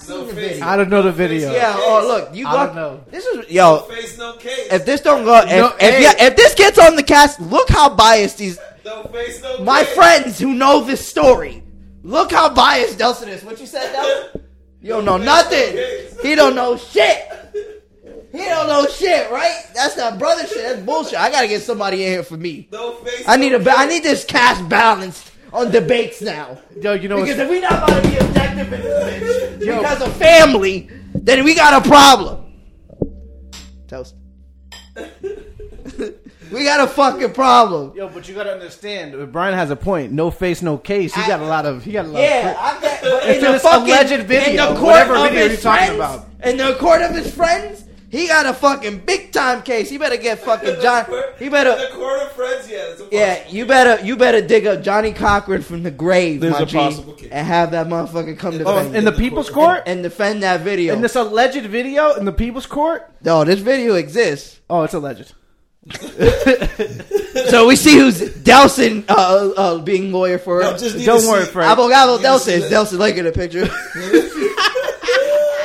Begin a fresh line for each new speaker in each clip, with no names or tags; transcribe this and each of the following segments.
seen the video.
Out of another video.
Yeah. Oh, look, you
I
got
don't know.
this is yo.
Face no case.
If this don't go, if
No,
if,
hey.
yeah, if this gets on the cast, look how biased these
no face no
my
case.
friends who know this story. Look how biased Delson is. What you said, Delson? You don't know nothing. He don't know shit. He don't know shit, right? That's not brother shit. That's bullshit. I gotta get somebody in here for me.
No face.
I need a ba- I need this cast balanced on debates now.
Yo, you know what's
Because if we not about to be objective in this bitch
Yo.
because of family, then we got a problem. Toast. we got a fucking problem.
Yo, but you gotta understand. uh, Brian has a point. No face, no case. He got a lot of. He got a lot.
Yeah,
Of,
I bet. But in
It's
the
this
fucking
alleged
in
video,
the court
whatever
of
video
his
you're talking
friends,
about.
in the court of his friends, he got a fucking big time case. He better get fucking John. He
The
better.
court of friends. Yeah. It's a
Yeah, you better you better dig up Johnny Cochran from the grave,
There's
my
a
G,
possible case.
and have that motherfucker come
oh,
defend
in
you
the people's court.
and defend that video.
In this alleged video, in the people's court.
No, this video exists.
Oh, it's alleged.
So we see who's Delson uh, uh, being lawyer for.
No, just need
Don't
to
worry,
see-
Frank.
Abogado
Yes,
Delson.
yes.
Delson Lake in the picture.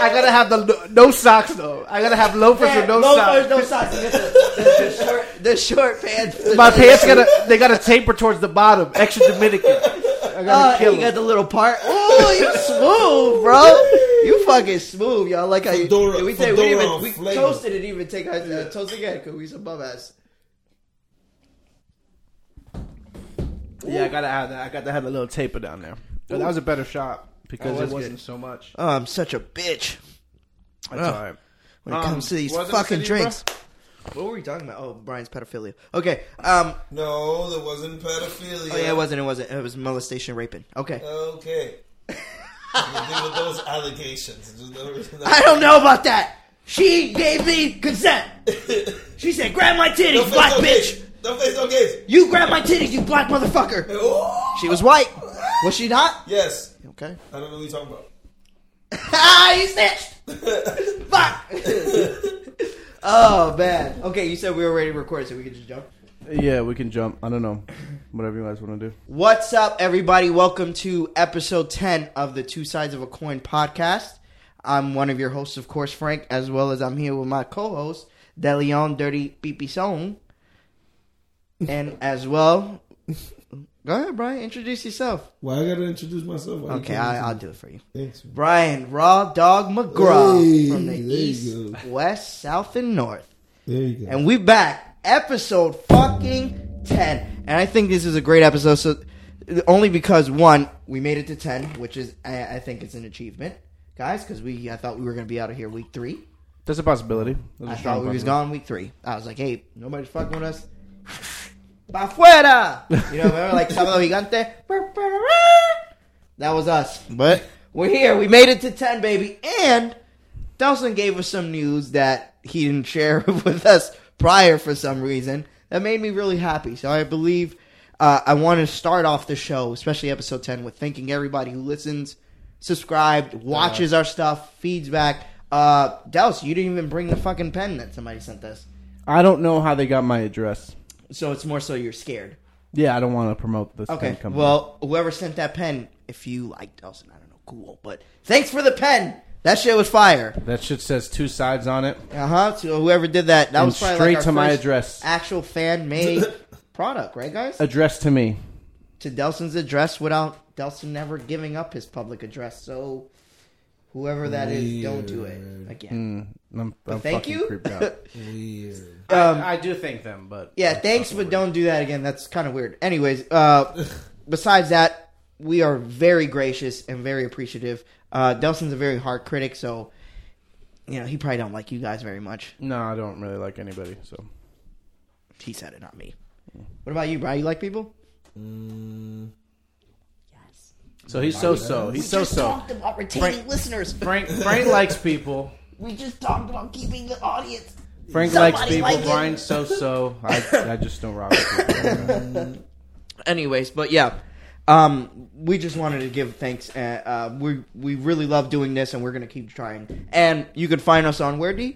I gotta have the no, no socks though. I gotta have loafers with no socks.
no socks. The short, the short pants.
My pants gotta they gotta taper towards the bottom. Extra Dominican. I gotta
Uh,
kill
you got
him.
the little part. Oh, you smooth, bro. You fucking smooth, y'all. Like how you.
Fedora-
we take, we
fedora
didn't
on
even we
flavor.
toasted it. Even take ours to toast again because we some bum ass.
Yeah, I gotta have that. I gotta have the little taper down there. But that was a better shot because
That was
it wasn't
good.
so much.
Oh, I'm such a bitch
That's
Ugh.
all right.
when Oh. it
Um,
comes to these
wasn't
fucking
City, bro?
drinks. What were we talking about? Oh, Brian's pedophilia. Okay. Um.
No, there wasn't pedophilia.
Oh yeah, Uh, it wasn't. It wasn't. It was molestation, raping. Okay.
Okay. We'll deal with those allegations. Just don't-
I don't know about that. She gave me consent. She said, "Grab my
No
titties,
face,
black
no
bitch.
case. No face, no case.
You grab my titties, you black
Uh,
motherfucker."
Ooh.
She was white. Was she not?
Yes.
Okay.
I don't know what you're talking about.
ah, you snitched. Fuck. oh man. Okay, you said we were already recording, so we could just jump.
Yeah, we can jump. I don't know. Whatever you guys want to do.
What's up, everybody? Welcome to episode 10 of the Two Sides of a Coin podcast. I'm one of your hosts, of course, Frank, as well as I'm here with my co host, DeLeon Dirty Peepee Song. And as well, go ahead, Brian, introduce yourself.
Well, I gotta introduce myself. Why you
Okay,
can't
I, I'll
introduce-
do it for you.
Thanks. man.
Brian Raw Dog McGraw
Hey,
from the
there you
East,
go.
West, South, and North.
There you go.
And we back episode fucking 10. And I think this is a great episode so only because one, we made it to 10, which is I, I think it's an achievement, guys, cuz we I thought we were going to be out of here week 3.
That's a possibility. That's a
I
strong
thought we was
possibility.
gone week 3. I was like, "Hey, nobody's fucking with us." Pa fuera. You know, remember like Sábado Gigante? That was us.
But
We're here. We made it to 10, baby. And Delson gave us some news that he didn't share with us prior for some reason. That made me really happy. So I believe uh, I want to start off the show, especially episode 10, with thanking everybody who listens, subscribed, watches our stuff, feeds back. Uh, Dels, you didn't even bring the fucking pen that somebody sent us.
I don't know how they got my address.
So it's more so you're scared.
Yeah, I don't want to promote this.
Okay.
pen company.
Well, whoever sent that pen, if you like Delson, I don't know, cool. But thanks for the pen. That shit was fire.
that shit says two sides on it.
Uh huh. So whoever did that, that
And
was probably
straight
like our
to my
first
address. Uh,
Actual fan made product, right, guys?
Address to me.
to Delson's address without Delson never giving up his public address. So whoever that is, don't do it again.
Mm, I'm, I'm
Thank
fucking
you. Um,
creeped out.
Weird.
I, I do thank them, but
yeah, thanks, but don't do that again. That's kind of weird. Anyways, uh, besides that, we are very gracious and very appreciative. Uh, Delson's a very hard critic, so you know he probably don't like you guys very much.
no, I don't really like anybody. So
He said it, not me. What about you, Brian? You like people?
Mm,
so he's so so he's so so.
about retaining
Frank-
listeners.
Frank Frank likes people.
We just talked about keeping the audience.
Frank
Somebody
likes people.
like it.
Brian so so. I I just don't rock with people.
Anyways, but yeah, um, we just wanted to give thanks. Uh, uh, we we really love doing this, and we're gonna keep trying. And you can find us on where D.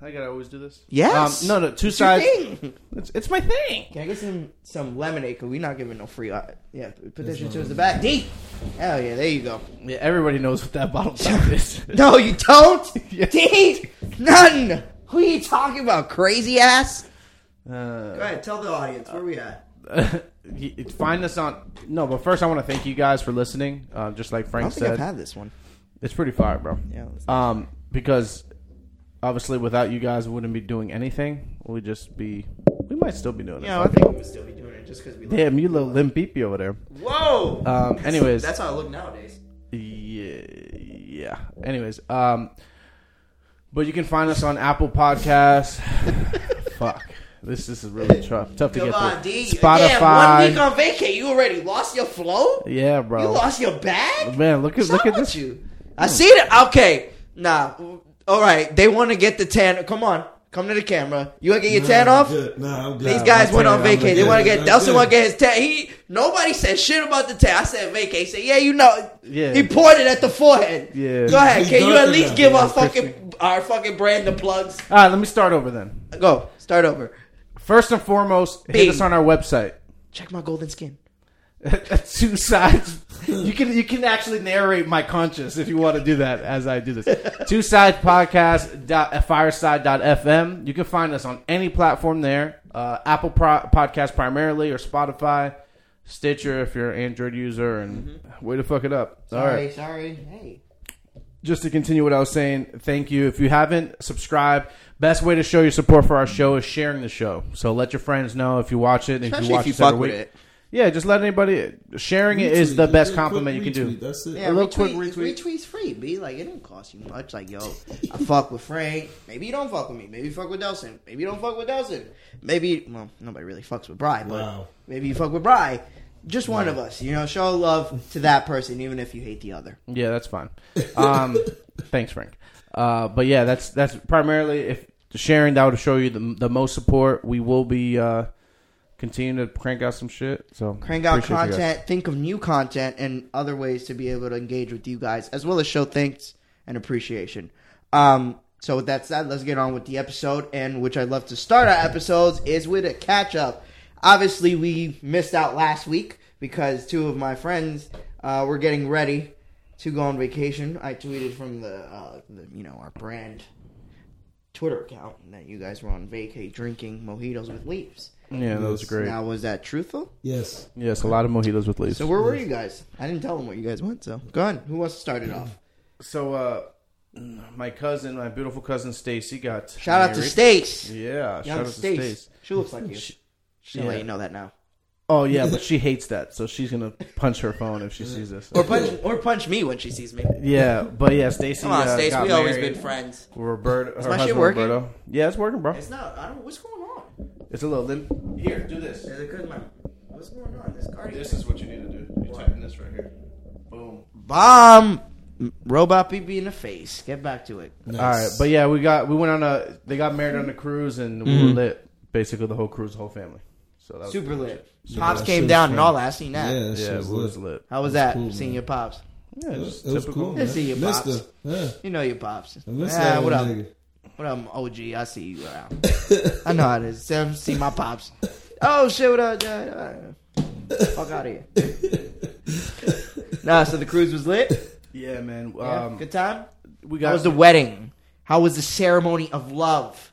I gotta always do this.
Yes.
Um, no, no, two
It's your
sides.
thing.
It's, it's my thing.
Can I get some some lemonade? Cause we not giving no free. Uh, yeah, petition towards the back. D. Hell yeah, there you go.
Yeah, everybody knows what that bottle top is.
No, you don't.
Yeah.
D. None. Who are you talking about, crazy ass?
Uh,
Go ahead, tell the audience where we at.
You- find us on no but first i want to thank you guys for listening um, just like
I
frank
don't think I've
said
had this one.
it's pretty fire bro
Yeah, let's-
um, because obviously without you guys we wouldn't be doing anything we'd just be we might still be doing it
Yeah, I think we would still be doing it just because we.
damn you little limp beepy over there
Whoa.
um, anyways
That's how I look nowadays.
yeah, yeah anyways um, but you can find us on apple podcasts fuck this, this is really tough tough to
Come
get
on,
through
D. Yeah, one
spotify
week on vacay, you already lost your flow.
yeah bro
You lost your bag.
Man, look at
What's
look
up
at
with
this.
you? I see it. Okay, nah. All right, they want to get the tan. Come on, come to the camera. You want to get your tan
Nah, I'm
off?
good. Nah, I'm good.
These guys
I'm
went on
tan, I'm
vacay. They
good.
want to get
I'm
Delson.
good.
Want to get his tan? He nobody said shit about the tan. I said vacay. He said yeah, you know.
Yeah.
He pointed at the forehead.
Yeah.
Go ahead.
He
Can you
does
at
it
least
now.
give
Yeah,
our
it's Christian.
fucking our fucking brand the plugs?
All right, let me start over then.
Go. Start over.
First and foremost,
Bing.
hit us on our website.
Check my golden skin.
Two sides. You can you can actually narrate my conscience if you want to do that as I do this. Two sides podcast dot uh, fireside dot fm. You can find us on any platform there, uh, Apple Pro- Podcast primarily or Spotify, Stitcher if you're an Android user, and way to fuck it up. All right.
Sorry. Hey.
just to continue what I was saying, thank you. If you haven't subscribed, best way to show your support for our show is sharing the show. So let your friends know if you watch it. and If you
Especially if
watch
you
this every
fuck with
week.
it.
Yeah, just let anybody. Sharing it is
Retweet.
the
Just
best
a quick
compliment you can
retweet.
do.
That's it.
Yeah,
A little
retweet,
quick retweet.
Retweet's free, B. Like, it don't cost you much. Like, yo, I fuck with Frank. Maybe you don't fuck with me. Maybe you fuck with Delson. Maybe you don't fuck with Delson. Maybe, well, nobody really fucks with Bry, but
Wow.
maybe you fuck with Bry. Just one of us. You know, show love to that person, even if you hate the other.
Yeah, that's fine. Um, thanks, Frank. Uh, but yeah, that's that's primarily if sharing that would show you the, the most support. We will be uh, continuing to crank out some shit. So
Crank out
appreciate you guys.
content, think of new content, and other ways to be able to engage with you guys, as well as show thanks and appreciation. Um, so with that said, let's get on with the episode, and which I love to start our episodes is with a catch up. Obviously, we missed out last week because two of my friends uh, were getting ready to go on vacation. I tweeted from the, uh, the you know our brand Twitter account that you guys were on vacay drinking mojitos with leaves.
Yeah, that was great.
Now was that truthful?
Yes.
Yes, a lot of mojitos with leaves.
So where were you guys? I didn't tell them what you guys went. So go on. Who wants to start it off?
So, uh, my cousin, my beautiful cousin Stacy, got
Shout out to
married.
Stace.
Yeah, shout
Young
out to Stace.
Stace. She looks like you.
She-
She'll let
yeah.
you know that now.
Oh yeah, but she hates that, so she's gonna punch her phone if she sees this.
Or punch or punch me when she sees me.
yeah, but yeah, Stacy.
Come on,
uh,
Stace.
got
We always
married.
been friends.
Roberto, her
my shit
husband
working?
Roberto. Yeah, it's working, bro.
It's not. I don't. What's going on?
It's a little limp. Here, do this.
Is it because my? What's going on? This guardian.
This is what you need to do. You type in this right here. Boom.
bomb. Robot BB in the face. Get back to it.
Nice.
All right, but yeah, we got we went on a they got married on a cruise and we were lit basically the whole cruise, the whole family. So that was
Mm-hmm. Super lit.
Yeah,
Pops
that shit
came
was
down and
fun.
all that. I seen that.
yeah, that
Yeah,
shit
it
was
was
lit.
lit.
How was
That was
that?
cool,
seeing
man.
your pops.
Yeah,
It
just
was, it was
typical.
cool.
Let's
man.
see your
Missed
pops.
her. Yeah.
You know your pops.
I missed
Ah,
that
what up?
little nigga.
What up, OG? I see you around. I know how it is. Sam, see my pops. Oh shit! What up? Dad? Uh, Fuck out of here. nah, so the cruise was lit.
Yeah, man.
Yeah,
Um,
good time.
we got
How was the wedding? How was the ceremony of love?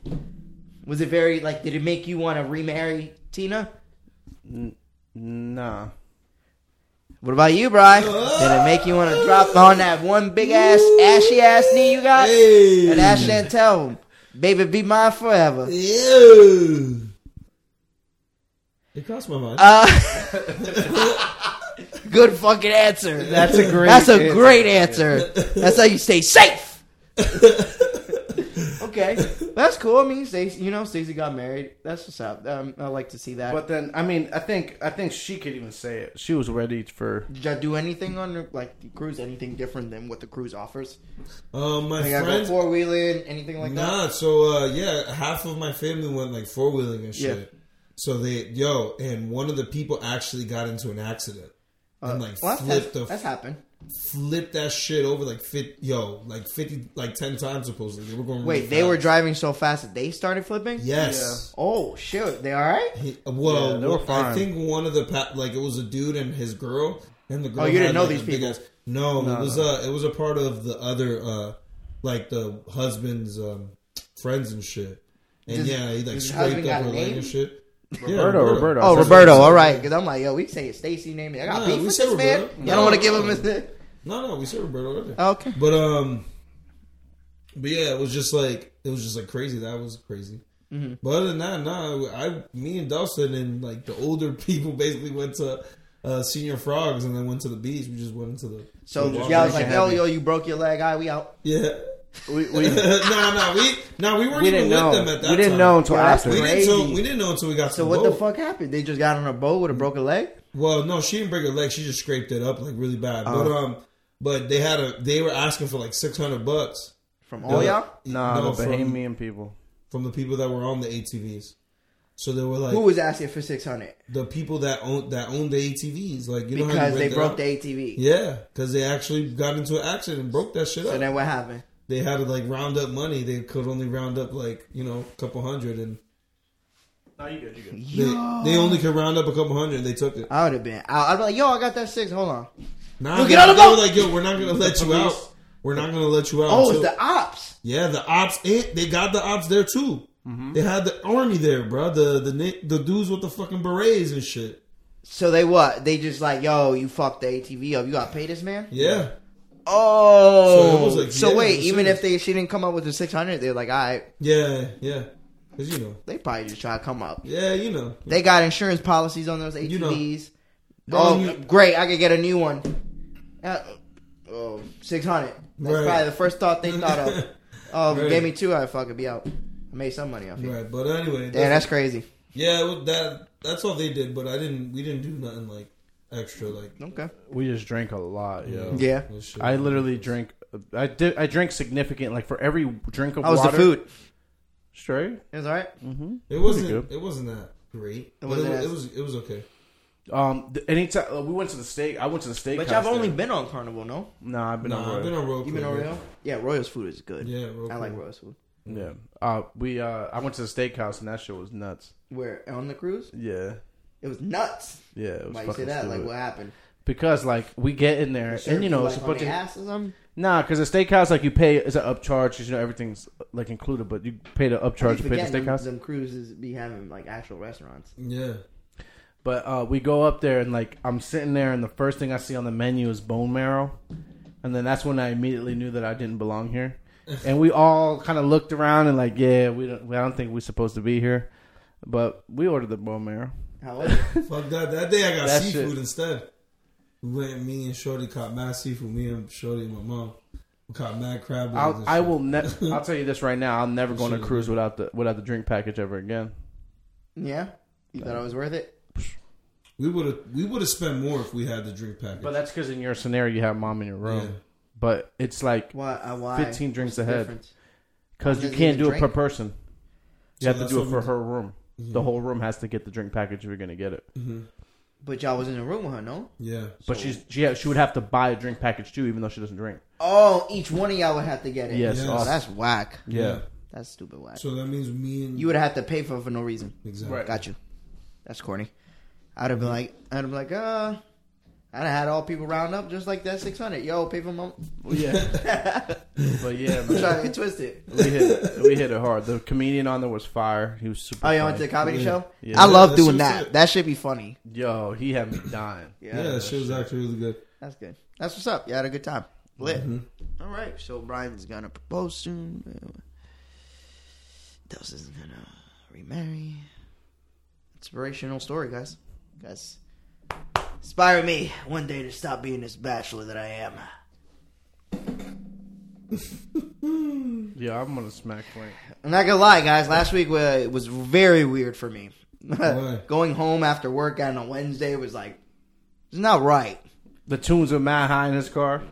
Was it very like? Did it make you want to remarry Tina?
Nah.
What about you, Bry? Did it make you want to drop on that one big ass ashy ass knee you got?
Hey.
And Ash and tell him, baby, be mine forever.
Ew. It crossed my mind.
Uh, good fucking answer.
That's a great.
That's a great answer. That's how you stay safe. okay, that's cool. I mean, Stacey, you know, Stacey got married. That's what's up. Um, I like to see that.
But then, I mean, I think I think she could even say it. She was ready for.
Did y'all do anything on the, like the cruise? Anything different than what the cruise offers?
um, my
Like, y'all go
friends.
four wheeling, anything like that?
Nah, so uh, yeah, half of my family went like four wheeling and shit. So they, yo, and one of the people actually got into an accident
Uh,
and like
well, that's,
flipped the.
that's happened.
flipped that shit over like fit, yo, like fifty, like ten times. Supposedly they were going. really
Wait, they were
fast.
driving so fast that they started flipping?
Yes.
Oh, shoot. They all right?
He, well,
Yeah, they were
I
fine.
think one of the pa- like it was a dude and his girl, and the girl.
Oh, you didn't
had,
know
like,
these
a big
people.
ass- no, it was uh, it was a part of the other uh, like the husband's um, friends and shit. And
Does-
yeah, he like
does his
scraped
husband
up
got
her leg
named?
and shit. Yeah,
Roberto, Roberto.
Oh,
That's-
Roberto. All right. Because I'm like, yo, we say Stacy name. I got
Nah,
beef
we
with
said
this man.
Roberto.
Y'all don't want to
No.
give him his name?
No, no, we said Roberto. earlier.
Okay.
But um, but yeah, it was just like it was just like crazy. That was crazy.
Mm-hmm.
But other than that, nah, I, me and Dawson and like the older people basically went to uh, Senior Frogs and then went to the beach. We just went into the
So y'all
we walked
was
around.
like, yo, yo, you broke your leg. All right, we out.
yeah.
We, we, we
no, no, we no, we weren't even
didn't
with
know.
them at that
We didn't
time.
know until
Yeah, that's
after.
We
great.
didn't,
Crazy.
till, we didn't know until we got to
So
the
what
boat.
the fuck happened? They just got on a boat with a broken leg?
Well, no, she didn't break her leg. She just scraped it up like really bad. But
Uh-huh.
um, but they had a they were asking for like six hundred bucks.
From all y'all?
Oh, Nah,
No,
the
from-
Bahamian people.
from the people that were on the ATVs. So they were like
Who was asking for 600?
the people that own that owned the ATVs, like you know how
Because
you
they
rent it
broke
out?
the ATV.
yeah, because they actually got into an accident and broke that shit up.
So then what happened?
they had to like round up money. They could only round up like you know a couple hundred, and
No, you good, you good.
they, they only could round up a couple hundred. and They took it.
I would have been out. I'd be like, yo, I got that six. Hold on.
Nah,
Uh, Yo,
they,
get out of
they
the
were
boat!
like, yo, we're not gonna let you
police.
out. We're not gonna let you out.
Oh, it's
until-
the ops.
yeah, the ops. It, they got the ops there too.
Mm-hmm.
They had the army there, bro. The the ni- the dudes with the fucking berets and shit.
So they what? They just like, yo, you fucked the ATV up. You got to pay this man?
Yeah. So it
Oh.
was
So,
like, yeah, it
wait,
was
even
serious.
if they she didn't come up with the 600, they're like, all right,
Yeah, yeah. Cause you know,
they probably just try to come up.
yeah, you know,
They got insurance policies on those ATVs.
You know.
oh,
you-
great. I could get a new one. Uh, oh, 600. That's
Right.
probably the first thought they thought of. Oh, if you
Right.
gave me two, I'd fucking be out. I made some money off it.
right. But anyway,
Damn, that's crazy.
yeah, well, that that's all they did. But I didn't. We didn't do nothing like extra, like
Okay.
We just drank a lot, yo.
Yeah.
this shit.
I literally drink. I did. I drink significant. Like for every drink of
How was
water,
the food?
straight.
It was all right?
it wasn't.
good.
It wasn't that great. But It,
wasn't
was,
as-
it was. It was okay.
Um, the, anytime uh, we went to the steak, I went to the steak.
But I've only been on Carnival, no?
no, nah, I've been
Nah, I've
on.
been
Royal.
on road.
You been
crew,
on
bro.
Royal? Yeah, Royal's food is good.
Yeah, road
I like
crew.
Royal's food.
Yeah. Uh, we. Uh, I went to the steakhouse and that shit was nuts.
Where? On the cruise?
Yeah.
It was nuts.
Yeah. It was
Why you
fucking
say that? Like,
stupid.
what happened?
because like we get in there and you know it's a bunch
supposed
of
ass or something?
nah because the steakhouse like you pay is an upcharge 'cause, you know everything's like included but you pay the upcharge
Keep
you pay the
forgetting them-
steakhouse
Them cruises be having like actual restaurants.
Yeah.
but uh, we go up there and like I'm sitting there and the first thing I see on the menu is bone marrow and then that's when I immediately knew that I didn't belong here and we all kind of looked around and like yeah we don't we- I don't think we're supposed to be here but we ordered the bone marrow
How was it?
Fuck that. That day I got
That
seafood
shit.
instead. We went. Me and Shorty caught mad seafood. Me and Shorty and my mom we caught mad crab. legs
I'll,
and
I
shit.
will ne- I'll tell you this right now I'll never go on a
Shit.
cruise without the without the drink package ever again
yeah, you thought it was worth it.
We would have. We would have spent more if we had the drink package.
But that's because in your scenario, you have mom in your room.
Yeah.
But it's like
Why? Uh, why?
15 drinks
What's the
ahead
difference?
because you
doesn't
can't
even
do it per
drink?
person. You
So
have to
that's
do
what Mm-hmm.
it for
we-
her room. The whole room has to get the drink package if you're gonna get it.
But y'all was in a room with her, no?
yeah.
But she's she ha- she would have to buy a drink package too, even though she doesn't drink.
Oh, each one of y'all would have to get it.
Yes.
Yes.
Oh, that's whack.
Yeah.
That's stupid whack.
So that means me and
You would have to pay for it for no reason.
exactly.
Right.
Got you. That's corny. I'd have been like, I'd have been like, uh, I'd have had all people round up just like that six hundred. Yo, pay for my.
yeah. but yeah,
I'm trying
man,
to get twisted.
we hit we hit it hard. The comedian on there was fire. He was super.
Oh, you
funny.
went to the comedy
Yeah.
show?
Yeah.
I love
That
doing
shit's
that.
it.
That should be funny.
Yo, he had me dying.
Yeah.
Yeah, that shit was actually really good.
That's good. That's what's up. You had a good time. Lit. All right. So Brian's gonna propose soon. Uh, Delsa's gonna remarry. Inspirational story, guys. Guys, inspire me one day to stop being this bachelor that I am.
Yeah, I'm gonna smack Frank.
I'm not gonna lie, guys. Last week uh, it was very weird for me.
Why?
Going home after work on a Wednesday was like, it's not right.
The tunes were mad high in his car.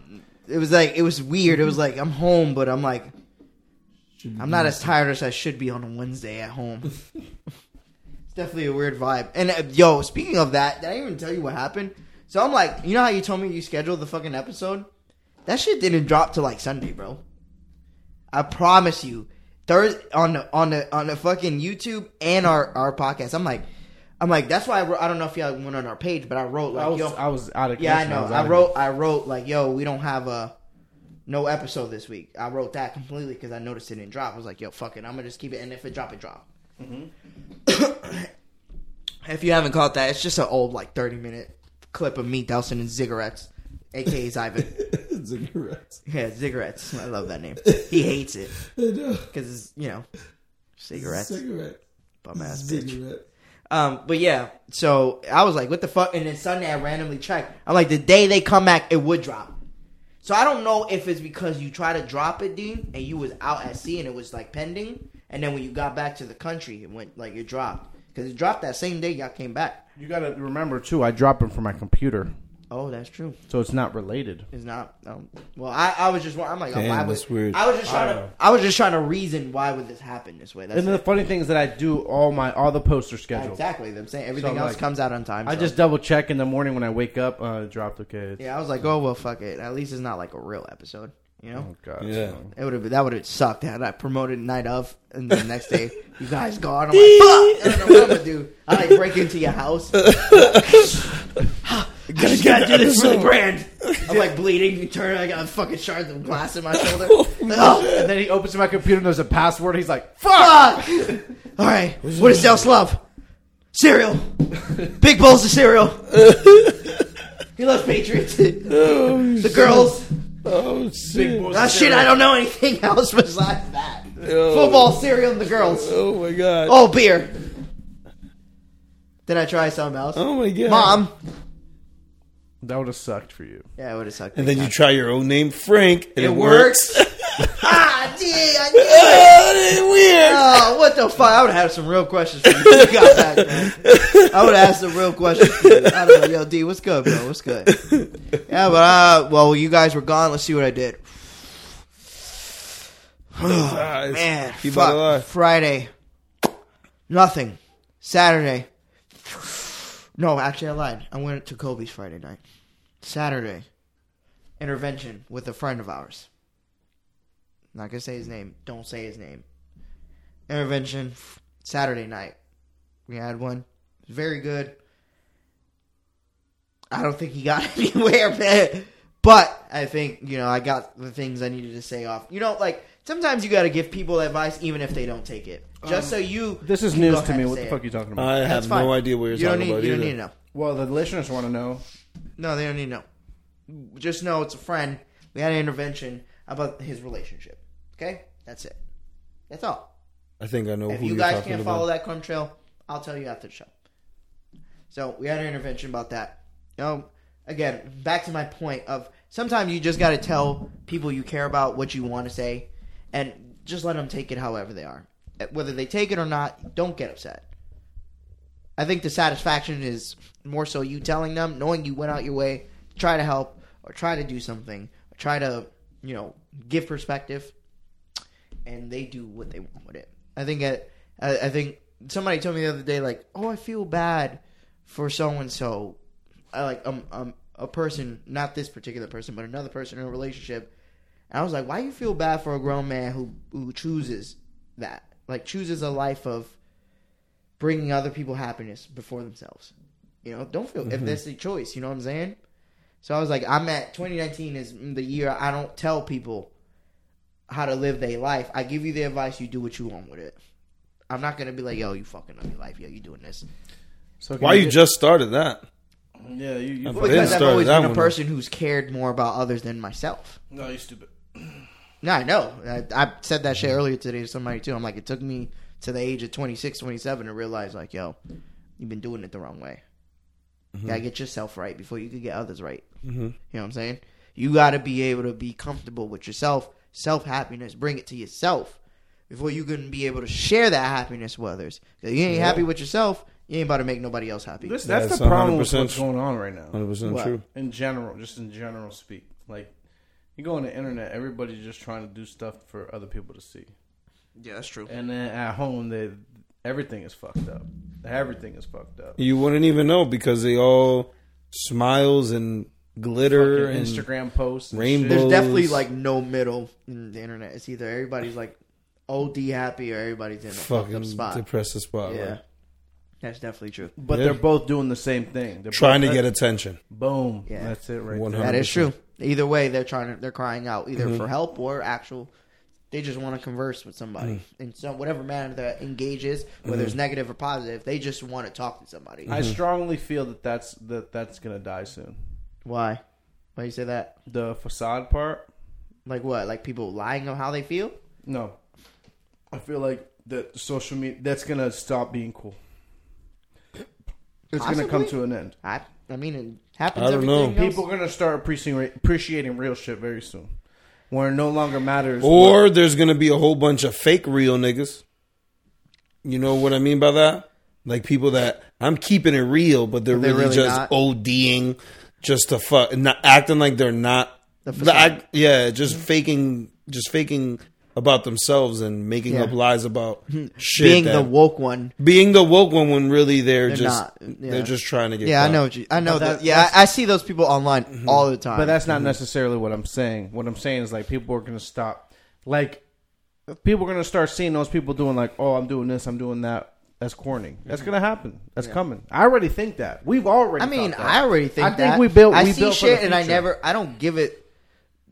It was like it was weird. It was like I'm home, but I'm like
Should be
I'm not as tired as I should be on a Wednesday at home. it's definitely a weird vibe. And uh, yo, speaking of that, did I even tell you what happened? So I'm like, you know how you told me you scheduled the fucking episode? That shit didn't drop till like Sunday, bro. I promise you. Thursday on the on the on the fucking YouTube and our our podcast. I'm like, I'm like, that's why I, wrote, I don't know if y'all went on our page, but I wrote like,
I was,
yo,
I was out of
yeah, I
commission.
know.
was out
I
of-
wrote I wrote like, yo, we don't have a no episode this week. I wrote that completely because I noticed it didn't drop. I was like, yo, fuck it, I'm gonna just keep it, and if it drop, it drop. Mm-hmm. if you haven't caught that, it's just an old like 30 minute clip of me dousing in cigarettes, aka Ivan.
Cigarettes.
yeah, cigarettes. I love that name. He hates it
I know.
because it's you know cigarettes,
Cigarette.
bum ass bitch.
Cigarette.
Um, but yeah, so I was like, what the fuck? And then Sunday I randomly checked. I'm like, the day they come back, it would drop. So I don't know if it's because you try to drop it, Dean, and you was out at sea and it was like pending, and then when you got back to the country, it went like it dropped because it dropped that same day y'all came back.
You gotta remember too. I dropped them from my computer,
Oh, that's true.
so it's not related.
It's not. Um, well, I, I was just wa- I'm like,
Damn,
why would,
that's weird.
I was just trying
Wow.
to I was just trying to reason why would this happen this way. That's
And then the funny thing is that I do all my all the posts are scheduled.
exactly. I'm saying everything
So,
else
like,
comes out on time.
I
so-
just double check in the morning when I wake up. Uh, dropped okay.
yeah, I was like, oh well, fuck it. At least it's not like a real episode, you know.
Oh god.
Yeah.
It would have that would have sucked had I promoted night of and the next day you guys gone. I'm like, fuck! I don't know what I'm gonna do. I like break into your house. gotta, gotta do this for the brand. I'm like bleeding. You turn. I got a fucking shard of glass in my shoulder. oh,
And then he opens my computer and there's a password. He's like,
fuck! All right, what is Dell's love? Cereal. Big bowls of cereal. he loves Patriots. the girls.
Oh shit!
That shit. I don't know anything else besides that.
Oh.
Football, cereal, and the girls.
Oh my god!
Oh, beer. Did I try something else?
Oh my god!
Mom.
that would have sucked for you.
Yeah, it would have sucked.
And then you try your own name, Frank, and it,
It
works.
ah, gee, I knew it.
Ah, that is weird.
Oh, what the fuck? I would have some real questions for you. if you got back, man. I would ask some real questions. For you. I don't know, yo, D, what's good, bro? What's good? Yeah, but uh, well, you guys were gone. Let's see what I did.
Eyes.
Ah, Man,
Keep
fuck.
it alive.
Friday, nothing. Saturday, no, actually, I lied. I went to Kobe's Friday night. Saturday, intervention with a friend of ours. Not gonna say his name. Don't say his name. Intervention Saturday night. We had one. It was very good. I don't think he got anywhere, man. But I think, you know, I got the things I needed to say off. You know, like, sometimes you got to give people advice even if they don't take it. Just so you.
Um, This is
you
news
don't
to
have
me. What
say
the
it.
fuck are you talking about?
I
That's
have
fine.
no idea what you're
You don't
talking
need,
about
you don't
either.
need to know.
well, the listeners want to know.
No, they don't need to know. Just know it's a friend. We had an intervention about his relationship. Okay? That's it. That's all.
I think I know
If
who
you
you are
guys
talking
can't
about.
follow that crumb trail, I'll tell you after the show. So we had an intervention about that. You know, again, back to my point of sometimes you just got to tell people you care about what you want to say, and just let them take it however they are. Eh, Whether they take it or not, don't get upset. I think the satisfaction is more so you telling them, knowing you went out your way, to try to help, or try to do something, or try to, you know, give perspective and they do what they want with it. I think I, I I think somebody told me the other day, like, oh, I feel bad for so and so, I like um um a person, not this particular person, but another person in a relationship. And I was like, why you feel bad for a grown man who who chooses that, like chooses a life of bringing other people happiness before themselves. You know, don't feel if that's the choice. You know what I'm saying? So I was like, I'm at 2019 is the year I don't tell people how to live their life. I give you the advice, you do what you want with it. I'm not gonna be like, yo, you fucking up your life, yo, you doing this.
So
Why you just started that?
Yeah, you. you
Well,
fucking-
Because I've
start
always
that
been a
one.
person who's cared more about others than myself.
no, you stupid.
No, I know. I, I said that shit earlier today to somebody too. I'm like, it took me to the age of 26, 27 to realize, like, yo, you've been doing it the wrong way. You gotta get yourself right before you could get others right. You know what I'm saying? You gotta be able to be comfortable with yourself, self happiness, bring it to yourself before you can be able to share that happiness with others. 'Cause you ain't happy with yourself, you ain't about to make nobody else happy.
This, that's,
That's
the problem with
100%
what's going on right now.
Hundred percent
What?
true.
In general, just in general speak, like you go on the internet, everybody's just trying to do stuff for other people to see,
yeah, that's true.
and then at home, they everything is fucked up. Everything is fucked up.
You wouldn't even know because they all smiles and glitter
Fucking
and
Instagram posts, and
rainbow-
shit.
Those-
There's definitely like no middle in the internet. It's either everybody's like OD happy or everybody's in a fucked
fucking
up spot.
depress the spot.
yeah,
like,
that's definitely true.
But
Yeah.
they're both doing the same thing. They're
trying to
both-
get attention.
boom.
Yeah.
That's it, right?
One
there.
That is
100%.
true. Either way, they're trying to they're crying out either
Mm-hmm.
for help or actual. They just want to converse with somebody
Mm.
in some whatever manner that engages, whether
Mm-hmm.
it's negative or positive. They just want to talk to somebody.
I strongly feel that that's that that's gonna die soon.
Why? Why you say that?
The facade part,
Like what? Like people lying on how they feel?
no. I feel like that social media that's gonna stop being cool. It's gonna come
Possibly.
to an end.
I I mean it happens.
I don't know.
everything else.
People are gonna start appreciating appreciating real shit very soon, where it no longer matters.
Or there's gonna be a whole bunch of fake real niggas. You know what I mean by that? Like people that I'm keeping it real, but they're,
they're
really,
really
just
not.
ODing, just to fuck, not acting like they're not.
The
the
facade.
act- yeah, just faking, just faking about themselves and making
Yeah.
up lies about shit.
being
that-
the woke one.
being the woke one when really they're,
They're
just
not, yeah.
they're just trying to get.
Yeah, I
clout.
know. What you, I know
But
that.
that-
Yeah,
that's-
I, I see those people online
Mm-hmm.
all the time.
But that's not necessarily what I'm saying. What I'm saying is like people are gonna stop. Like people are gonna start seeing those people doing like, oh, I'm doing this, I'm doing that. That's corny. That's gonna happen. That's coming. I already think that. We've already.
Mm-hmm. I mean,
thought that.
I already think.
I think
that.
we built.
I
we
see
built for the
shit, and I
future.
never. I don't give it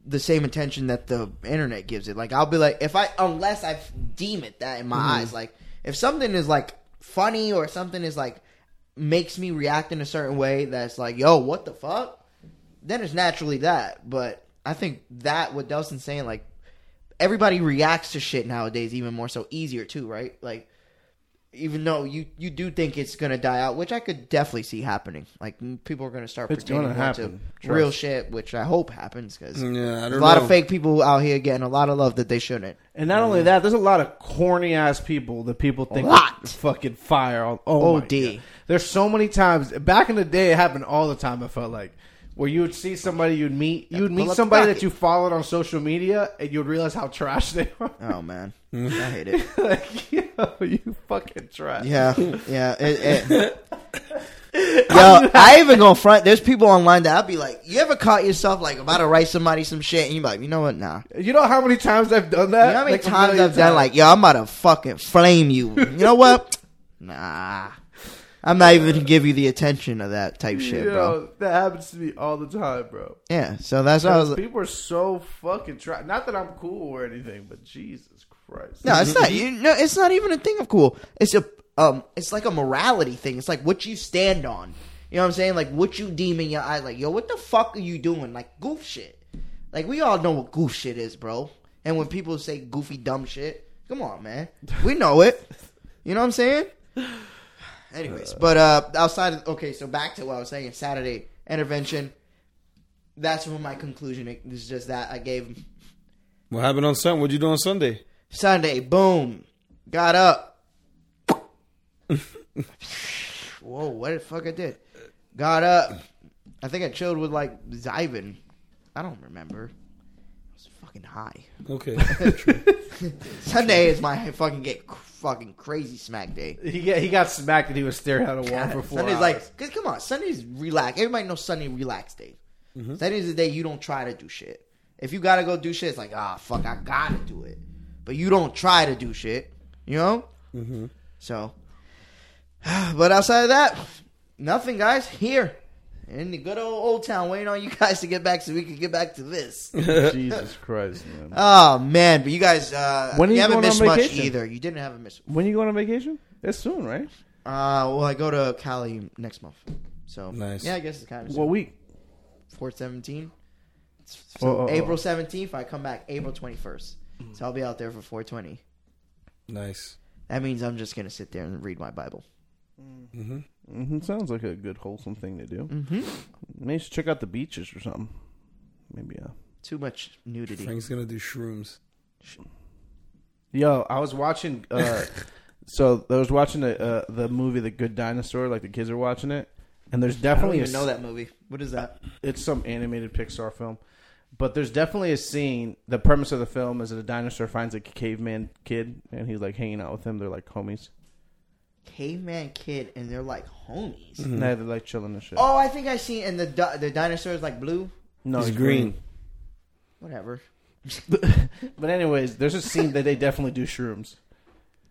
the same attention that the internet gives it. Like I'll be like, if I unless I deem it that in my
Mm-hmm.
eyes, like if something is like funny or something is like makes me react in a certain way that's like, yo, what the fuck? Then it's naturally that. But I think that what Delson's saying, like everybody reacts to shit nowadays even more so easier too, right? Like even though you you do think it's gonna die out, which I could definitely see happening. Like m- people are gonna start
It's
pretending
gonna
more
happen.
to
Trust.
real shit, which I hope happens because
Yeah, I
a
don't
lot
know.
of fake people out here getting a lot of love that they shouldn't.
And not only that, there's a lot of corny ass people that people think are
lot.
fucking fire. On, oh, my
OD.
God. There's so many times back in the day, it happened all the time. I felt like where you would see somebody you'd meet, you'd
pull
meet
up
somebody that
pocket.
you followed on social media, and you'd realize how trash they are.
Oh man, I hate it.
like, yo, you fucking trash.
Yeah, yeah. It, it. Yo, I even go front. There's people online that I'll be like, you ever caught yourself like about to write somebody some shit, and you be like, you know what, nah.
You know how many times I've done that?
You know how many
Like, a
times
million
I've done like, yo, I'm about to fucking flame you. You know what? nah. I'm not even gonna give you the attention of that type shit,
Yo,
bro.
That happens to me all the time, bro.
Yeah, so that's what I was like.
People are so fucking trash. Not that I'm cool or anything, but Jesus Christ.
No, it's not. You no, it's not even a thing of cool. It's a um, it's like a morality thing. It's like what you stand on. You know what I'm saying? Like what you deem in your eye. Like yo, what the fuck are you doing? Like goof shit. Like we all know what goof shit is, bro. And when people say goofy dumb shit, come on, man, we know it. You know what I'm saying? Anyways, but uh, outside of okay, so back to what I was saying. Saturday intervention. That's when my conclusion is just that I gave him
What happened on Sunday? What'd you do on Sunday?
Sunday, boom, got up. Whoa, what the fuck I did? Got up. I think I chilled with like Zyvin. I don't remember. I was fucking high.
Okay,
Sunday is my fucking get cr- fucking crazy smack day.
He got, he got smacked and he was staring at a wall for four
Sunday's
hours.
like, cause come on, Sunday's relax. Everybody knows Sunday relax day.
Mm-hmm.
Sunday's the day you don't try to do shit. If you gotta go do shit, it's like ah fuck, I gotta do it. But you don't try to do shit, you know. Mm-hmm. So, but outside of that, nothing, guys. Here in the good old old town, waiting on you guys to get back so we can get back to this.
Jesus Christ, man.
oh man, but you guys, uh,
When are
you,
you
haven't
going on
missed much
vacation?
either. You didn't have a miss.
when you going on vacation? It's soon, right?
Uh, well, I go to Cali next month. So
Nice.
Yeah, I guess it's kind of
What week?
four seventeen.
Oh,
So
oh, oh.
April seventeenth, I come back April twenty first. So I'll be out there for four twenty.
nice.
That means I'm just gonna sit there and read my Bible.
hmm Sounds like a good, wholesome thing to do. Mm-hmm. Maybe you should check out the beaches or something. Maybe, uh.
Too much nudity.
Frank's gonna do shrooms.
Yo, I was watching. Uh, so I was watching the uh, the movie The Good Dinosaur. Like the kids are watching it, and there's
I don't
definitely
even
a,
know that movie. What is that?
It's some animated Pixar film, but there's definitely a scene. The premise of the film is that a dinosaur finds a caveman kid, and he's like hanging out with him. They're like homies.
caveman kid and they're like homies.
Nah, they're like chilling and shit.
Oh, I think I seen and the di- the dinosaur is like blue.
no,
He's green.
Whatever.
but anyways, there's a scene that they definitely do shrooms.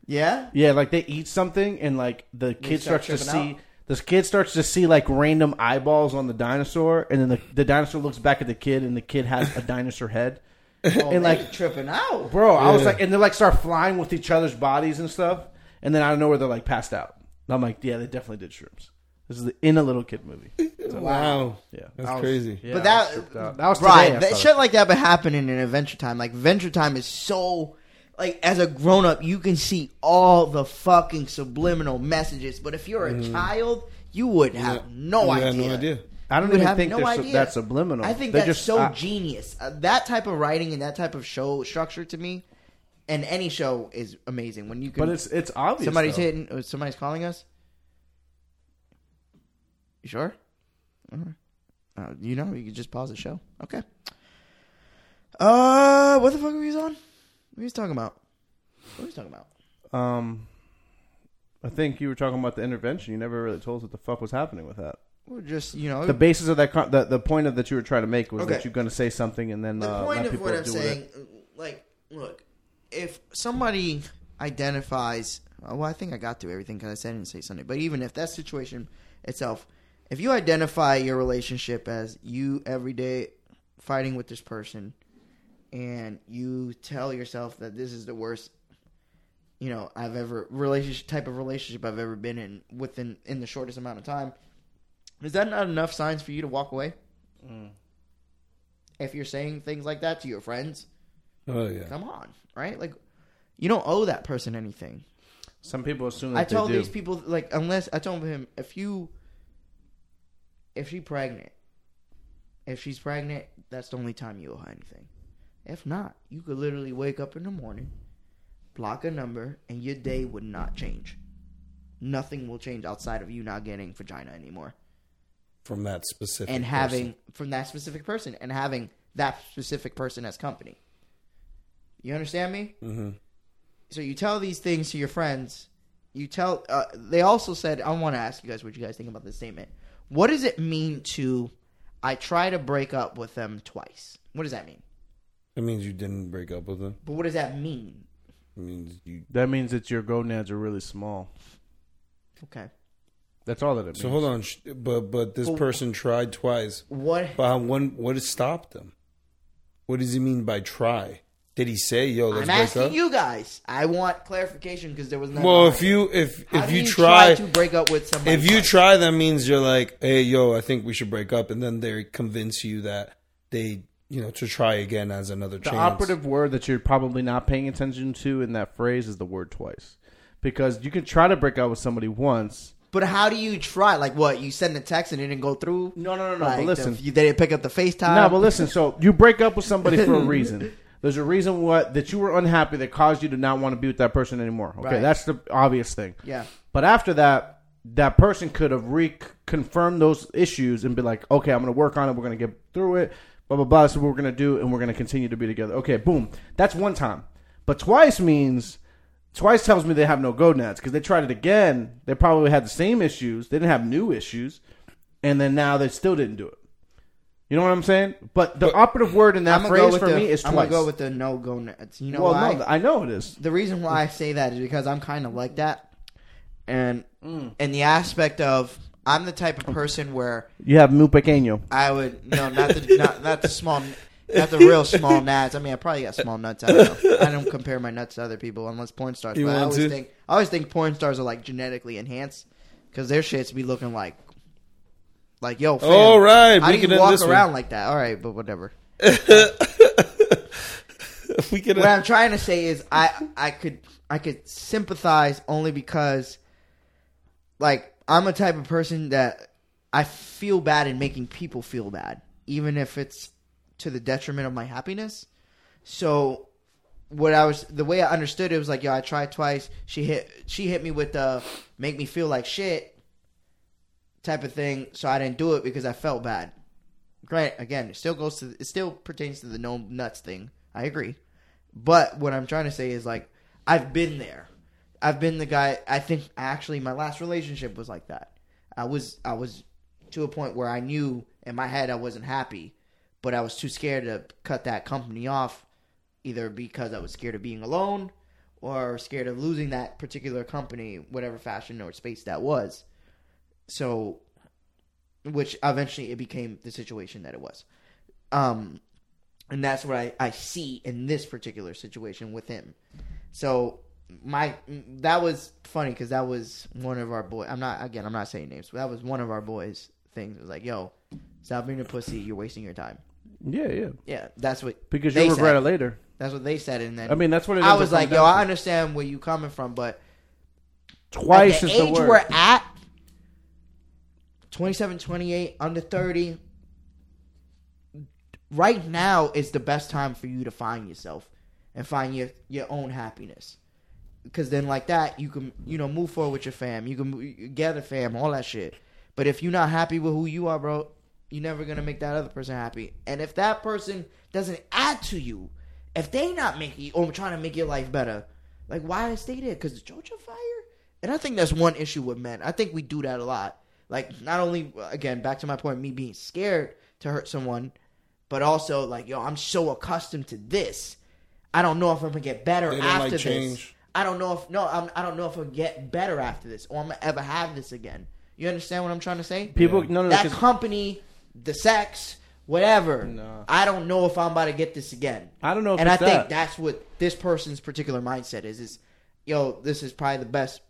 Yeah.
Yeah, like they eat something and like the kid
start
starts to
tripping
see the kid starts to see like random eyeballs on the dinosaur, and then the, the dinosaur looks back at the kid, and the kid has a dinosaur head.
Oh,
and
they
like,
tripping out.
bro, I was
Yeah.
like, and they like start flying with each other's bodies and stuff, and then I don't know where they're like passed out. And I'm like, yeah, they definitely did shrooms. This is the, in a little kid movie.
Wow,
Yeah,
that's
I was-
crazy.
Yeah,
but
I was
that-
tripped out. that was today
Right,
I
that
saw
shit like that, but happening in Adventure Time. Like Adventure Time is so like as a grown up, you can see all the fucking subliminal messages. But if you're a child, you would have no
You
idea.
had no idea.
I don't
You would
even
have
think
no
there's
idea.
that's subliminal.
I think
They're
that's so
I-
genius. Uh, that type of writing and that type of show structure to me, and any show is amazing when you can.
but it's it's obvious.
somebody's
though.
hitting. oh, Somebody's calling us. You sure? Alright. Uh, you know, you can just pause the show. Okay. Uh, what the fuck are we on? What are we talking about? What are we talking about?
Um, I think you were talking about the intervention. You never really told us what the fuck was happening with that.
We're just, you know,
The basis of that, con- the, the point of that you were trying to make was
Okay.
that you're going to say something and then
the
uh,
point
let
of
people
what I'm
do with
saying,
it.
like, look, if somebody identifies, oh, well, I think I got through everything because I said I didn't say Sunday, but even if that situation itself, if you identify your relationship as you every day fighting with this person and you tell yourself that this is the worst you know i've ever relationship type of relationship i've ever been in within in the shortest amount of time is that not enough signs for you to walk away if you're saying things like that to your friends
Oh yeah.
come on, right? Like, you don't owe that person anything.
Some people assume that
I told
they do.
these people, like, unless I told him, if you, if she pregnant, if she's pregnant, that's the only time you owe her anything. If not, you could literally wake up in the morning, block a number, and your day would not change. Nothing will change outside of you not getting vagina anymore
From that specific
and
person.
having from that specific person and having that specific person as company. You understand me?
Mhm.
So you tell these things to your friends. You tell. Uh, they also said, I want to ask you guys what you guys think about this statement. What does it mean to? I try to break up with them twice. What does that mean?
That means you didn't break up with them.
But what does that mean?
It means you.
That means that your gonads are really small.
Okay.
That's all that it means.
So hold on, sh- but but this person tried twice.
What?
But how- when what has stopped them? What does he mean by try? Did he say, "Yo, let's
I'm
break
asking
up"?
you guys. I want clarification because there was none.
well, if you if
How
if
do
you, try,
to break up with somebody,
if you
twice?
try, that means you're like, "Hey, yo, I think we should break up," and then they convince you that they you know to try again as another
The
chance.
operative word that you're probably not paying attention to in that phrase is the word twice. Because you can try to break out with somebody once.
But how do you try? Like, what you send a text and it didn't go through?
No, no, no, no, but
Like, the-
listen.
you, they didn't pick up the FaceTime.
No, but listen. So you break up with somebody for a reason. There's a reason what that you were unhappy that caused you to not want to be with that person anymore. Okay,
Right.
that's the obvious thing.
Yeah.
But after that, that person could have reconfirmed those issues and be like, okay, I'm going to work on it. We're going to get through it. Blah blah blah. This is what we're going to do, and we're going to continue to be together. Okay, boom. That's one time. But twice means. Twice tells me they have no gonads because they tried it again. They probably had the same issues. They didn't have new issues, and then now they still didn't do it. You know what I'm saying? But the operative word in that
I'm gonna go
phrase
with
for
the,
me is
I'm
twice.
gonna go with the no go nuts. You know
well,
why?
no, I know it is.
the reason why I say that is because I'm kind of like that, and
Mm.
and the aspect of I'm the type of person where
You have muy pequeño.
I would no not the not, not the small not the real small nuts. I mean, I probably got small nuts. I don't know. I don't compare my nuts to other people unless porn stars.
You
but I
want
always
to?
think I always think porn stars are like genetically enhanced because their shits be looking like like yo. Fam,
All right,
how
we
do
can
you
end
walk
this one.
around like that? All right, but whatever.
we could
what I'm trying to say is I I could I could sympathize only because like I'm a type of person that I feel bad in making people feel bad, even if it's to the detriment of my happiness. So what I was the way I understood it was like, yo, I tried twice. She hit she hit me with the make me feel like shit type of thing, so I didn't do it because I felt bad. Grant, again, it still goes to it still pertains to the no nuts thing. I agree. But what I'm trying to say is like I've been there. I've been the guy. I think actually my last relationship was like that. I was I was to a point where I knew in my head I wasn't happy, but I was too scared to cut that company off, either because I was scared of being alone or scared of losing that particular company, whatever fashion or space that was. So, which eventually it became the situation that it was. Um, and that's what I, I see in this particular situation with him. So my that was funny because that was one of our boy. I'm not again. I'm not saying names, but that was one of our boys' things. It was like, yo, stop being a pussy. You're wasting your time.
Yeah, yeah.
Yeah, that's what
Because
they
you'll regret
said.
it later.
That's what they said. And then
I mean, that's what it
I
ends
was
up
like,
coming
yo,
down
I understand where you coming from, but
to. twice
at
is
the
the
age
word.
we're at 27 28 under 30 right now is the best time for you to find yourself and find your your own happiness because then like that you can you know move forward with your fam you can mo- gather fam all that shit but if you're not happy with who you are bro you're never gonna make that other person happy and if that person doesn't add to you if they not making or trying to make your life better like why stay there because the georgia fire and i think that's one issue with men i think we do that a lot like not only again back to my point me being scared to hurt someone but also like yo i'm so accustomed to this i don't know if i'm gonna get better
They don't like
after this
change.
I don't know if no, I'm, I don't know if I'll get better after this, or I'm gonna ever have this again. You understand what I'm trying to say?
People, no, no, no,
that
'cause-
company, the sex, whatever.
No.
I don't know if I'm about to get this again.
I don't know if
and I
it's
think
that.
that's what this person's particular mindset is: is yo, this is probably the best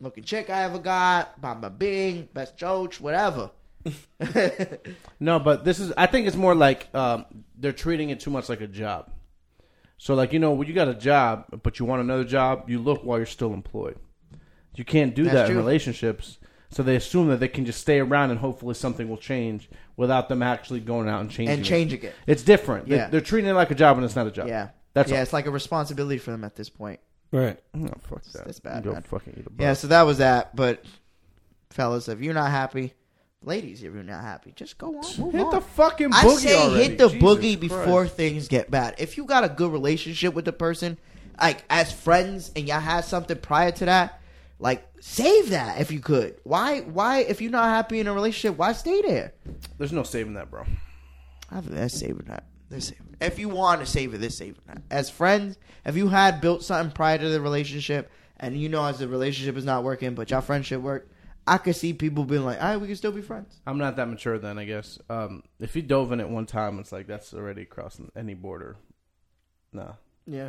looking chick I ever got, bamba bing, best coach, whatever.
No, but this is. I think it's more like um, they're treating it too much like a job. So, like you know, when you got a job, but you want another job, you look while you're still employed. You can't do
That's
that
true.
in relationships. So they assume that they can just stay around and hopefully something will change without them actually going out and changing.
and
it.
changing it.
It's different. They-
Yeah.
They're, treating it like a job and it's not a job.
Yeah,
That's
yeah.
all.
It's like a responsibility for them at this point.
Right.
No, fuck that.
That's bad,
Go
man.
fucking eat a bug.
Yeah, so that was that. But fellas, if you're not happy, ladies, if you're not happy, just go on. Move
Hit
on.
the fucking boogie
I say
already.
hit the
Jesus
boogie
Christ.
before things get bad. If you got a good relationship with the person, like as friends, and y'all had something prior to that, like save that if you could. Why? Why? If you're not happy in a relationship, why stay there?
There's no saving that, bro.
I think that's saving that. That's saving. If you want to save it, that's saving that. As friends, if you had built something prior to the relationship, and you know as the relationship is not working, but y'all friendship worked, I could see people being like, "All right, we can still be friends."
I'm not that mature then, I guess. Um, if you dove in at one time, it's like that's already crossing any border. Nah.
Yeah,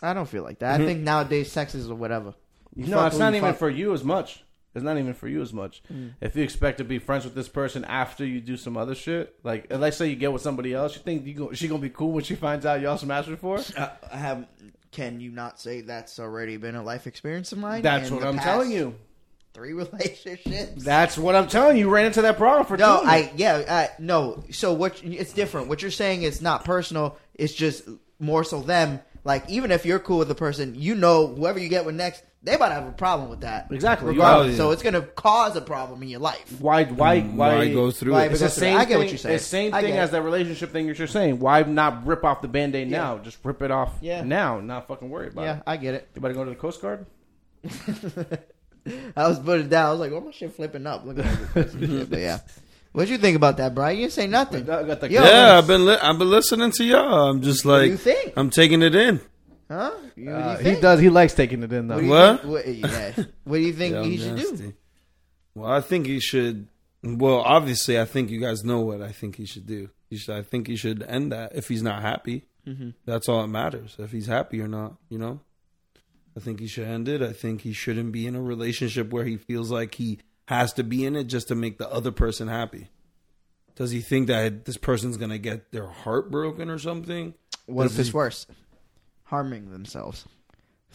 I don't feel like that. I think nowadays sex is whatever. You
no,
fuck
it's
who
not
you
even
fuck. Mm.
for you as much. It's not even for you as much. If you expect to be friends with this person after you do some other shit, like let's say you get with somebody else, you think you go, she gonna be cool when she finds out y'all smashed before?
I, Uh, I have. Can you not say that's already been a life experience of mine?
That's
In
what
the
I'm
past
telling you.
Three relationships.
That's what I'm telling you. You ran into that problem for
No,
two.
I yeah, I, no. So what? It's different. What you're saying is not personal. It's just more so them. Like even if you're cool with the person, you know whoever you get with next, they might have a problem with that.
Exactly. You
Regardless.
are-
So it's gonna cause a problem in your life.
why? Why? Mm, Why?
Why go through
why
it?
But
It's the
that's what-
same
I get
thing,
what you're saying.
It's the same
I
thing
get
as
it.
that relationship thing that you're saying. Why not rip off the band aid now? Just rip it off
Yeah.
now. Not fucking worry about
Yeah,
it.
I get it.
You better go to the Coast Guard?
I was putting it down. I was like, "Oh my shit, flipping up." Look at all this shit. But yeah, what you think about that, Brian? You didn't say nothing.
I got the-
Yo, man.
Yeah, man.
Yeah, I've been li- I've been listening to y'all. I'm just
do
like
you think?
I'm taking it in.
huh? You-
Uh,
what do you
he
think?
does. He likes taking it in,
What?
though.
do you
What?
think- what- yeah. What do you think
Yeah,
he
I'm
should do?
nasty. Well, I think he should. Well, obviously, I think you guys know what I think he should do. He should. I think he should end that if he's not happy.
Mm-hmm.
That's all that matters. If he's happy or not, you know. I think he should end it. I think he shouldn't be in a relationship where he feels like he has to be in it just to make the other person happy. Does he think that this person's gonna get their heart broken or something?
What
Does
if it's
he-
worse? Harming themselves.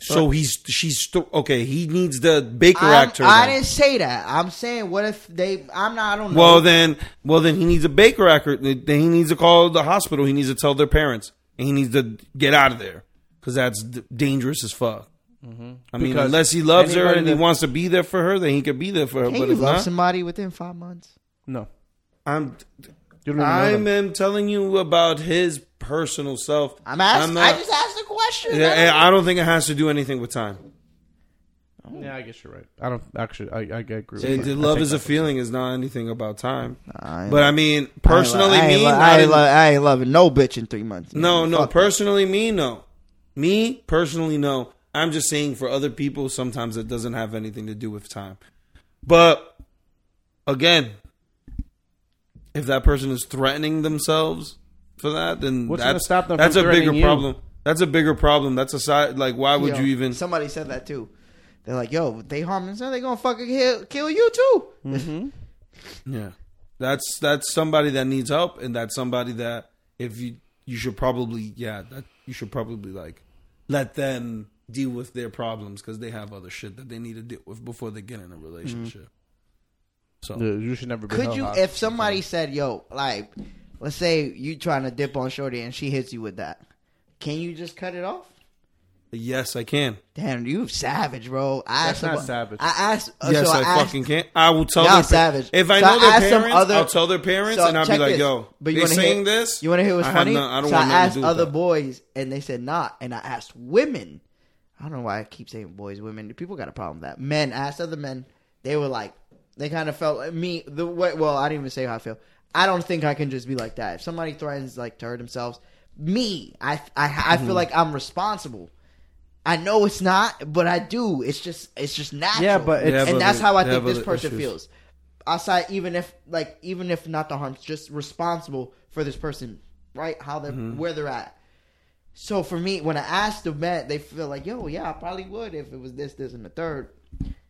So he's she's sto- okay. He needs the Baker
I'm-
Act.
I
turnaround.
didn't say that. I'm saying what if they? I'm not. I don't know.
Well then, well then he needs a Baker Act. or- Then he needs to call the hospital. He needs to tell their parents, and he needs to get out of there because that's d- dangerous as fuck. I mean,
Because
unless he loves her
anybody
and he
that-
wants to be there for her, then he could be there for her.
can
but
you
if
love
not,
somebody within five months?
No.
I'm
You don't even know
I
them.
am telling you about his personal self.
I'm asking.
I'm
I
not-
just asked a question.
Yeah, and I don't think it has to do anything with time.
Yeah, I guess you're right. I don't actually. I I agree.
And
with you. I
love
take
is a
that.
feeling is not anything about time.
I
But I mean, personally,
I ain't,
me,
lo-
not
I ain't,
in-
lo- I ain't loving no bitch in three months. man.
no, no.
Fuck
Personally, me, no. Me personally, no. I'm just saying for other people, sometimes it doesn't have anything to do with time. But again, if that person is threatening themselves for that, then
What's gonna
that's
stop them
that's
from
a bigger
threatening you?
problem. That's a bigger problem. That's a side. Like, why would
Yo,
you even?
Somebody said that too. They're like, "Yo, they harm themselves. They gonna fucking kill, kill you too."
Yeah. That's that's somebody that needs help and that's somebody that if you you should probably yeah, that you should probably like let them deal with their problems cuz they have other shit that they need to deal with before they get in a relationship. So,
Yeah, you should never. Be
Could
held
you,
hostage.
if somebody said, "Yo, like, let's say you trying to dip on shorty and she hits you with that," can you just cut it off?
Mm-hmm.
yes, I can.
Damn, you savage, bro. I
That's
asked
not
some-
savage.
I asked. uh,
Yes,
so I,
I,
asked-
fucking can. I will tell
Y'all
them.
savage.
If I
So
know
I
their
asked some
parents,
other-
I'll tell their parents,
so
and I'll be
check
like,
this.
"Yo,
But you
they
wanna hear-
saying this?
You want to hear what's
I have
funny?
no- I don't
so
want
I
nothing to
asked
do with
other
that.
boys, and they said not. And I asked women. I don't know why I keep saying boys, women. People got a problem with that. Men I asked other men. They were like, they kind of felt uh, me the way. Well, I didn't even say how I feel. I don't think I can just be like that. If somebody threatens like to hurt themselves, me, I I, I feel
Mm-hmm.
like I'm responsible. I know it's not, but I do. It's just it's just natural.
Yeah, but it's- They
have
and that's
other-
how I
they
think
have
this
other
person
issues.
feels. Outside, even if like even if not the harm, just responsible for this person, right? How they are
Mm-hmm.
where they're at. So for me, when I asked the men, they feel like, "Yo, yeah, I probably would if it was this, this, and the third.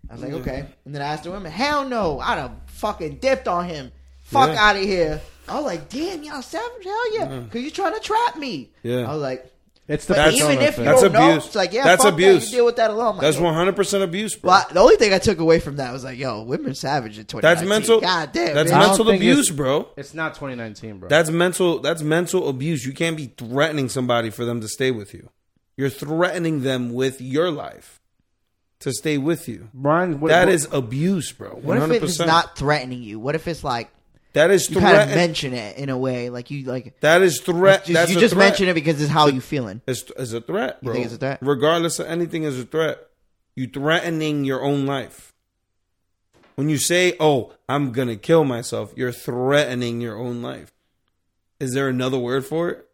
I was like,
Yeah.
"Okay," and then I asked the women, "Hell no, I'd have fucking dipped on him. Fuck
Yeah.
out of here." I was like, "Damn, y'all savage, hell yeah, because you trying to trap me."
Yeah.
I was like,
it's the
but
That's-
even if you
that's
don't know,
abuse.
it's like yeah,
That's
fuck That.
abuse.
You deal with that alone. Like,
That's
yo,
100% abuse, bro.
Well, I- the only thing I took away from that was like, yo, women savage in 2019.
that's mental.
God damn.
that's
man.
I don't
mental
think
abuse,
it's-
bro.
It's not 2019, bro.
That's mental. That's mental abuse. You can't be threatening somebody for them to stay with you. You're threatening them with your life to stay with you.
Brian. What,
That
what-
is abuse, bro.
What
One
if
hundred
it's
percent.
not threatening you? What if it's like
That is
you kind of
threat.
mention it in a way, like you like
That is threat.
just-
that's
you
a
just
threat.
mention it because it's how you feeling.
It's, it's a threat, bro.
think it's a threat?
Regardless of anything, is a threat. You threatening your own life. When you say, "Oh, I'm gonna kill myself," you're threatening your own life. Is there another word for it?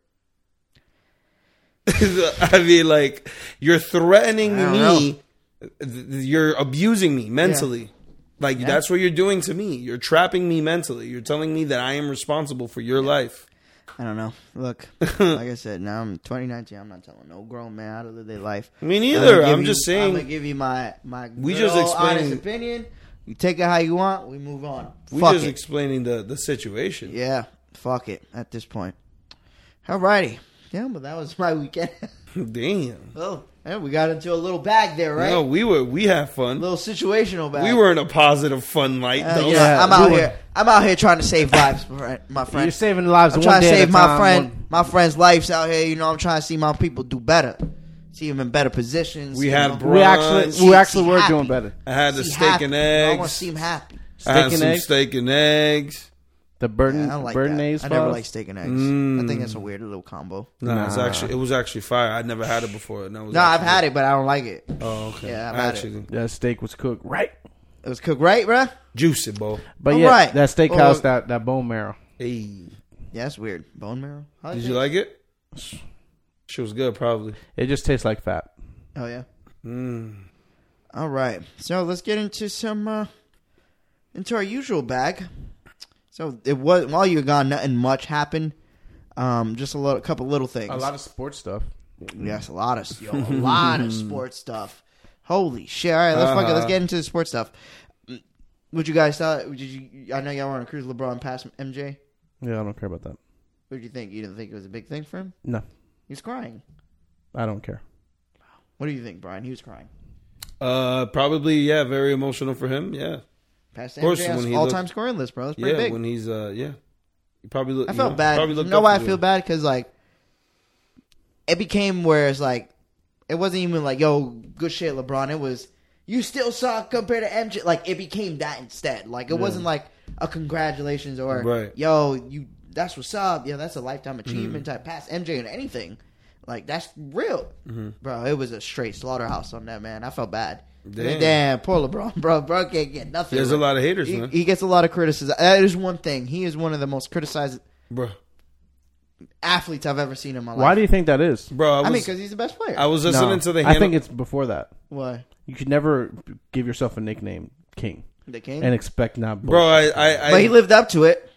I mean, like you're threatening
I don't
me. Th- You're abusing me mentally. Like that's what you're doing to me. You're trapping me mentally. You're telling me that I am responsible for your life.
I don't know. Look, like I said, now I'm 2019. I'm not telling no grown man how to live their life.
Me neither.
gonna give
I'm
you-
just
I'm
saying.
gonna give you my my
We
good
just
old honest
explained-
opinion. You take it how you want. We move on.
We're
Fuck
just
it.
explaining the, the situation.
yeah, fuck it. At this point, alrighty. Yeah, but that was my weekend.
Damn.
oh, and we got into a little bag there, right?
No, we were we had fun.
little situational bag.
We were Oh, in a positive fun light
Uh,
though.
yeah,
Yeah,
I'm
we
out
were-
here. I'm out here trying to save lives, my friend- my
you're
friend.
saving lives.
I'm
one
trying to
day at
save
a
my
time,
friend,
one-
my friends' lives out here. You know, I'm trying to see my people do better, see them in better positions.
We
you
had
know.
bro-
We actually, we
She-
actually
she
were
happy.
doing better.
I had the
See
steak
happy,
and
you know, I want to
eggs.
see them happy.
I had
Steak and
some
eggs.
steak and eggs.
The burden,
I don't like
burden
that.
eggs.
I never
sauce.
like steak and eggs. I think
Mm.
that's a weird little combo.
No, it's
Nah.
actually it was actually fire. I'd never had it before. No,
No, I've had it, but I don't like it.
Oh, okay.
Yeah, I've
I
had it.
actually
that steak was cooked right.
It was cooked right, bruh?
juicy, bro.
But
All
yeah,
right.
that steakhouse,
Well,
that that bone marrow.
Hey,
Yeah, that's weird. Bone marrow. How
did
is
you
it?
like it? She was good, probably.
It just tastes like fat.
Oh yeah.
Mm.
All right, so let's get into some uh, into our usual bag. So it was while you were gone, nothing much happened. Um, just a little, couple little things.
A lot of sports stuff.
yes, a lot of yo, a lot of sports stuff. Holy shit! All right, let's fuck it. Let's
Uh-huh.
get into the sports stuff. Mm, What you guys thought? Did you? I know y'all were on a cruise. LeBron past MJ.
Yeah, I don't care about that.
What did you think? You didn't think it was a big thing for him?
No,
He was crying.
I don't care.
What do you think, Brian? He was crying.
Uh, probably yeah. Very emotional for him. Yeah,
Past
Of course, when
MJ,
he
all time
looked-
scoring list, bro. That's pretty
yeah.
big.
When he's uh, yeah, he probably look.
I
you
felt
know,
bad.
Probably
You
looked
know
up
why I
to
feel
him.
bad? Because like it became where it's like it wasn't even like yo good shit LeBron. It was you still suck compared to MJ. Like it became that instead. Like it wasn't like a congratulations or
Right.
yo you that's what's up. Yeah, that's a lifetime achievement type pass MJ and anything. Like that's real, bro. It was a straight slaughterhouse on that man. I felt bad. Damn,
Damn.
damn poor LeBron, bro. Bro can't get nothing.
There's a lot of haters,
He,
man.
he gets a lot of criticism. That is one thing. He is one of the most criticized
bro,
athletes I've ever seen in my life.
Why do you think that is?
bro. I was,
I
I,
mean, because he's the best player.
was listening to the.
I
Hannah-
think it's before that.
Why
You should never give yourself a nickname King
the king?
and expect not.
bro.
Bro,
I, I, I
but he lived up to it.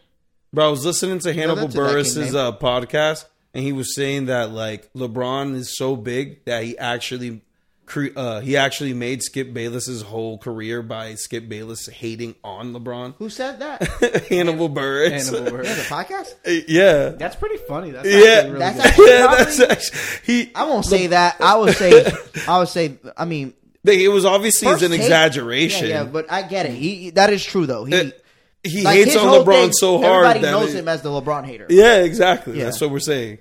Bro, I was listening to Hannibal
that's a- that can
Burris's
name.
uh, podcast, and he was saying that like LeBron is so big that he actually cre- uh, he actually made Skip Bayless's whole career by Skip Bayless hating on LeBron.
Who said that?
Hannibal Burris,
Hannibal
Yeah,
Buress.
the podcast.
yeah,
that's pretty funny. That's
yeah,
actually really
That's
good.
actually
yeah.
probably-
That's actually, he.
I won't say that. I would say. I would say. I mean,
They, it was obviously it's
first
an
take-
exaggeration.
Yeah, yeah, but I get it. He that is true though. He
It- he
like,
hates
his
on
whole
LeBron
thing,
so hard
Everybody
that
knows
it-
him as the LeBron hater.
yeah, exactly.
Yeah.
That's what we're saying.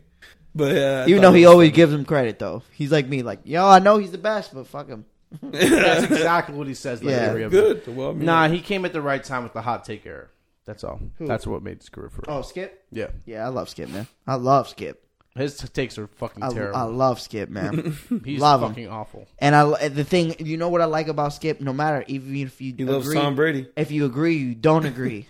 But yeah, I
Even
thought
though he
it was-
always gives him credit though. He's like me, like yo, I know he's the best, but fuck him.
That's exactly what he says. Like,
Yeah.
every episode.
good. Well, I mean,
Nah, he came at the right time with the hot take error. That's all. That's what made his career for.
Oh, Skip.
Yeah,
Yeah, I love Skip, man. I love Skip.
his t- takes are fucking
I,
terrible.
I love Skip, man.
He's
love him.
fucking awful.
and I the thing, you know what I like about Skip? No matter even if you
he
agree,
loves Tom Brady.
if you agree, you don't agree.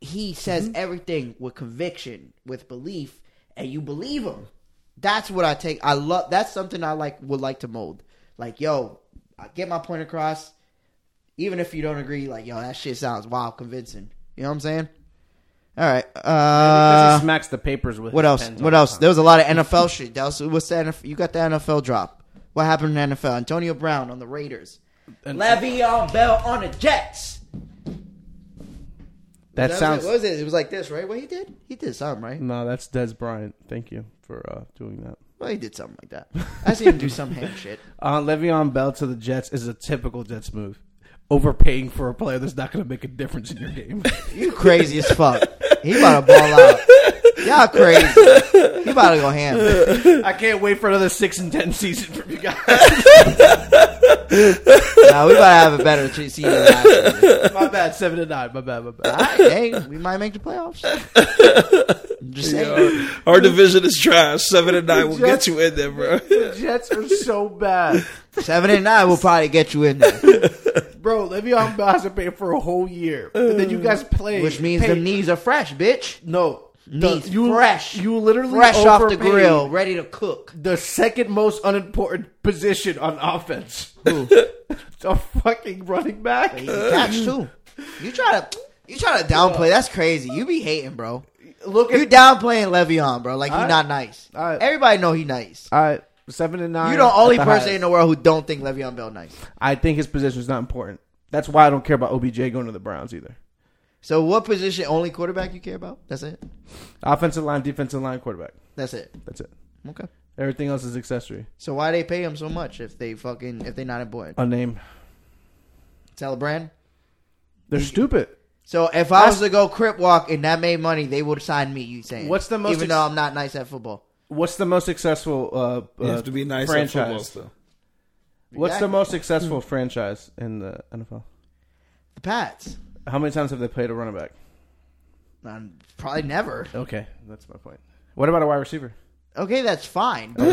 he says everything with conviction, with belief, and you believe him. That's what I take. I love. That's something I like. Would like to mold. Like, yo, I get my point across. Even if you don't agree, like, yo, that shit sounds wild, convincing. You know what I'm saying? All right.
Because he
Uh,
smacks the papers with.
what
his
else?
pens all
What
the
else?
time.
There was a lot of NFL shit. That was, what's the NFL? You got the NFL drop. What happened in NFL? Antonio Brown on the Raiders.
And-
Le'Veon Bell on the Jets.
that,
That was
sounds.
it. What was it? It was like this, right? What he did? He did something, right?
No, that's Des Bryant. Thank you for uh, doing that.
Well, he did something like that. I seen him do some ham shit.
Uh, Le'Veon Bell to the Jets is a typical Jets move. Overpaying for a player that's not going to make a difference in your game.
You crazy as fuck. He about to ball out. Y'all crazy. He about to go ham.
I can't wait for another six and ten season from you guys.
Nah, we about to have a better t- season. than last year.
my bad, seven and nine. My bad, my bad.
All right, hey, we might make the playoffs. I'm just saying.
Our division is trash. Seven and nine will get you in there, bro.
The Jets are so bad,
Seven and nine will probably get you in there,
bro. Le'Veon Bell has to pay for a whole year, and then you guys play,
which means
pay-
the knees are fresh, bitch.
no
Knees
The- you,
fresh.
You literally
Fresh off the
overpaid
grill, ready to cook.
The second most unimportant position on offense,
Ooh.
a fucking running back.
He can catch too. You try to you try to downplay. That's crazy. You be hating, bro.
Look
You
at
downplaying Le'Veon, bro. Like he
All right.
not nice.
All right.
Everybody know he nice.
all right, seven and nine.
You the only person in
in
the world who don't think Le'Veon Bell nice.
I think his position is not important. That's why I don't care about OBJ going to the Browns either.
So what position? Only quarterback you care about? That's it.
Offensive line, defensive line, quarterback.
That's it.
That's it.
Okay.
Everything else is accessory.
So why they pay him so much if they fucking if they not important?
A name.
Telebrand.
They're stupid.
So if I was to go crip walk and that made money, they would sign me. You saying
What's the most
Even
ex-
though I'm not nice at football.
What's the most successful uh,
You
uh,
have to be nice at football
franchise?
still.
What's
Exactly.
the most successful franchise in the NFL?
The Pats.
How many times have they played a running back?
Um, probably never.
Okay, that's my point. What about a wide receiver?
okay, that's fine.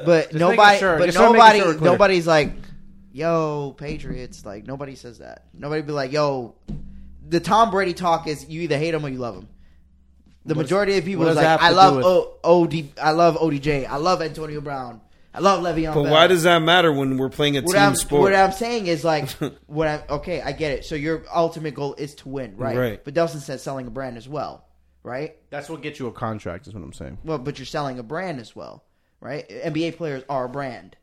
But, like, but nobody,
sure.
but
Just wanna make
nobody,
sure we're clear.
nobody's like, yo, Patriots. Like nobody says that. Nobody be like, yo. The Tom Brady talk is you either hate him or you love him. The
What does-
majority of people
what
is
does
like,
that
I
have to do
love
with-
o- OD, I love ODJ, I love Antonio Brown, I love Le'Veon.
But
Bell.
why does that matter when we're playing a
what
team
I'm
sport?
what I'm saying is like what I'm okay, I get it. So your ultimate goal is to win, right?
Right.
But Delson said selling a brand as well, right?
That's what gets you a contract, is what I'm saying.
Well, but you're selling a brand as well, right? NBA players are a brand.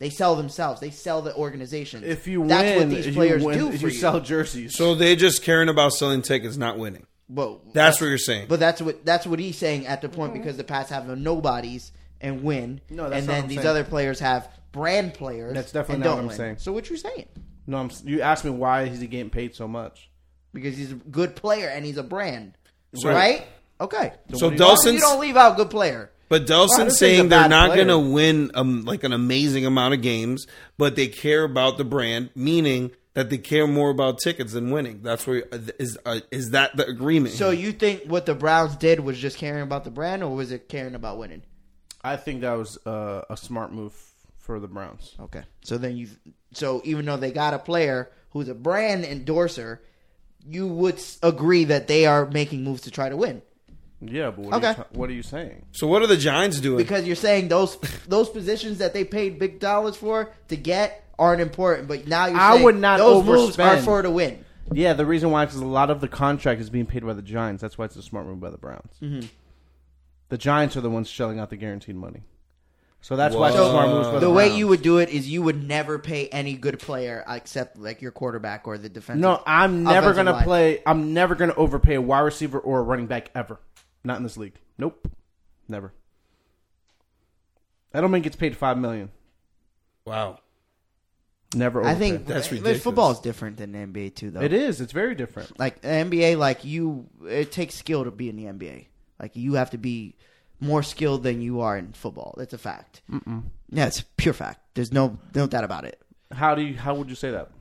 They sell themselves. They sell the organization.
If you
that's
win,
what these players
you win,
do
you
for you.
sell jerseys.
so they're just caring about selling tickets, not winning.
Well,
That's what you're saying.
but that's what that's what he's saying at the point because the Pats have no nobodies and win,
No, that's
and then
not what I'm
these
saying.
other players have brand players.
That's definitely
and
not
don't
what I'm
win.
saying.
So what you're saying?
no, I'm, you asked me why is he getting paid so much?
Because he's a good player and he's a brand,
So-
right? Okay.
so
what do you want?
So you
Delson's,
don't leave out good player.
but
this
Delson's
thing's a
saying they're
bad
not
player.
going to win um, like an amazing amount of games, but they care about the brand. Meaning
that they care more about tickets than winning. That's where is uh, is that the agreement?
So you think what the Browns did was just caring about the brand, or was it caring about winning?
I think that was uh, a smart move for the Browns.
Okay. So then you, so even though they got a player who's a brand endorser, you would s- agree that they are making moves to try to win
Yeah, but what, are,
Okay.
you, ta- what are you saying?
so what are the Giants doing?
because you're saying those those positions that they paid big dollars for to get aren't important. But now you're
I
saying
would not
those moves are
overspend.
for to win.
Yeah, the reason why is 'cause a lot of the contract is being paid by the Giants. That's why it's a smart move by the Browns.
Mm-hmm.
The Giants are the ones shelling out the guaranteed money. So that's why it's a
Whoa.
smart move. by
the
the,
way
Browns.
you would do it is you would never pay any good player except like your quarterback or the defense.
No, I'm never
offensive
gonna
line.
play. I'm never gonna overpay a wide receiver or a running back ever. Not in this league. Nope, never. Edelman gets paid five million.
wow,
Never. Overpay.
I think
That's
but
ridiculous.
Football is different than the NBA too, though.
it is. It's very different.
Like the NBA, like you, it takes skill to be in the NBA. Like you have to be more skilled than you are in football. That's a fact. Mm-mm. Yeah, it's a pure fact. There's no no doubt about it.
How do you? How would you say that?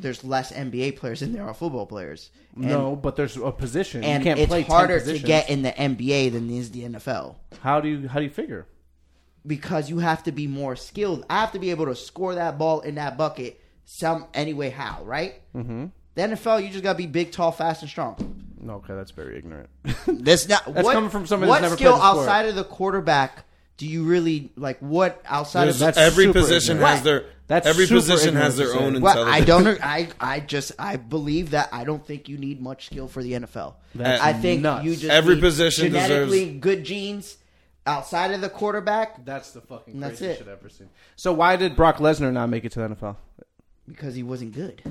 There's less NBA players than there are football players. And,
no, but there's a position.
and
you can't
it's
play 10
harder to
positions.
get in the NBA than is the NFL.
How do you? How do you figure?
because you have to be more skilled. I have to be able to score that ball in that bucket some anyway. How right? Mm-hmm. The NFL, you just gotta be big, tall, fast, and strong.
No, okay, that's very ignorant.
That's not
That's
what,
coming from somebody
What
that's never
skill
played the sport.
outside of the quarterback do you really like? What outside
There's-
of that?
that's
every
super
position
ignorant.
has their
That's
every
super
position has
ignorant
their
to say.
own
Well, I
intelligence.
don't. I I just I believe that I don't think you need much skill for the NFL.
That's
I think
nuts.
you just
Every
need
position deserves-
genetically good genes outside of the quarterback
that's the fucking
That's
craziest
it.
shit I've ever seen. So why did Brock Lesnar not make it to the NFL?
because he wasn't good.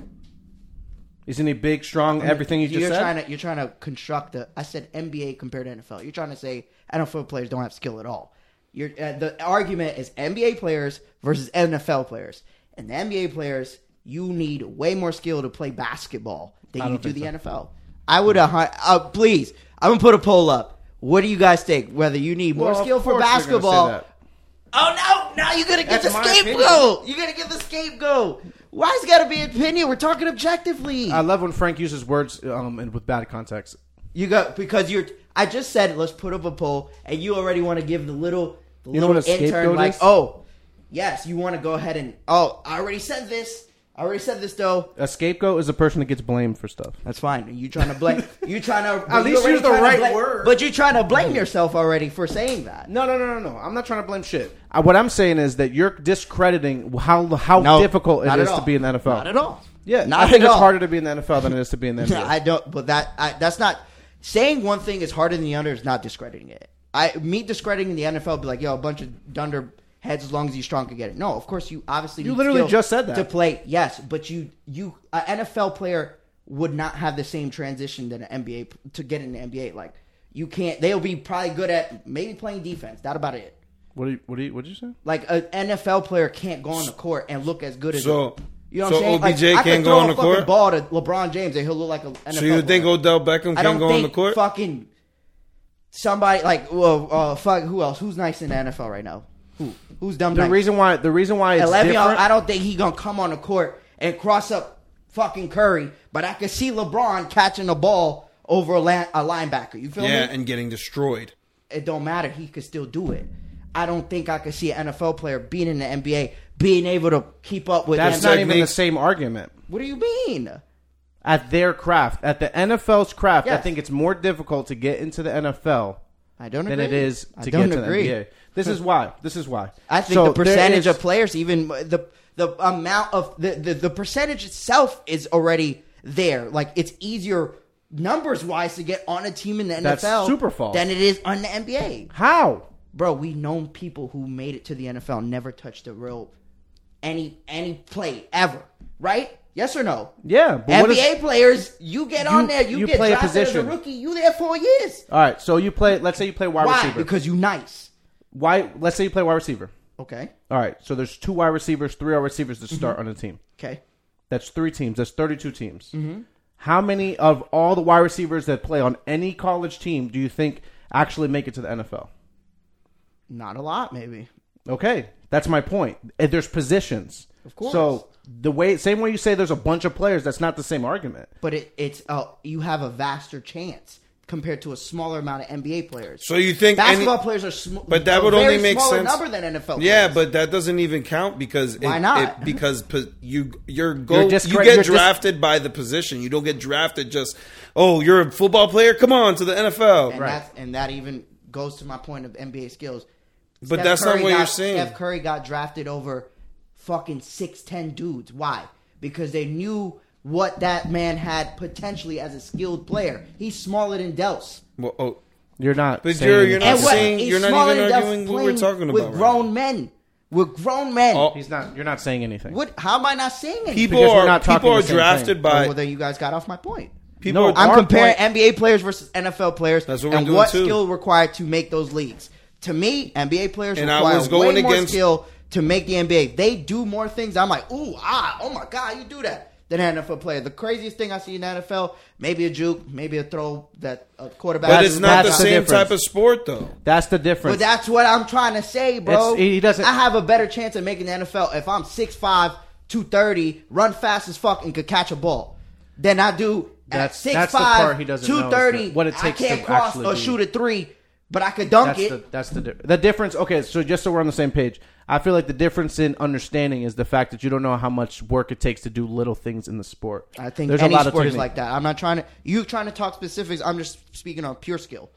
Isn't he big, strong, everything you
you're
just said?
Trying to, you're trying to construct the. I said NBA compared to NFL. You're trying to say NFL players don't have skill at all. You're, uh, the argument is NBA players versus NFL players, and the NBA players you need way more skill to play basketball than you do the NFL. I would uh, hun- uh, please. I'm gonna put a poll up. What do you guys think? Whether you need more
Well, of
skill for
course you're gonna say
basketball?
that.
Oh no! Now you're gonna get
That's
the
my
scapegoat. You're gonna get the scapegoat. Why's it gotta be opinion? We're talking objectively.
I love when Frank uses words um, and with bad context.
You got because you're. I just said let's put up a poll, and you already want to give the little the
You know
little
what a
intern
scapegoat
like,
is?
oh, yes, you want to go ahead and oh, I already said this. I already said this though.
A scapegoat is a person that gets blamed for stuff.
That's fine. You trying to blame? you trying to
At
you
least
already
use the
trying to
right
blame-
word.
But you're trying to blame yourself already for saying that.
No, no, no, no, no. I'm not trying to blame shit. I, what I'm saying is that you're discrediting how how
No,
difficult it
not at
is to
all.
be in the NFL.
Not at all.
Yeah,
not
I think
at
it's
all.
harder to be in the NFL than it is to be in the NBA.
No, I don't. But that I, that's not saying one thing is harder than the other is not discrediting it. I me discrediting the NFL be like, yo, a bunch of dunder heads as long as you're strong can get it. No, of course you obviously
You
need
literally
skill
just said that.
to play. Yes, but you you an NFL player would not have the same transition that an NBA p- to get in the NBA. Like you can't. They'll be probably good at maybe playing defense. That about it.
what do you, what do you, what did you say?
Like an NFL player can't go on the court and look as good as
So-
you know
so
what I'm saying? Like,
OBJ
I could
can't go
throw
on
a
the
fucking
court?
Ball to LeBron James and he'll look like an NFL.
So you think
player.
Odell Beckham
I
can
don't
go on
think
the court?
fucking somebody like well, uh, fuck who else? Who's nice in the NFL right now? Who who's dumb?
The
nice?
reason why the reason why it's
And Le'Veon,
different.
I don't think he gonna come on the court and cross up fucking Curry, but I could see LeBron catching the ball over a, li- a linebacker. You feel
yeah,
me?
and getting destroyed.
it don't matter. He could still do it. I don't think I could see an NFL player being in the NBA being able to keep up with.
that's
NBA.
not even the
techniques-
same argument.
What do you mean?
At their craft, at the NFL's craft, I
Yes.
think it's more difficult to get into the NFL
I don't
than
agree.
it is
I
to
don't
get to
agree.
the NBA. This is why. This is why.
I think
So
the
there
percentage
is-
of players, even the the amount of the, the the percentage itself is already there. Like it's easier numbers wise to get on a team in the NFL
That's super false.
than it is on the NBA.
how
Bro, we known people who made it to the NFL never touched the real any any play ever, right? Yes or no?
Yeah, but what is-
NBA players, you get on
You-
there, you,
you
get
play a
drafted as
position.
a rookie, you there four years.
All right, so you play. Let's say you play wide
Why?
receiver.
Because you nice.
why? Let's say you play wide receiver.
Okay.
All right, so there's two wide receivers, three wide receivers to start
Mm-hmm.
on a team.
Okay.
That's three teams. That's 32 teams.
Mm-hmm.
How many of all the wide receivers that play on any college team do you think actually make it to the NFL?
Not a lot, maybe.
Okay, that's my point. Eh, There's positions.
Of course.
So the way, same way you say there's a bunch of players, that's not the same argument.
but it, it's uh, you have a vaster chance compared to a smaller amount of NBA players.
So you think any-
basketball players are sm-
But that
a
would
very
only make
smaller
sense-
number than NFL.
Yeah,
players.
but that doesn't even count because
Why
it,
not?
It, because po- you you're go
You're just
you
cra- you're
get
just-
drafted by the position. You don't get drafted just oh you're a football player. Come on to the NFL.
and that's, and that even goes to my point of NBA skills.
But that's not what
got,
you're saying.
Steph Curry got drafted over fucking six ten dudes. Why? Because they knew what that man had potentially as a skilled player. He's smaller than Dels.
Well, oh,
You're not.
But
saying-
you're- you're not
And what?
saying-
He's
you're not
smaller
even
than Dels
arguing what we're
playing
talking
with
about right
grown men. With grown men.
Oh.
He's not. You're not saying anything.
What? How am I not saying anything?
people
Because we're
are
not talking
people
the
are
same thing.
drafted
Well,
by
then you guys got off my point.
people.
No,
are,
I'm
Our
comparing
point-
NBA players versus NFL players
That's what we're
and
doing
what
too.
skill required to make those leagues. To me, NBA players
And I
require
was going
way more
against-
skill to make the NBA. They do more things. I'm like, ooh, ah, oh my god, you do that than an NFL player. The craziest thing I see in the NFL, maybe a juke, maybe a throw that a quarterback.
but it's not the
That's the
same
difference.
type of sport though.
That's the difference.
But that's what I'm trying to say, bro.
It's- he doesn't-
I have a better chance of making the NFL if I'm 6'5", 230, run fast as fuck, and could catch a ball than I do
That's-
at 6'5",
that's the part he doesn't know is
230,
the- what it takes
I can't
to
cross
actually
or
be-
shoot a three, but I could dunk
that's
it.
the that's the di- the difference. Okay, so just so we're on the same page, I feel like the difference in understanding is the fact that you don't know how much work it takes to do little things in the sport.
I think any sport is like that. I'm not trying to... you trying to talk specifics. I'm just speaking on pure skill.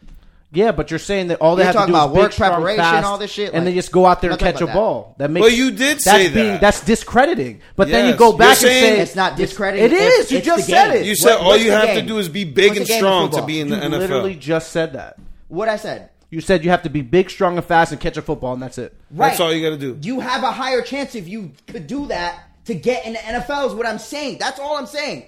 Yeah, but you're saying that all they
You're
have to
talking
do is
about
big,
work,
strong,
preparation,
fast,
all this shit,
and
like,
then just go out there
I'm
and
not talking
catch a
about that.
ball. That makes
Well, you did
that's
say
being,
that.
That's discrediting. But then you
Yes.
go
You're
back
saying-
and say
It's not discrediting.
It
It's-
is. you
it's
just
the
said
game.
it.
You said
What-
all
what's
you
the
have to
game?
do is be big
What's
and
the game in
strong to
football?
be in the
You
NFL.
literally just said that.
What I said.
You said you have to be big, strong, and fast, and catch a football, and that's it.
Right.
That's all you gotta do.
You have a higher chance if you could do that to get in the NFL is what I'm saying. That's all I'm saying.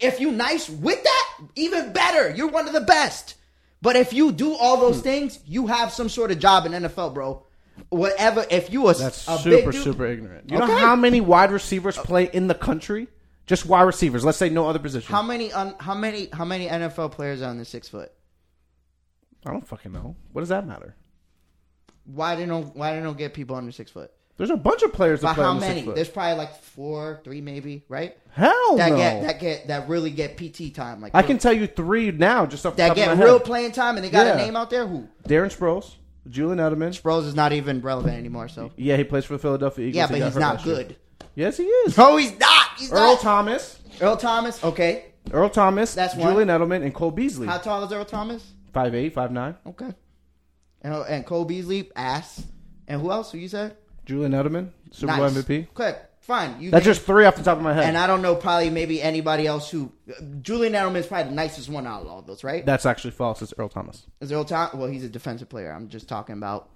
If you nice with that, even better. You're one of the best. But if you do all those
Hmm.
things, you have some sort of job in NFL, bro. Whatever. If you are
That's
a big
super,
dude-
super ignorant. You
Okay.
know how many wide receivers play in the country? Just wide receivers. Let's say no other position.
How many? Um, how many? How many NFL players are on the six foot?
I don't fucking know. What does that matter?
Why they don't? Why they don't get people under six foot?
There's a bunch of players
By
that play
how
on the
many?
six
There's
foot.
probably like four, three, maybe, right?
Hell
That
no.
get that get that really get PT time. Like
I can tell you three now just off the
that
top
get
of my
real
head.
playing time and they got a
Yeah.
name out there who
Darren Sproles, Julian Edelman.
Sproles is not even relevant anymore. So
Yeah, he plays for the Philadelphia Eagles.
yeah,
He
but
got
he's
hurt
not
last year.
good.
Yes, he is.
No, he's not. He's
Earl
not.
Thomas,
Earl Thomas. Okay,
Earl Thomas,
That's one.
Julian Edelman, and Cole Beasley.
how tall is Earl Thomas?
Five eight, five nine.
Okay, and oh, and Cole Beasley ass. And who else? Who you said?
Julian Edelman, Super Bowl
Nice.
MVP.
Okay, fine. You
That's
name-
just three off the top of my head.
and I don't know probably maybe anybody else who Julian Edelman is probably the nicest one out of all those, right?
That's actually false. It's Earl Thomas.
Is Earl Thomas? Well, he's a defensive player. I'm just talking about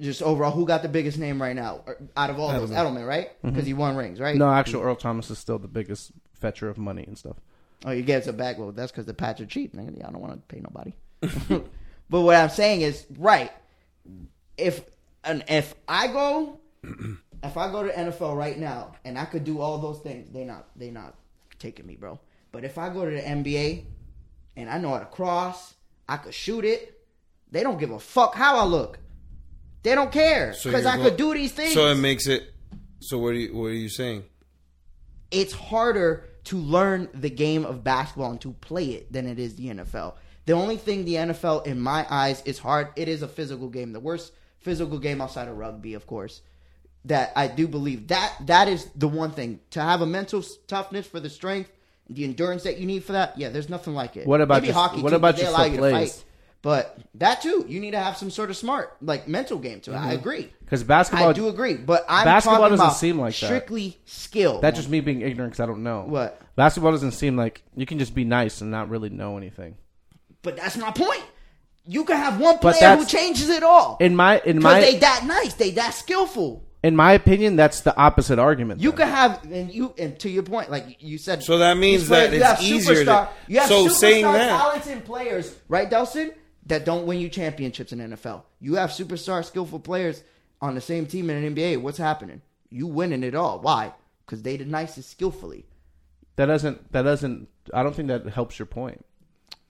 just overall who got the biggest name right now or- out of all those Edelman, right? Because he won rings, right?
Mm-hmm. No, actual Earl Thomas is still the biggest fetcher of money and stuff.
Oh, you get a back load. That's because the patch are cheap. Nigga. I don't want to pay nobody. but what I'm saying is, right? If and if I go, if I go to NFL right now and I could do all those things, they not they not taking me, bro. But if I go to the NBA and I know how to cross, I could shoot it. They don't give a fuck how I look. They don't care
So
because
you're
I
go-
could do these things.
So it makes it. So what are you what are you saying?
it's harder to learn the game of basketball and to play it than it is the NFL. The only thing the NFL, in my eyes, is hard. It is a physical game, the worst physical game outside of rugby, of course. That I do believe that that is the one thing to have a mental s- toughness for the strength, the endurance that you need for that. Yeah, there's nothing like it.
What about just- what about
'cause they
just
allow
the
you to
plays?
fight. But that too, you need to have some sort of smart, like mental game to it. I agree.
Mm-hmm. 'Cause basketball-
I do agree. But I'm
Basketball
talking
doesn't
about
seem like that.
strictly skill.
That's just me being ignorant because I don't know.
What?
Basketball doesn't seem like you can just be nice and not really know anything.
But that's my point. You can have one
But
player who
that's-
changes it all
In my in my
because they that nice, they that skillful.
in my opinion, that's the opposite argument.
You
then.
can have and you and to your point, like you said.
So that means
these players-
that
you
it's
have
easier to-
superstar- you have
so
superstar
saying that-
talented players, right, Delson, that don't win you championships in NFL. You have superstar skillful players on the same team in an NBA. What's happening? You winning it all. Why? Because they the nicest skillfully.
that doesn't that doesn't I don't think that helps your point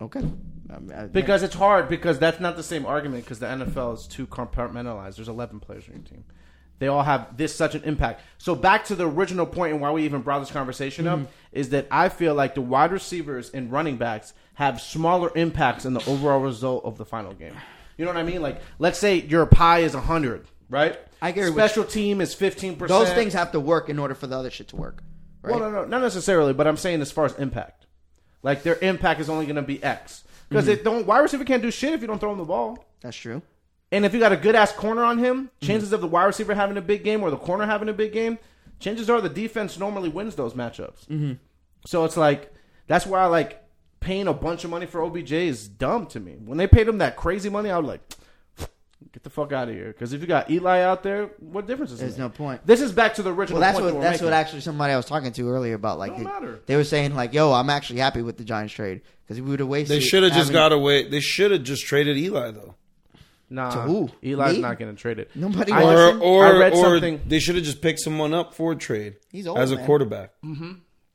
Okay. Um, uh, I mean, I-
because it's hard because that's not the same argument because the NFL is too compartmentalized. There's 11 players on your team. They all have this such an impact. So back to the original point and why we even brought this conversation
Mm-hmm.
up is that I feel like the wide receivers and running backs have smaller impacts in the overall result of the final game. You know what I mean? Like let's say your pie is 100, right?
I agree with-
Special team is 15%.
Those things have to work in order for the other shit to work. Right?
Well, no, no, not necessarily. But I'm saying as far as impact, like their impact is only going to be X
Mm-hmm.
because they don't. Wide receiver can't do shit if you don't throw him the ball.
That's true.
And if you got a good ass corner on him,
Mm.
chances of the wide receiver having a big game or the corner having a big game, chances are the defense normally wins those matchups. Mm-hmm. So it's like that's why I like paying a bunch of money for OBJ is dumb to me. When they paid him that crazy money, I was like, get the fuck out of here. Because if you got Eli out there, what difference is
There's
it make?
no point.
This is back to the original.
Well, that's
point
what
that we're
that's what
making.
actually somebody I was talking to earlier about. Like,
Don't
they-
matter.
they were saying like, "Yo, I'm actually happy with the Giants trade because we would have wasted."
They should have just
having-
got away. They should have just traded Eli though,
Nah,
To who?
Eli's
Me?
not going to trade it.
Nobody
I-
wants
or
him.
or
I read
or
something-
they should have just picked someone up for a trade
He's old,
as a
man. Mm-hmm.
quarterback.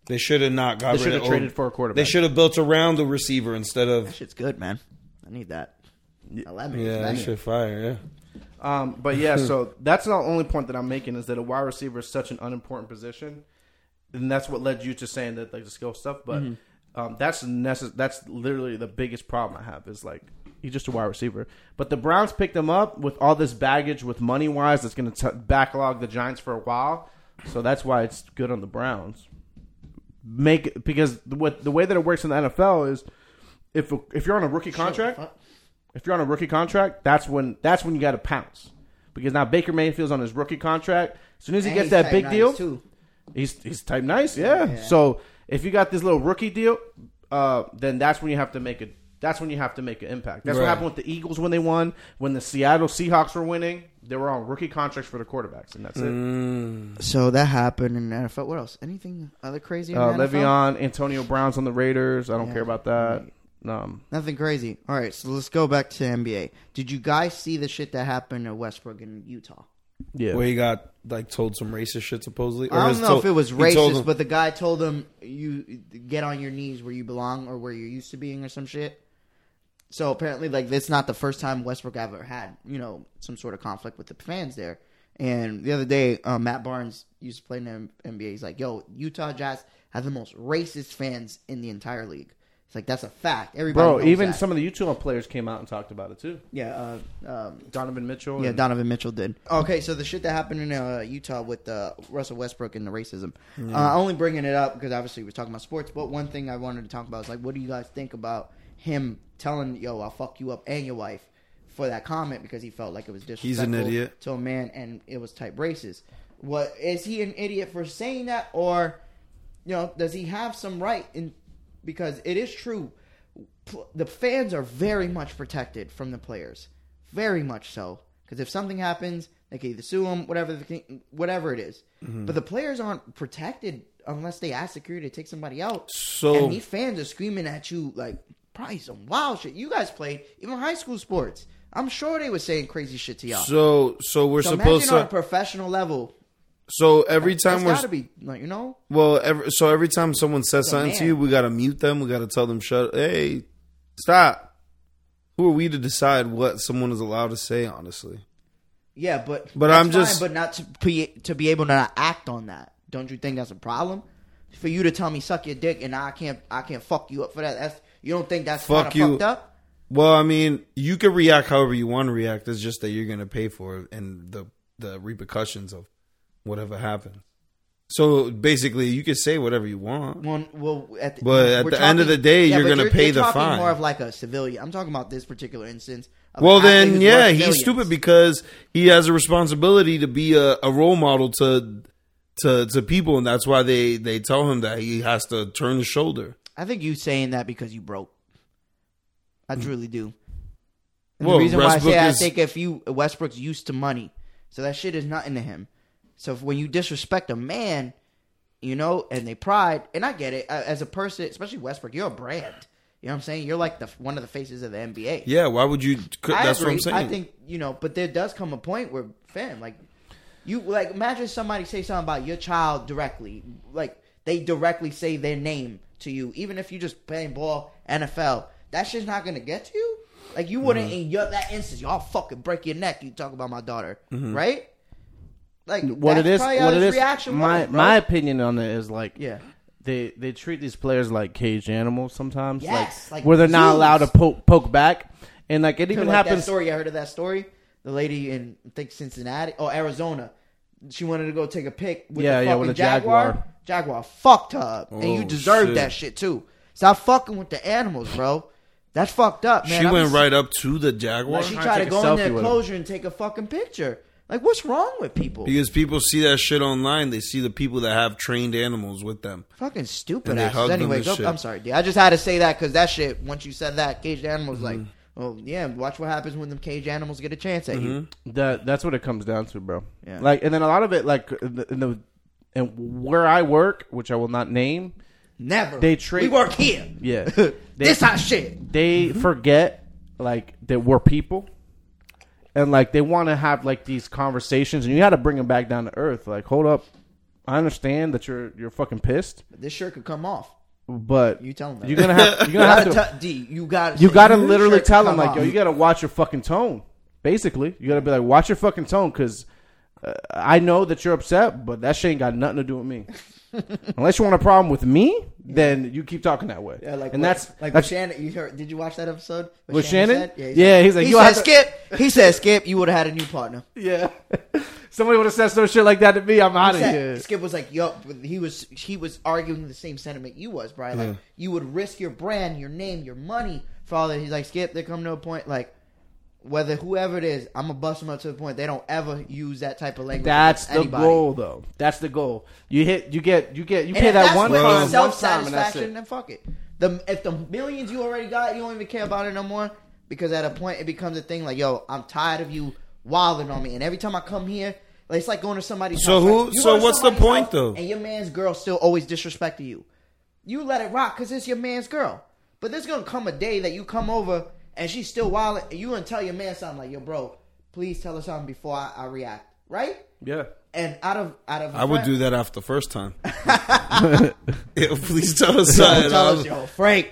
They should have not got
They
rid
should
of
have traded
Ob-
for a quarterback.
They should have built around the receiver instead
That
of
shit's good, man. I need that. I love it.
yeah. They
It's
should fire. Yeah.
Um, but yeah, so that's not the only point that I'm making is that a wide receiver is such an unimportant position, and that's what led you to saying that like the skill stuff. But um, that's necess- That's literally the biggest problem I have is like he's just a wide receiver. But the Browns picked him up with all this baggage with money wise that's going to backlog the Giants for a while. So that's why it's good on the Browns. Make because what the way that it works in the NFL is if if you're on a rookie contract if you're on a rookie contract, that's when that's when you got to pounce because now Baker Mayfield's on his rookie contract. As soon as he
And
gets
he's
that
tight
big
nice,
deal,
too.
he's he's type nice, yeah. So if you got this little rookie deal, uh, then that's when you have to make a that's when you have to make an impact. That's what
Right.
happened with the Eagles when they won, when the Seattle Seahawks were winning, they were on rookie contracts for the quarterbacks, and that's it.
So that happened in the NFL. What else? Anything other crazy? In
Uh,
the NFL?
Le'Veon, Antonio Brown's on the Raiders. I don't
Yeah.
care about that. Um,
Nothing crazy. All right, so let's go back to NBA. Did you guys see the shit that happened at Westbrook in Utah?
yeah,
Where he got like told some racist shit supposedly.
I
was
don't know
told-
if it was
he told him-
racist, but the guy told him you get on your knees where you belong or where you're used to being or some shit. So apparently, like that's not the first time Westbrook ever had you know some sort of conflict with the fans there. And the other day, um, Matt Barnes used to play in the NBA. He's like, "Yo, Utah Jazz have the most racist fans in the entire league." It's like that's a fact. Everybody,
bro.
knows
Even
that.
some of the Utah players came out and talked about it too.
yeah, uh, um,
Donovan Mitchell.
Yeah,
and-
Donovan Mitchell did. Okay, so the shit that happened in uh, Utah with uh, Russell Westbrook and the racism. Uh, only bringing it up because obviously we're talking about sports. But one thing I wanted to talk about is like, what do you guys think about him telling yo, I'll fuck you up and your wife for that comment because he felt like it was disrespectful
He's an idiot.
to a man and it was type racist. What is he an idiot for saying that or you know does he have some right in because it is true pl- the fans are very much protected from the players, very much so. Because if something happens, they can either sue them, whatever, the thing, whatever it is.
Mm-hmm.
But the players aren't protected unless they ask security to take somebody out.
So-
and these fans are screaming at you like probably some wild shit. You guys played even high school sports. I'm sure they were saying crazy shit to y'all. So,
So so we're supposed
imagine on a
to.
professional level,
so every time
that's
we're
gotta be like you know.
well, every, so every time someone says
a
something to
man.
you, we gotta mute them. We gotta tell them shut. Hey, stop. Who are we to decide what someone is allowed to say? Honestly,
Yeah, but
But
that's
I'm just-
but not to be to be able to not act on that. Don't you think that's a problem? For you to tell me suck your dick and I can't I can't fuck you up for that. That's you don't think that's
Fuck
kind of
you.
fucked up?
Well, I mean, you can react however you want to react. It's just that you're going to pay for it and the the repercussions of whatever happens. So basically, you can say whatever you want.
Well, well at the,
But at
we're
the end of the day, you're
but
gonna pay the
talking
fine.
More of like a civilian. I'm talking about this particular instance. of an
Well,
athlete
then,
who's
yeah,
worth
he's
millions.
stupid because he has a responsibility to be a, a role model to to to people, and that's why they they tell him that he has to turn his shoulder.
I think you saying that because you broke. I truly do. And
Mm. Well,
the reason
Westbrook
why I say
is-
I think if you Westbrook's used to money, so that shit is nothing to him. So if, when you disrespect a man, you know, and they pride, and I get it a- as a person, especially Westbrook, you're a brand. You know what I'm saying? You're like the one of the faces of the NBA.
Yeah, why would you?
I
That's
agree.
what I'm saying.
I think you know, but there does come a point where, fam, like you like imagine somebody say something about your child directly, like they directly say their name to you, even if you just playing ball, NFL. That shit's not gonna get to you. Like
Mm-hmm. Mm-hmm.
you wouldn't in your, that instance, y'all fucking break your neck. You talk about my daughter, right? Like
what
that's
it is,
probably
what
how
it
his
is.
Reaction
my
was, bro.
my opinion on it is like
yeah.
they they treat these players like caged animals sometimes,
Yes,
like,
like
where they're not
zoos.
allowed to poke poke back, and like it even
Kinda like That
happens.
story I heard of that story. The lady in I think Cincinnati or Arizona, she wanted to go take a pic with
Yeah,
the
yeah,
fucking
with a
jaguar.
jaguar.
jaguar. fucked her up, and
Oh,
you deserve
shit.
that shit too. Stop fucking with the animals, bro. That's fucked up, man.
she
I'm
went
just-
right up to the Jaguar
Like she
trying to
tried to
take a
go in
selfie
their
with him.
closure and take a fucking picture. Like, what's wrong with people?
because people see that shit online. They see the people that have trained animals with them.
Fucking stupid
And they
asses.
hug them
Anyway,
and
go,
shit.
I'm sorry, dude. I just had to say that because that shit. Once you said that, caged animals, like,
Mm-hmm.
oh yeah, watch what happens when them caged animals get a chance at you.
That that's what it comes down to, bro.
Yeah.
Like, and then a lot of it, like, in the, in the and where I work, which I will not name,
Never.
They treat-
We work here.
Yeah.
this hot shit.
they forget like that we're people, and like they want to have like these conversations, and you got to bring them back down to earth. Like, hold up, I understand that you're you're fucking pissed,
This shirt could come off.
but
You tell 'em that.
you're gonna have you're
You
gonna have
gotta
to
tell- D, you gotta
you
say,
gotta
"This
literally
shirt could
tell them
come
like,
off."
yo, you gotta watch your fucking tone. Basically, you gotta be like, watch your fucking tone, because uh, I know that you're upset, but that shit ain't got nothing to do with me. Unless you want a problem with me, then you keep talking that way.
Yeah, like
and
what-
that's
like
that's
with Shannon. You heard? Did you watch that episode What
With Shannon?
said? he
Yeah,
said-
he's like,
he
"You
said,
have to-"
skip. He said, skip. You would have had a new partner.
yeah. Somebody would have said some shit like that to me. I'm out of
Sa-
here.
Skip was like, "Yo," but he was he was arguing the same sentiment you was, Brian. Like, you would risk your brand, your name, your money for all that. He's like, "Skip, there come to a point like." Whether whoever it is, I'm gonna bust them up to the point they don't ever use that type of language.
That's
against
the
anybody.
goal, though. That's the goal. You hit, you get, you get, you
And
pay
if
that
that's
one
with
time, one
self
time, and that's
satisfaction,
it.
then fuck it. The if the millions you already got, you don't even care about it no more. Because at a point, it becomes a thing like, yo, I'm tired of you wilding on me, and every time I come here, like, it's like going to somebody's.
So
house,
who-
right? You
so
go to
what's the
somebody's
point,
house,
though?
And your man's girl still always disrespecting you. You let it rock because it's your man's girl. But there's gonna come a day that you come over and she's still wilding, and you gonna tell your man something like, yo, bro, please tell her something before I, I react, right?
Yeah.
And out of out of
I would do that after the first time. Yeah, please tell us. something.
Tell us, yo, Frank.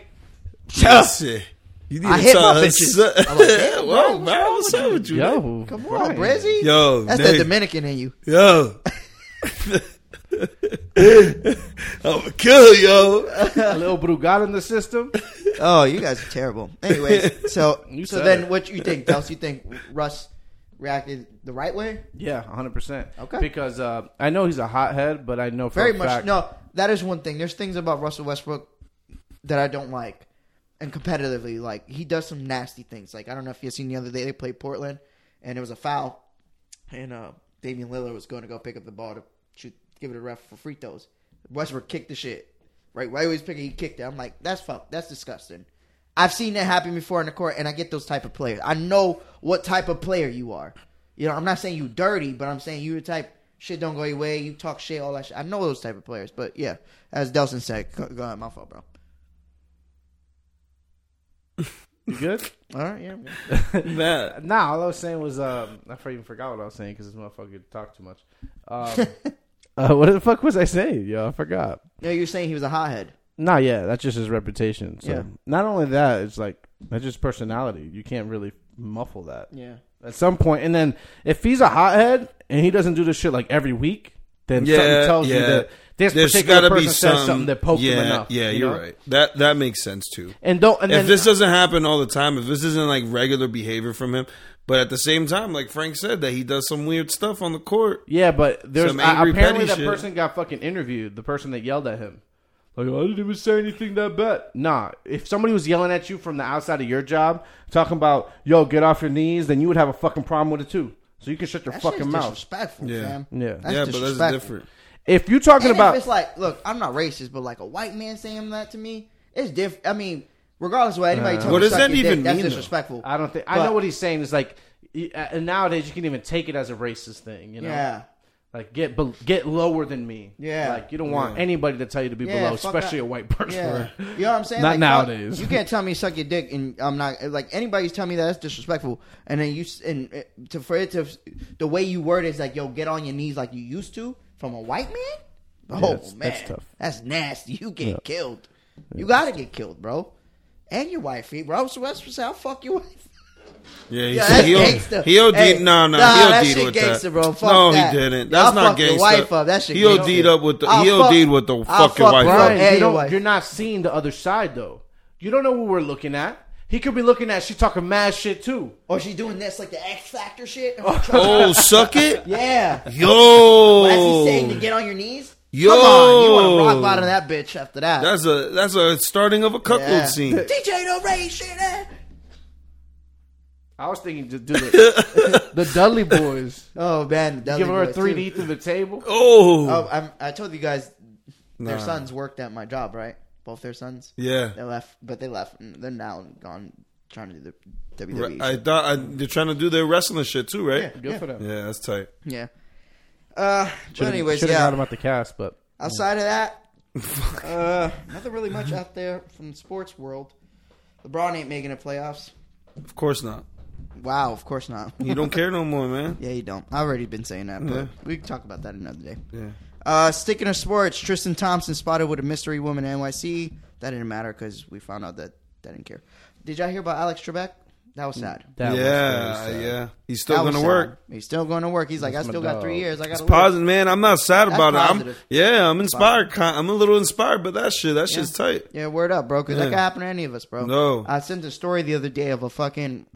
Chelsea. You need
I
to
hit
tell
my
her
bitches.
so-
I'm like, damn, bro,
Whoa,
what's
man,
wrong
what's
with
up
you?
with you? man?
Yo,
Come on,
Brian.
Brezzy.
Yo,
That's the
Nate.
Dominican in you.
Yo. I'm a kill, yo.
A little Brugal in the system.
Oh, you guys are terrible. Anyways, so
You
so
said
then
it.
what you think, Dels? You think Russ reacted the right way?
Yeah, hundred percent.
Okay.
Because uh, I know he's a hothead, but I know for
Oh,
Very
a
much.
fact-
No, that is one thing. There's things about Russell Westbrook that I don't like, and competitively, like he does some nasty things. Like I don't know if you've seen the other day they played Portland, and it was a foul, and uh, Damian Lillard was going to go pick up the ball to shoot, give it a ref for free throws. Westbrook kicked the shit. Right, right, he was picking, he kicked it. I'm like, that's fuck, that's disgusting. I've seen that happen before in the court, and I get those type of players. I know what type of player you are. You know, I'm not saying you dirty, but I'm saying you the type shit don't go your way. You talk shit, all that shit. I know those type of players, but yeah, as Delson said, go go ahead, my fault, bro.
You good?
All right, yeah.
Matt.
nah, all I was saying was um, I for- even forgot what I was saying because this motherfucker talked too much. Um, uh, what the fuck was I saying? Yo, I forgot.
No, you're saying he was a hothead.
Nah, yeah, that's just his reputation. So
Yeah.
not only that, it's like that's just personality. You can't really muffle that
Yeah.
at some point. And then if he's a hothead and he doesn't do this shit like every week, then something
Yeah,
tells you
yeah.
that this
There's
particular
gotta
person
be
says
some,
something that poked
yeah,
him enough.
Yeah,
you
you're
know?
right. That that makes sense too.
And don't and
if
then
this doesn't happen all the time, if this isn't like regular behavior from him, but at the same time, like Frank said, that he does some weird stuff on the court.
Yeah, but there's
Some
uh,
angry,
apparently
petty
that
shit.
person got fucking interviewed. The person that yelled at him, like I didn't even say anything that bad. Nah, if somebody was yelling at you from the outside of your job, talking about yo get off your knees, then you would have a fucking problem with it too. So you can shut your
That
fucking
shit's
mouth.
disrespectful,
Yeah.
fam.
Yeah.
That's
yeah, but
disrespectful.
that's different.
If you're talking
And
about
if it's like, look, I'm not racist, but like a white man saying that to me, it's different. I mean, regardless of what anybody
Uh,
tells
What
me,
does that even
that's
mean, though?
disrespectful.
I don't think I
But-
know what he's saying is like y- uh, and nowadays you can even take it as a racist thing, you know.
Yeah.
Like get bel get lower than me.
Yeah.
Like you don't want
Yeah.
anybody to tell you to be
Yeah,
below,
fuck that.
especially a white person.
Yeah. You know what I'm saying?
Not
fuck,
nowadays.
you can't tell me suck your dick, and I'm not like anybody's telling me that that's disrespectful. And then you s- and uh, to for it to the way you word it is like, yo, get on your knees like you used to from a white man. Oh
that's-
man,
that's tough.
That's nasty. You get killed. You gotta get killed, bro. And your wifey, bro. So that's what's how fuck your wife.
Yeah, he,
Yeah,
said
that's
he,
gangster.
OD, he OD'd.
Hey,
no,
nah,
no,
that
he OD'd
shit
with
gangster,
that.
bro. Fuck
no,
that.
he didn't.
Y'all
That's not
fuck your
gangster.
wife up. That shit
he
gangster.
OD'd up with the.
I'll
he
fuck-
OD'd with the
I'll
fucking
fuck
wife.
Brian.
up.
Brian,
Hey,
you
your
don't,
wife.
you're not seeing the other side though. You don't know what we're looking at. He could be looking at. She talking mad shit too.
Or she Oh, doing this like the X Factor shit?
Oh, suck it,
yeah.
yo.
As he's saying to get on your knees?
Yo.
Come on, you want to rock bottom that bitch after that.
That's a that's a starting of a cuckold
Yeah.
scene.
DJ No Ray shit. eh?
I was thinking to do the, the Dudley Boys.
Oh, man.
Give her a
Dudley Boy,
3D
too.
through the table.
Oh,
Oh, I'm, I told you guys their
Nah.
sons worked at my job, right? Both their sons.
yeah.
They left, but they left. and They're now gone trying to do the WWE.
I
shit.
thought I, they're trying to do their wrestling shit too, right?
Good for them.
Yeah, that's tight.
yeah. Uh, but anyways,
Should've
yeah.
known about the cast, but
Outside of that, uh, nothing really much out there from the sports world. LeBron ain't making the playoffs.
Of course not.
Wow, of course not.
You don't care no more, man.
yeah, you don't. I've already been saying that, but
Yeah.
we can talk about that another day.
Yeah.
Uh, sticking to sports, Tristan Thompson spotted with a mystery woman at NYC. That didn't matter because we found out that that didn't care. Did y'all hear about Alex Trebek? That was sad.
that
yeah, uh, yeah. He's still
That was
gonna
sad.
work.
He's still going to work. He's like, I
That's my
still got
dog.
three years. I got
It's
to
positive, man. I'm not sad
That's
about it. I'm,
positive.
yeah, I'm inspired. Ki- I'm a little inspired, but that shit, that shit's tight.
Yeah, word up, bro. Because that
Yeah.
could happen to any of us, bro.
No.
I sent a story the other day of a fucking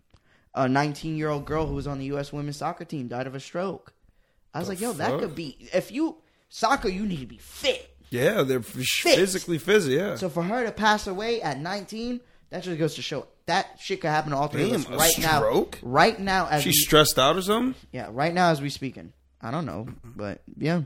a 19 year old girl who was on the U.S. women's soccer team died of a stroke. I was like, yo, that
fuck?
could be if you soccer, you need to be fit.
Yeah, they're f- physically fizzy. Yeah.
So for her to pass away at 19, that just goes to show that shit could happen to all three of
Damn,
us
a
right
stroke?
now. Right now, as we,
She's stressed out or something.
yeah, right now as we speaking. I don't know, but yeah.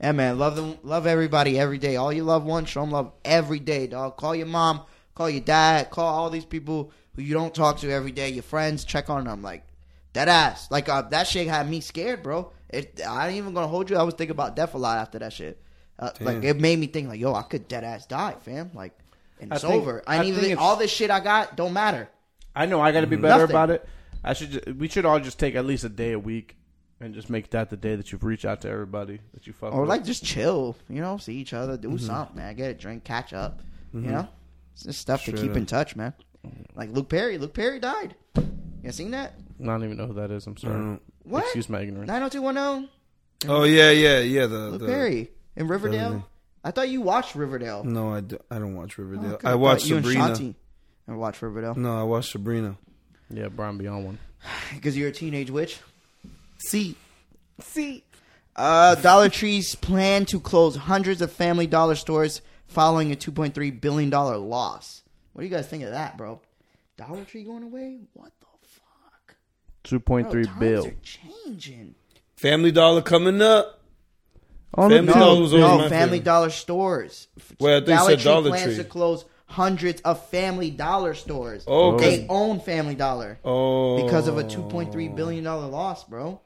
Yeah, man, love them, love everybody every day. All your loved ones, show them love every day, dog. Call your mom, call your dad, call all these people who you don't talk to every day. Your friends, check on them. Like that ass, like uh, that shit had me scared, bro. It, I ain't even gonna hold you. I was thinking about death a lot after that shit. Uh, like it made me think, like, yo, I could dead ass die, fam. Like, and
I
it's
think-
over. I,
I
ain't
think
even
it's-
all this shit I got don't matter.
I know I got to be better
Nothing.
about it. I should. Just, we should all just take at least a day a week and just make that the day that you reach out to everybody that you fuck.
or Oh,
with.
like just chill, you know, see each other,
Mm-hmm.
do something, man. Get a drink, catch up, you know. It's just stuff to keep in touch, man. Like Luke Perry, Luke Perry died. You seen that?
I don't even know who that is. I'm sorry.
Mm.
What?
Excuse my ignorance.
Nine hundred two one zero.
Oh yeah, yeah, yeah. The,
Luke
the
Perry in Riverdale.
Really?
I thought you watched Riverdale.
No, I, do, I don't watch Riverdale.
could've
I
Oh, thought
watched
you and
Sabrina.
Shanti and watch Riverdale
No, I watched Sabrina.
Yeah, Brian Beyond one.
because you're a teenage witch.
See,
See. Uh, Dollar Tree's plan to close hundreds of Family Dollar stores following a $2.3 billion loss. What do you guys think of that, bro? Dollar Tree going away? What the fuck?
Two point
Bro,
three
times
bill.
are changing.
Family Dollar coming up.
On
Family
bill.
Dollar was always
No,
my
Family
favorite.
Dollar stores.
Well, I think you
Dollar
said
Tree
Dollar
plans
Tree.
to close hundreds of Family Dollar stores.
Oh, 'cause-
They own Family Dollar
Oh,
because of a $2.3 billion loss, bro.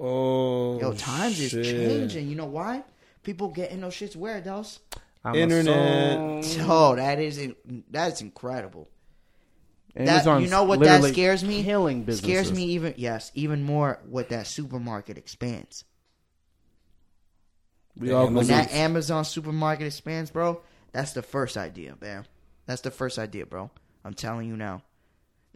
Oh,
Yo, times
shit.
is changing. You know why? People getting those shits where, else?
I'm a
Internet.
song.
Oh, that is in, that's incredible. That
Amazon's
you know what that
literally
scares me?
Killing businesses.
Scares me even yes, even more what that supermarket expands.
We all
When
Amazon-
that Amazon supermarket expands, bro, that's the first idea, man. That's the first idea, bro. I'm telling you now.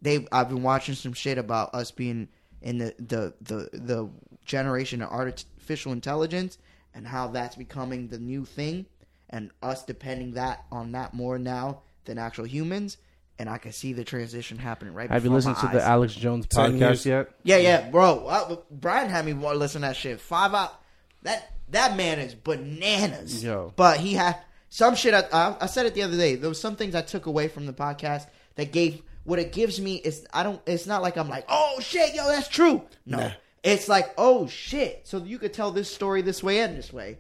They I've been watching some shit about us being in the the the, the generation of artificial intelligence and how that's becoming the new thing and us depending that on that more now than actual humans. And I can see the transition happening right.
Have you
before
listened
my
to
eyes.
the Alex Jones
Ten
podcast
years.
yet?
Yeah, yeah, bro. Uh, Brian had me wa- listen to that shit. Five out. That that man is bananas.
Yo.
But he had some shit. I, I, I said it the other day. There was some things I took away from the podcast that gave what it gives me is I don't. It's not like I'm like, oh shit, yo, that's true. No, it's like, oh shit. So you could tell this story this way and this way.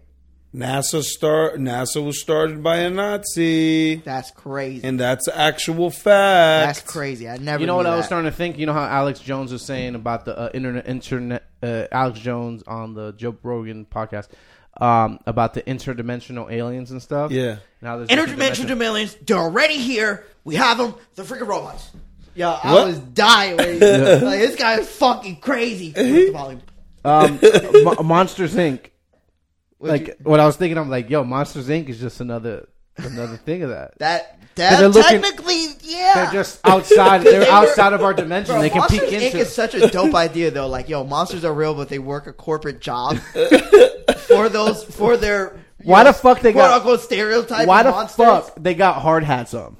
NASA start. NASA was started by a Nazi,
That's crazy.
and that's actual fact.
that's crazy. I never.
You know what
knew
I was
that.
starting to think? You know how Alex Jones was saying about the uh, internet, internet, uh, Alex Jones on the Joe Rogan podcast um, about the interdimensional aliens and stuff.
Yeah.
Now
Interdimensional
there's different dimensions.
Dominions, they're already here. We have them. They're freaking robots. Yo, I
What?
was dying. when he- like, this guy is fucking crazy. Where's the volume?
um, Mo- Monsters Inc.
What'd
like what I was thinking, I'm like, yo, Monsters Inc. is just another another thing of that.
That
they're
that
looking-
technically, yeah.
They're just outside. They're
They
outside of our
Bro,
dimension. they can peek
Monsters Inc.
into.
is such a dope idea though. Like, yo, monsters are real, but they work a corporate job for those for their you
Why the fuck they
quote
got-
unquote stereotype.
Why
of
the
monsters?
fuck they got hard hats on?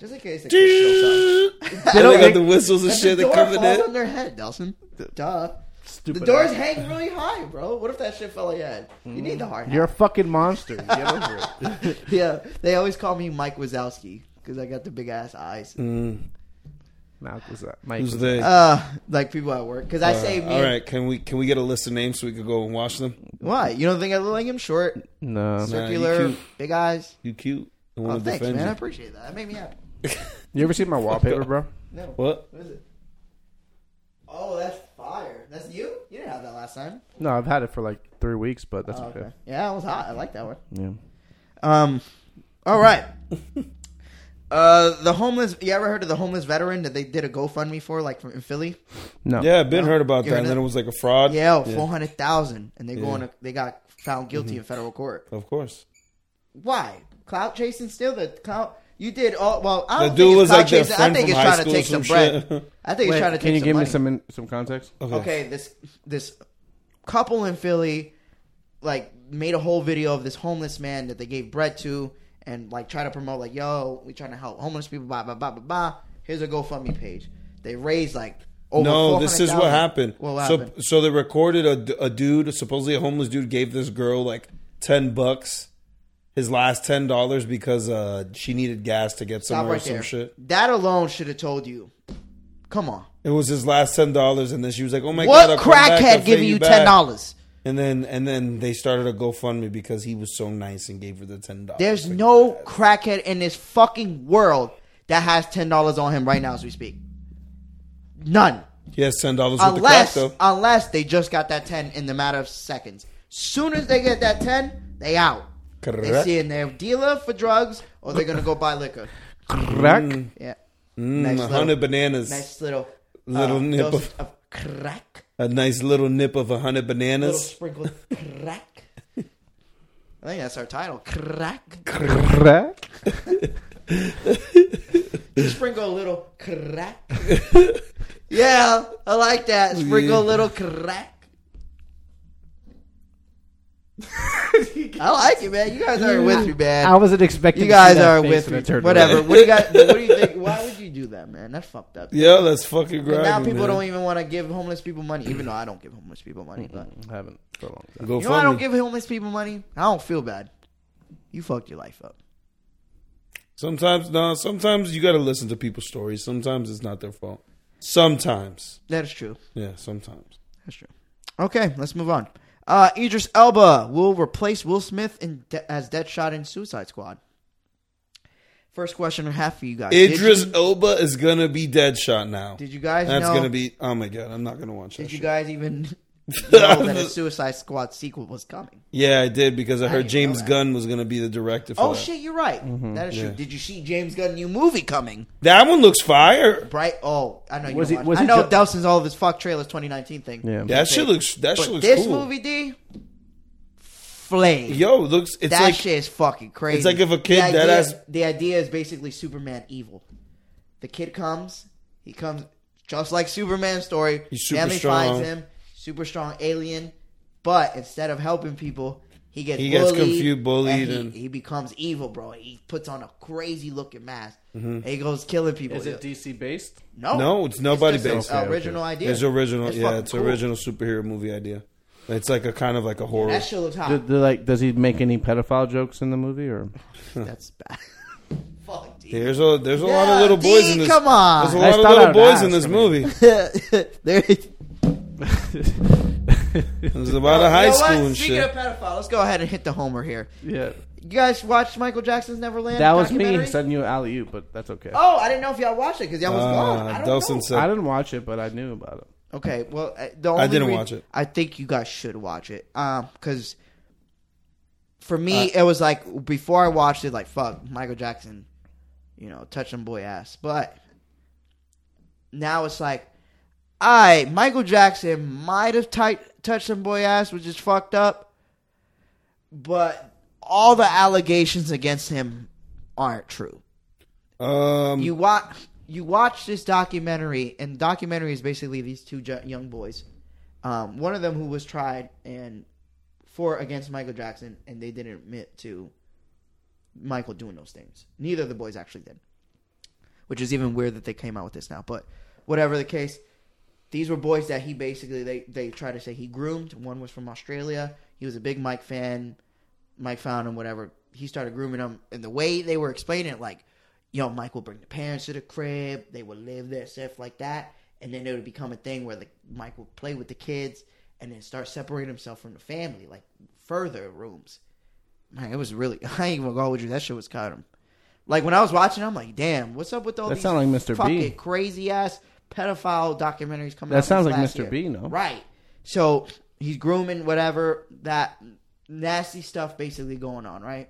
Just in case. They kill
They
They
don't
got
make
the whistles and shit
the door
that come
falls
in it.
on their head, Dawson. Duh. The
stupid.
doors
ass. Mm-hmm.
hang really high, bro. What if that shit fell on your head? You need the hard hat.
You're a fucking monster. Get over it.
Yeah, they always call me Mike Wazowski because I got the big ass eyes.
Mm. Mike was that? Mike
Who's
was-
they?
Uh, like people at work because I say me.
all right, can we can we get a list of names so we could go and watch them?
Why you don't think I look like him?
Uh,
Short,
No,
you
circular,
cute.
big eyes.
You cute. I
Oh,
want to
thanks,
defend
man. I
you.
appreciate that. That made me happy.
you ever seen my wallpaper, bro?
No,
What?
what is it? Oh, that's fire. That's you. You didn't have that last time.
No, I've had it for like three weeks, but that's
Oh,
okay.
okay. Yeah, it was hot. I like that one.
Yeah.
Um, all right. Uh, the homeless. You ever heard of the homeless veteran that they did a GoFundMe for, like from in Philly?
No.
Yeah, Ben heard about
You're
that, and
in
then
it.
it was like a fraud.
Yeah, four hundred thousand, and they go
Yeah. Mm-hmm.
on. A, they got found guilty in federal court.
of course.
Why clout chasing? Still the clout. You did all well. I
The
don't
dude
think
was
it's clout
like their
chasing. I
friend
think
from
it's
high
trying to
school.
take
Some
some bread.
shit.
I think it's
Wait,
trying to
can you
take
give
some
me
money.
some in, some context?
Oh.
Okay, this this couple in Philly like made a whole video of this homeless man that they gave bread to and like try to promote like, yo, we trying to help homeless people, blah blah blah blah blah. Here's a GoFundMe page. They raised like over
No, this is what
400,000.
happened.
What happened?
So, so they recorded a, d- a dude, supposedly a homeless dude, gave this girl like ten bucks, his last ten dollars because uh, she needed gas to get
Stop
somewhere
right
or some
there.
shit.
That alone should have told you. Come on.
It was his last ten dollars, and then she was like, "Oh my god, I'll
What
come back, I'll
crackhead
pay
giving you
back."
ten dollars?
And then and then they started a GoFundMe because he was so nice and gave her the ten dollars.
There's no crackhead in this fucking world that has ten dollars on him right now as we speak. None.
he has ten dollars with the crack
unless
though.
unless they just got that 10 in the matter of seconds. Soon as they get that 10, they out. They
Correct.
see in their dealer for drugs or they're going to go buy liquor.
Crack.
Yeah.
Mm,
nice
a
little-
hundred bananas.
Nice little
Little nip
dosage
of-
of crack.
A nice little nip of a hundred
Little
bananas.
sprinkled crack. I think that's our title. Crack.
Crack.
Sprinkle a little crack. yeah, I like that. Sprinkle a little crack. I like it, man. You guys aren't with me, man.
I wasn't expecting.
You
to see
guys
that
are
face
with
when I
me.
turned
Whatever.
around.
What do you guys? What do you think? Why would you do that, man? That's fucked up.
Yeah, that's fucking
And
grimy.
now people
man.
don't even want to give homeless people money, even though I don't give homeless people money. But
I haven't for a long time.
Go
you know, why I don't give homeless people money. I don't feel bad. You fucked your life up.
Sometimes no, sometimes you got to listen to people's stories. Sometimes it's not their fault. Sometimes,
That is true.
yeah, sometimes.
That's true. Okay, let's move on. Uh, Idris Elba will replace Will Smith in de- as Deadshot in Suicide Squad. First question I have for you guys. Did
Idris
you-
Elba is gonna be Deadshot now.
Did you guys
That's
know-
gonna be. Oh my god, I'm not gonna watch that.
Did you
shit.
guys even know that a Suicide Squad sequel was coming?
yeah, I did because I, heard
didn't know
James
that.
Gunn was gonna be the director. For
Oh
that.
shit, you're right.
Mm-hmm.
That is true. Did you see James Gunn new movie coming?
That one looks fire.
Bright. Oh, I know. You
Was
don't
it-
watch-
was
I
it
know
ju-
Delson's all of his fuck trailers 2019 thing.
Yeah.
That shit looks. That shit
But
looks
this
cool.
movie, D, flame.
Yo, it looks. It's
that
like
shit is fucking crazy.
it's like if a kid
the idea,
that has-
the idea is basically Superman evil. The kid comes, he comes just like Superman's story.
He's super
Family
strong.
finds him, super strong alien, but instead of helping people, he gets
He gets
bullied,
confused, bullied,
and he,
and-
he becomes evil, bro. He puts on a crazy looking mask. And he goes killing people.
Is it DC based?
no,
Mm-hmm. No, it's nobody
just an
based.
Okay, okay.
original idea.
it's original. yeah,
fucking
it's
cool.
original superhero movie idea. It's like a kind of like a horror.
That shit looks hot.
Do, do, like, does he make any pedophile jokes in the movie or?
That's bad. Fuck, dude.
There's a there's a lot of
Yeah,
little boys
D,
in this.
come on.
there's a
I
lot of
thought
little
I'd
boys
ask,
in this
I mean.
movie.
there is.
It's about a high
You know
school
what?
and
Speaking
shit.
of pedophile, let's go ahead and hit the homer here.
yeah,
You guys watched Michael Jackson's Neverland?
that was me
documentary?
sending you alley oop, but that's okay.
Oh, I didn't know if y'all watched it because y'all was gone. I
Uh,
don't know.
Delson
I
said,
didn't watch it, but I knew about it.
Okay, well, uh, the only
didn't
rea-
watch it.
I think you guys should watch it. Um, because for me,
Uh,
it was like before I watched it, like fuck Michael Jackson, you know, touch them boy ass. But now it's like, I Michael Jackson might have tight touched some boy ass, which is fucked up. But all the allegations against him aren't true.
Um,
You watch you watch this documentary, and the documentary is basically these two ju- young boys. Um, one of them who was tried and for against Michael Jackson, and they didn't admit to Michael doing those things. Neither of the boys actually did, which is even weird that they came out with this now. But whatever the case, these were boys that he basically they they try to say he groomed. One was from Australia. He was a big Mike fan. Mike found him, whatever. He started grooming them, and the way they were explaining it, like, yo, Mike will bring the parents to the crib. They would live there, stuff like that, and then it would become a thing where like Mike would play with the kids and then start separating himself from the family, like further rooms. Man, it was really. I ain't even gonna go with you. That shit was kind of like when I was watching. I'm like, damn, what's up with all
That
these
sound like Mr. B.
fucking crazy ass pedophile documentaries coming?
That
out
sounds
this
like
last
Mr.
year.
B, no?
right? So he's grooming whatever that nasty stuff basically going on, right?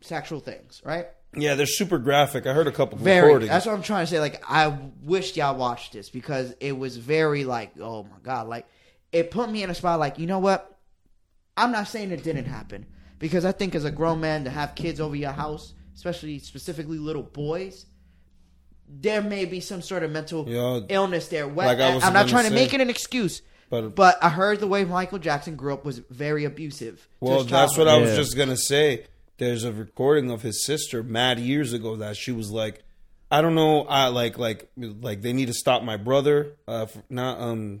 Sexual things, right?
yeah, they're super graphic. I heard a couple
Very.
recordings.
That's what I'm trying to say. Like, I wish y'all watched this because it was very like, oh my god, like it put me in a spot. Like, you know what? I'm not saying it didn't happen because I think as a grown man to have kids over your house, especially specifically little boys, there may be some sort of mental
Yeah.
illness there. What,
Like I was
I'm not
gonna
trying to
say.
make it an excuse. But,
But-
I heard the way Michael Jackson grew up was very abusive. to
Well,
his
that's what
childhood.
I was
Yeah.
just gonna say. There's a recording of his sister mad years ago that she was like, "I don't know, I like like like they need to stop my brother." Uh, f- not um,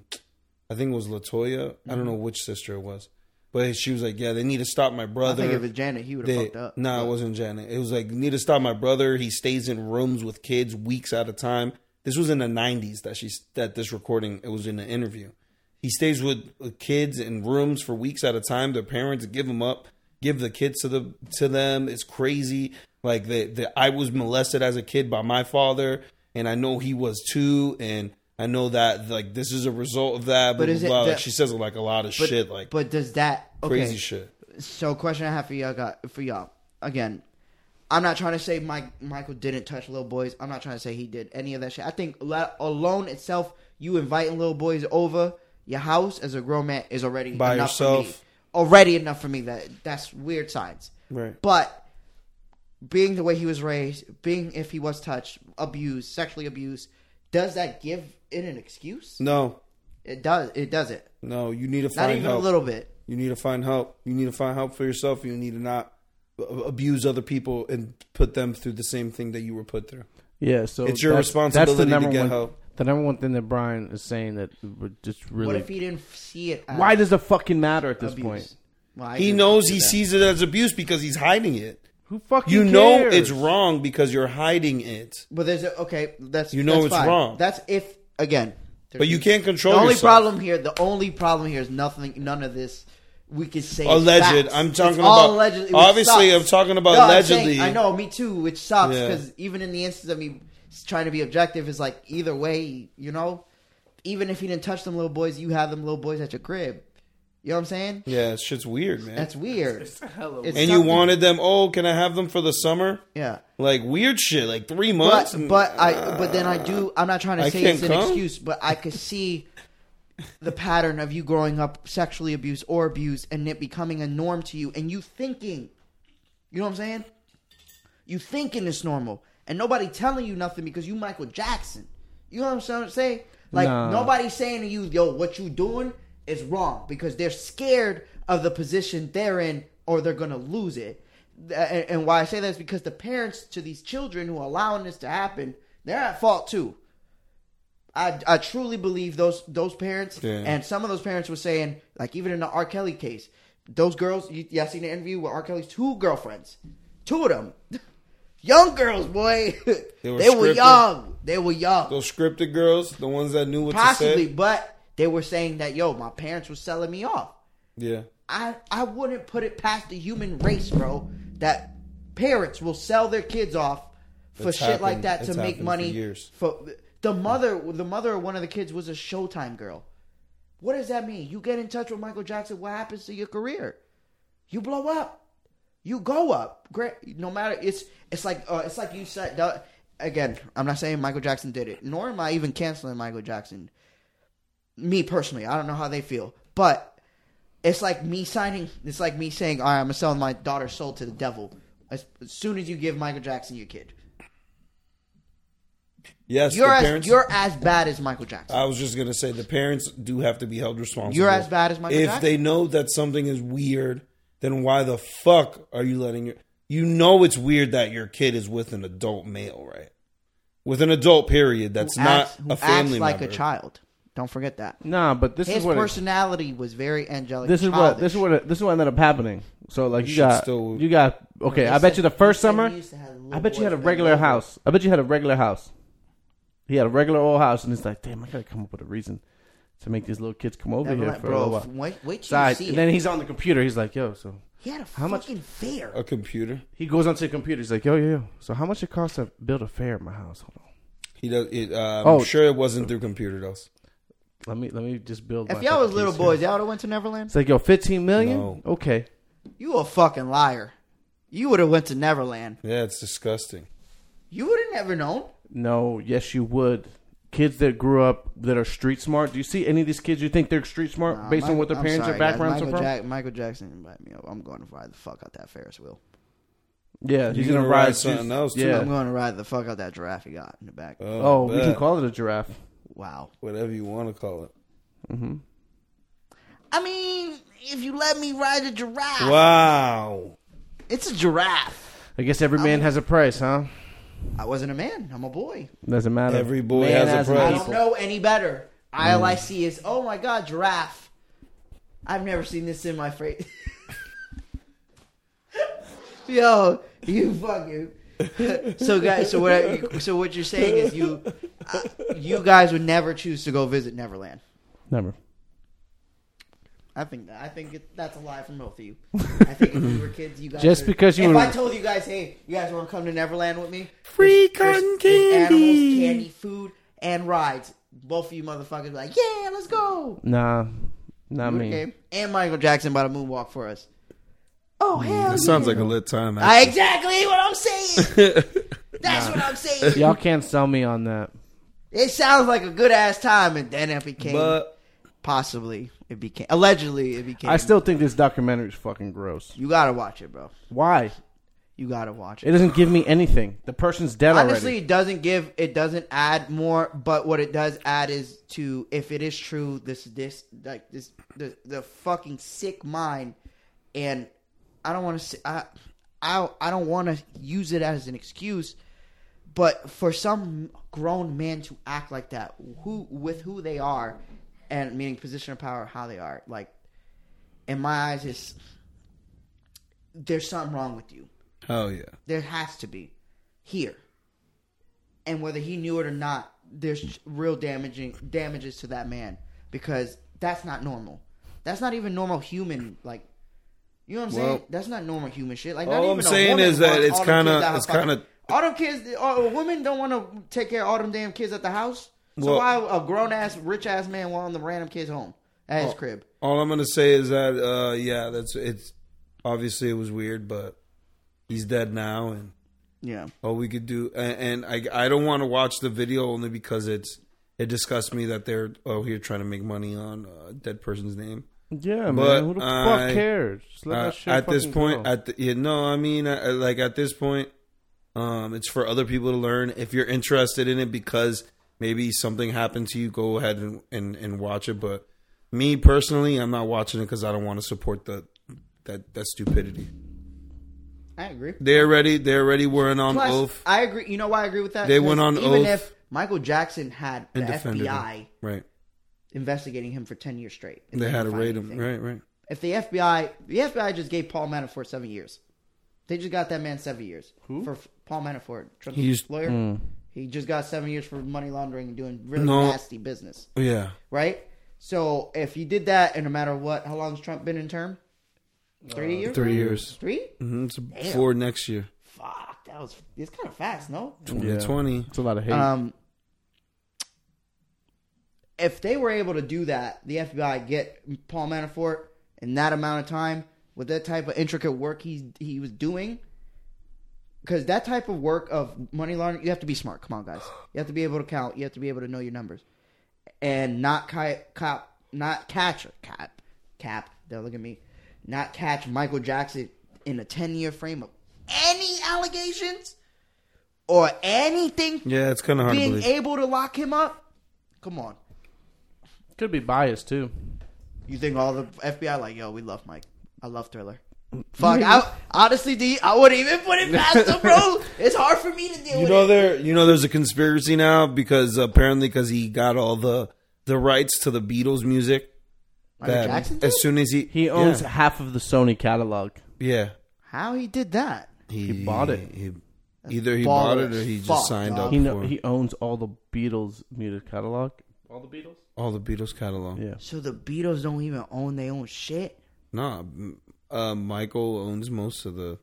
I think it was Latoya. I don't know which sister it was, but she was like, "Yeah, they need to stop my
Mm-hmm. I
brother."
think if it's Janet, he would have
They-
fucked up.
Nah, it wasn't Janet. It was like need to stop my brother. He stays in rooms with kids weeks at a time. This was in the '90s that she that this recording. It was in an interview. He stays with with kids in rooms for weeks at a time. Their parents give him up, give the kids to the to them. It's crazy. Like the, the I was molested as a kid by my father, and I know he was too, and I know that like this is a result of that. But
is it
blah, blah.
that-
she says like a lot of
But-
shit, like
but does that okay.
crazy shit.
So, question I have for y'all, got, for y'all again. I'm not trying to say Mike Michael didn't touch little boys. I'm not trying to say he did any of that shit. I think la- alone itself, you inviting little boys over your house as a grown man is already
By
enough For me.
yourself.
Already enough for me that that's weird signs.
Right.
But being the way he was raised, being if he was touched, abused, sexually abused, does that give it an excuse?
No,
It does. It doesn't.
no, you need to
Not
find
even
help.
a little bit.
You need to find help. You need to find help for yourself. You need to not a- abuse other people and put them through the same thing that you were put through.
Yeah, so
It's your responsibility to get
one,
help.
The number one thing that Brian is saying that we're just
What
really.
if he didn't see it? As
why does it fucking matter at this
abuse?
point?
Well, I
He
agree.
knows he sees it as abuse because he's hiding it.
Who fucking
You know
cares?
it's wrong because you're hiding it.
But there's a, okay. That's
You know
that's
it's
fine.
wrong.
That's if again.
But you can't
The
control
only
yourself.
problem here, the only problem here is nothing. None of this we could say. is
Alleged.
facts.
I'm
It's
talking
all
about-
allegedly, which
obviously,
sucks.
I'm talking about
No, I'm
allegedly.
saying- I know. Me too. Which sucks
Yeah.
because even in the instance of me trying to be objective, is like either way, you know. Even if he didn't touch them little boys, you have them little boys at your crib. You know what I'm saying?
Yeah, shit's weird, man.
That's weird. It's
and you
something-
wanted them. Oh, can I have them for the summer?
yeah.
Like weird shit. Like three months. Ah.
but but I but then I do. I'm not trying to
I
say it's
can't
an
come?
excuse, but I could see the pattern of you growing up sexually abused or abused, and it becoming a norm to you, and you thinking, you know what I'm saying? You thinking it's normal, and nobody telling you nothing because you Michael Jackson. You know what I'm saying? Like
Nah.
nobody's saying to you, yo, what you doing is wrong because they're scared of the position they're in or they're gonna lose it. Th- And, and why I say that is because the parents to these children who are allowing this to happen, they're at fault too. I, I truly believe those those parents
Yeah.
and some of those parents were saying like even in the R. Kelly case, those girls. You, y'all seen the interview with R. Kelly's two girlfriends, two of them, young girls, boy. They were,
were scripted.
young. They were young,
Those scripted girls, the ones that knew what
possibly,
to say.
but they were saying that yo, my parents were selling me off.
Yeah.
I I wouldn't put it past the human race, bro, that parents will sell their kids off for
It's
shit like
happened-
that to
it's
make
happened for
money.
years.
for- the mother, the mother of one of the kids was a Showtime girl. What does that mean? You get in touch with Michael Jackson. What happens to your career? You blow up. You go up. Great. No matter it's it's like uh, it's like you said. the- again, I'm not saying Michael Jackson did it, nor am I even canceling Michael Jackson. Me personally, I don't know how they feel, but It's like me signing. It's like me saying, "All right, I'm gonna sell my daughter's soul to the devil." As, as soon as you give Michael Jackson your kid,
Yes,
you're
the
as
parents.
you're as bad as Michael
Uh,
Jackson.
I was just gonna say the parents do have to be held responsible.
You're as bad as Michael
If
Jackson.
they know that something is weird, then why the fuck are you letting your? You know it's weird that your kid is with an adult male, right? With an adult period. That's
Who
not
acts-
a family
acts like
member.
a child. Don't forget that.
Nah, but this
His
is what it-
personality was very angelic.
this is what this is
childish.
what this is what ended up happening. So like you
should
got
still-
you got okay. I
They
bet
said-
you the first
they said
summer,
he used to have little
I bet you had a
boyfriend
regular
over.
house. I bet you had a regular house. He had a regular old house, and he's like, damn, I gotta come up with a reason to make these little kids come over
Never
here
let-
for a
bro,
little while.
wait, wait till
Side.
you see
And then
it.
he's on the computer. He's like, yo, so
He had a
how much-
fucking fair.
a computer.
he goes onto the computer. He's like, yo, yo, yo. So how much it costs to build a fair in my house? Hold on.
He does. It, uh, I'm
Oh.
sure it wasn't through computer though.
Let me let me just build.
If
my
y'all was
fucking
little
piece
boys,
here.
y'all would have went to Neverland.
it's like, yo, fifteen million.
No.
Okay,
You a fucking liar. You would have went to Neverland.
Yeah, it's disgusting.
You would have never known.
No, yes, you would. Kids that grew up that are street smart. Do you see any of these kids? You think they're street smart
Nah,
based
Mi-
on what their
Uh, I'm
parents
sorry,
or
guys.
backgrounds are
Michael
from?
Jack- Michael Jackson invited me over. I'm going to ride the fuck out that Ferris wheel.
yeah, he's
gonna
gonna
ride
ride
something
juice.
else, too.
Yeah.
I'm going to ride the fuck out that giraffe he got in the back.
oh, we can
bet.
call it a giraffe.
wow.
whatever you want to call it.
I mean, if you let me ride a giraffe,
Wow.
it's a giraffe.
I guess every man has a price, huh?
I wasn't a man. I'm a boy.
Doesn't matter.
Every boy
Man
has a
as
I
price.
don't know any better. All I see is, oh my god, giraffe. I've never seen this in my face. Yo, you fucking. so guys, so what? I, so what you're saying is you, uh, you guys would never choose to go visit Neverland.
Never.
I think I think it, that's a lie from both of you. I think if we were kids, you guys
Just
would-
because you
if
were-
I told you guys, hey, you guys want to come to Neverland with me?
Free
There's-
cotton
there's
candy.
animals, candy, food, and rides. Both of you motherfuckers were like, yeah, let's go.
Nah, not
Good
me.
game. And Michael Jackson about to moonwalk for us. Oh hell!
That sounds like a lit time.
I, exactly what I'm saying. That's what I'm saying.
Y'all can't sell me on that.
It sounds like a good ass time, and then it became
But
possibly it became allegedly it became.
I still think this documentary is fucking gross.
you gotta watch it, bro.
Why?
You gotta watch
It
it.
doesn't give me anything. The person's dead
Honestly,
already.
it doesn't give. It doesn't add more, but what it does add is to if it is true, this this like this the the fucking sick mind, and I don't want to. I I I don't want to use it as an excuse, but for some grown man to act like that, who with who they are, and meaning position of power, how they are, like in my eyes, is there's something wrong with you.
hell yeah.
There has to be here, and whether he knew it or not, there's real damaging damages to that man because that's not normal. That's not even normal human like. You know what I'm saying?
Well-
That's not normal human shit. Like,
All
not
I'm
even a
saying
woman
is that
wants
it's
all them
kinda-
kids to have
it's
fucking-
kinda-
all them kids. All, women don't want to take care of all them damn kids at the house. So
Well-
why a grown ass, rich ass man want them random kids home at
Oh.
his crib?
All I'm gonna say is that uh, yeah, that's it's obviously it was weird, but he's dead now, and
Yeah,
all we could do. And, and I I don't want to watch the video only because it's it disgusts me that they're oh here trying to make money on a dead person's name.
yeah,
but
man. Who the
I-
fuck cares? Just let
Uh,
that shit
at this
fucking
point,
go.
at the, you know, I mean, I, I- like at this point, um, it's for other people to learn. If you're interested in it, because maybe something happened to you, go ahead and and, and watch it. But me personally, I'm not watching it because I don't want to support the that that stupidity.
I agree.
They already they already weren't on
Plus,
oath.
I agree. You know why I agree with that?
They
'Cause
went on
even
oath
if Michael Jackson had the
and defended
FBI
him. right?
investigating him for ten years straight, and
They had to
didn't find
raid him,
anything.
right? Right.
If the FBI, the FBI just gave Paul Manafort seven years. They just got that man seven years for f- Paul Manafort, Trump's
He's-
lawyer. He just got seven years for money laundering and doing really
No.
nasty business,
Yeah,
right? So if you did that, and no matter what, how long's Trump been in term? Three years.
three years.
Three?
hmm It's four next year,
Fuck, that was it's kind of fast, no?
2020.
It's a lot of hate.
Um, if they were able to do that, the FBI get Paul Manafort in that amount of time with that type of intricate work he he was doing, because that type of work of money laundering, you have to be smart. Come on, guys, you have to be able to count. You have to be able to know your numbers, and not ki- cop, not catch a cap, Cap, don't look at me, not catch Michael Jackson in a 10 year frame of any allegations or anything
Yeah, it's kind of hard to
being
believe.
able to lock him up? Come on.
Could be biased too.
You think all the FBI like, yo, we love Mike. I love Thriller. Fuck, I, honestly, D, I wouldn't even put it past him, bro. It's hard for me to deal
You
with
know
it.
there, you know there's a conspiracy now because apparently because he got all the the rights to the Beatles music.
Michael
that
Jackson did?
as soon as he
He owns
yeah,
half of the Sony catalog.
yeah.
How he did that?
He,
bought it.
He, either he bought it or he
Fuck,
just signed
dog.
up
He
for
know, he owns all the Beatles music catalog. All the Beatles?
all the Beatles catalog.
Yeah.
So the Beatles don't even own their own shit?
Nah, m- uh, Michael owns most of the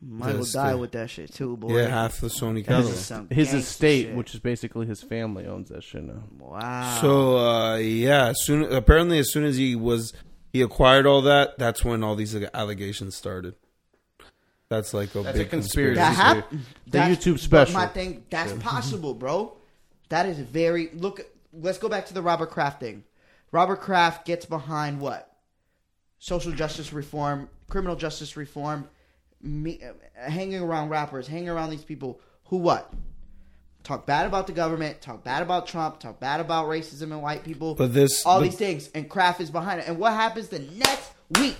Michael
That's
died
the-
with that shit too, boy.
yeah half the Sony
That's
catalog.
some
His
gangsta
estate,
shit.
which is basically his family, owns that shit now.
Wow.
So uh, yeah, as soon apparently as soon as he was he acquired all that, that's when all these allegations started. That's like a
That's
big
a
conspiracy.
conspiracy.
that happened.
The YouTube special.
My thing. That's possible, bro. That is very. Look. Let's go back to the Robert Kraft thing. Robert Kraft gets behind what? Social justice reform, criminal justice reform, me, uh, hanging around rappers, hanging around these people who what? Talk bad about the government, talk bad about Trump, talk bad about racism and white people.
But this-
all
but-
these things, and Kraft is behind it. And what happens the next week?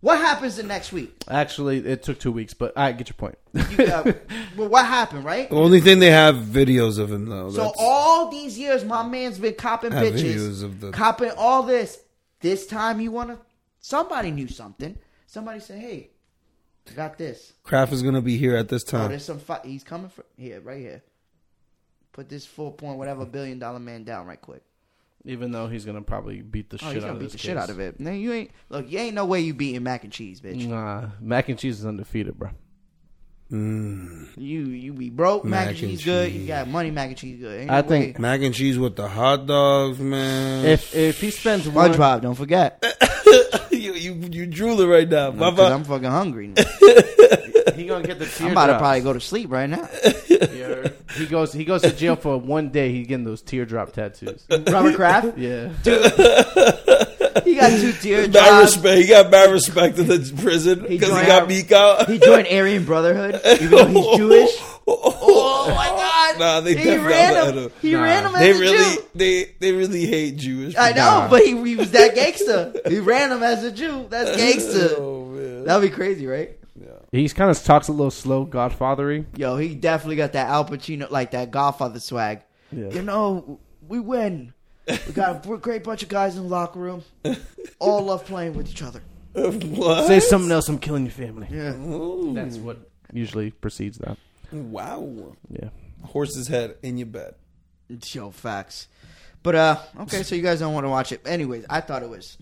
What happens the next week?
Actually, it took two weeks, but I get your point.
You, uh, well, what happened, right?
The only thing they have videos of him though.
So
That's-
all these years, my man's been copping
Have
bitches,
videos of the-
copping all this. This time, he wanna somebody knew something. Somebody said, "Hey, I got this.
Kraft is gonna be here at this
Oh,
time.
there's some. Fi- he's coming from here, right here. Put this four point whatever billion dollar man down right quick.
Even though he's gonna probably beat the
Oh,
shit
he's
out
gonna
of
beat
this
the shit
case.
out of it. Man, you ain't look. You ain't no way you beating mac and cheese, bitch.
Nah, mac and cheese is undefeated, bro.
You you be broke. Mac, and
Mac and
cheese, good. You got money. Mac and cheese good. Ain't
I
no
think-
way.
Mac and cheese with the hot dogs, man.
If if he spends one,
SpongeBob. Don't forget.
Uh,
you, you you drooling right now, my
'cause I'm fucking hungry. Now.
he gonna get the teardrops.
I'm about to probably go to sleep right now.
He goes he goes to jail for one day. He's getting those teardrop tattoos.
Robert Kraft.
Yeah,
He got two teardrops.
respect. He got bad respect in the prison
He
because he,
joined
got
our-
beat out.
He joined Aryan Brotherhood, even though he's Jewish. Oh my God!
Nah, they
he
definitely-
ran him. He
Nah.
ran him as
They
a
really
Jew.
they they really hate Jewish.
I know,
people.
but he, he was that gangster. he ran him as a Jew. That's gangster.
Oh man.
That'd be crazy, right?
he's kind of talks a little slow, Godfathery.
Yo, he definitely got that Al Pacino, like that Godfather swag.
Yeah.
You know, we win. We got a great bunch of guys in the locker room. All love playing with each other.
What?
Say something else. I'm killing your family.
Yeah.
Ooh,
That's what usually precedes that.
wow.
Yeah.
Horse's head in your bed.
Yo, facts. But uh, okay, so you guys don't want to watch it. Anyways, I thought it was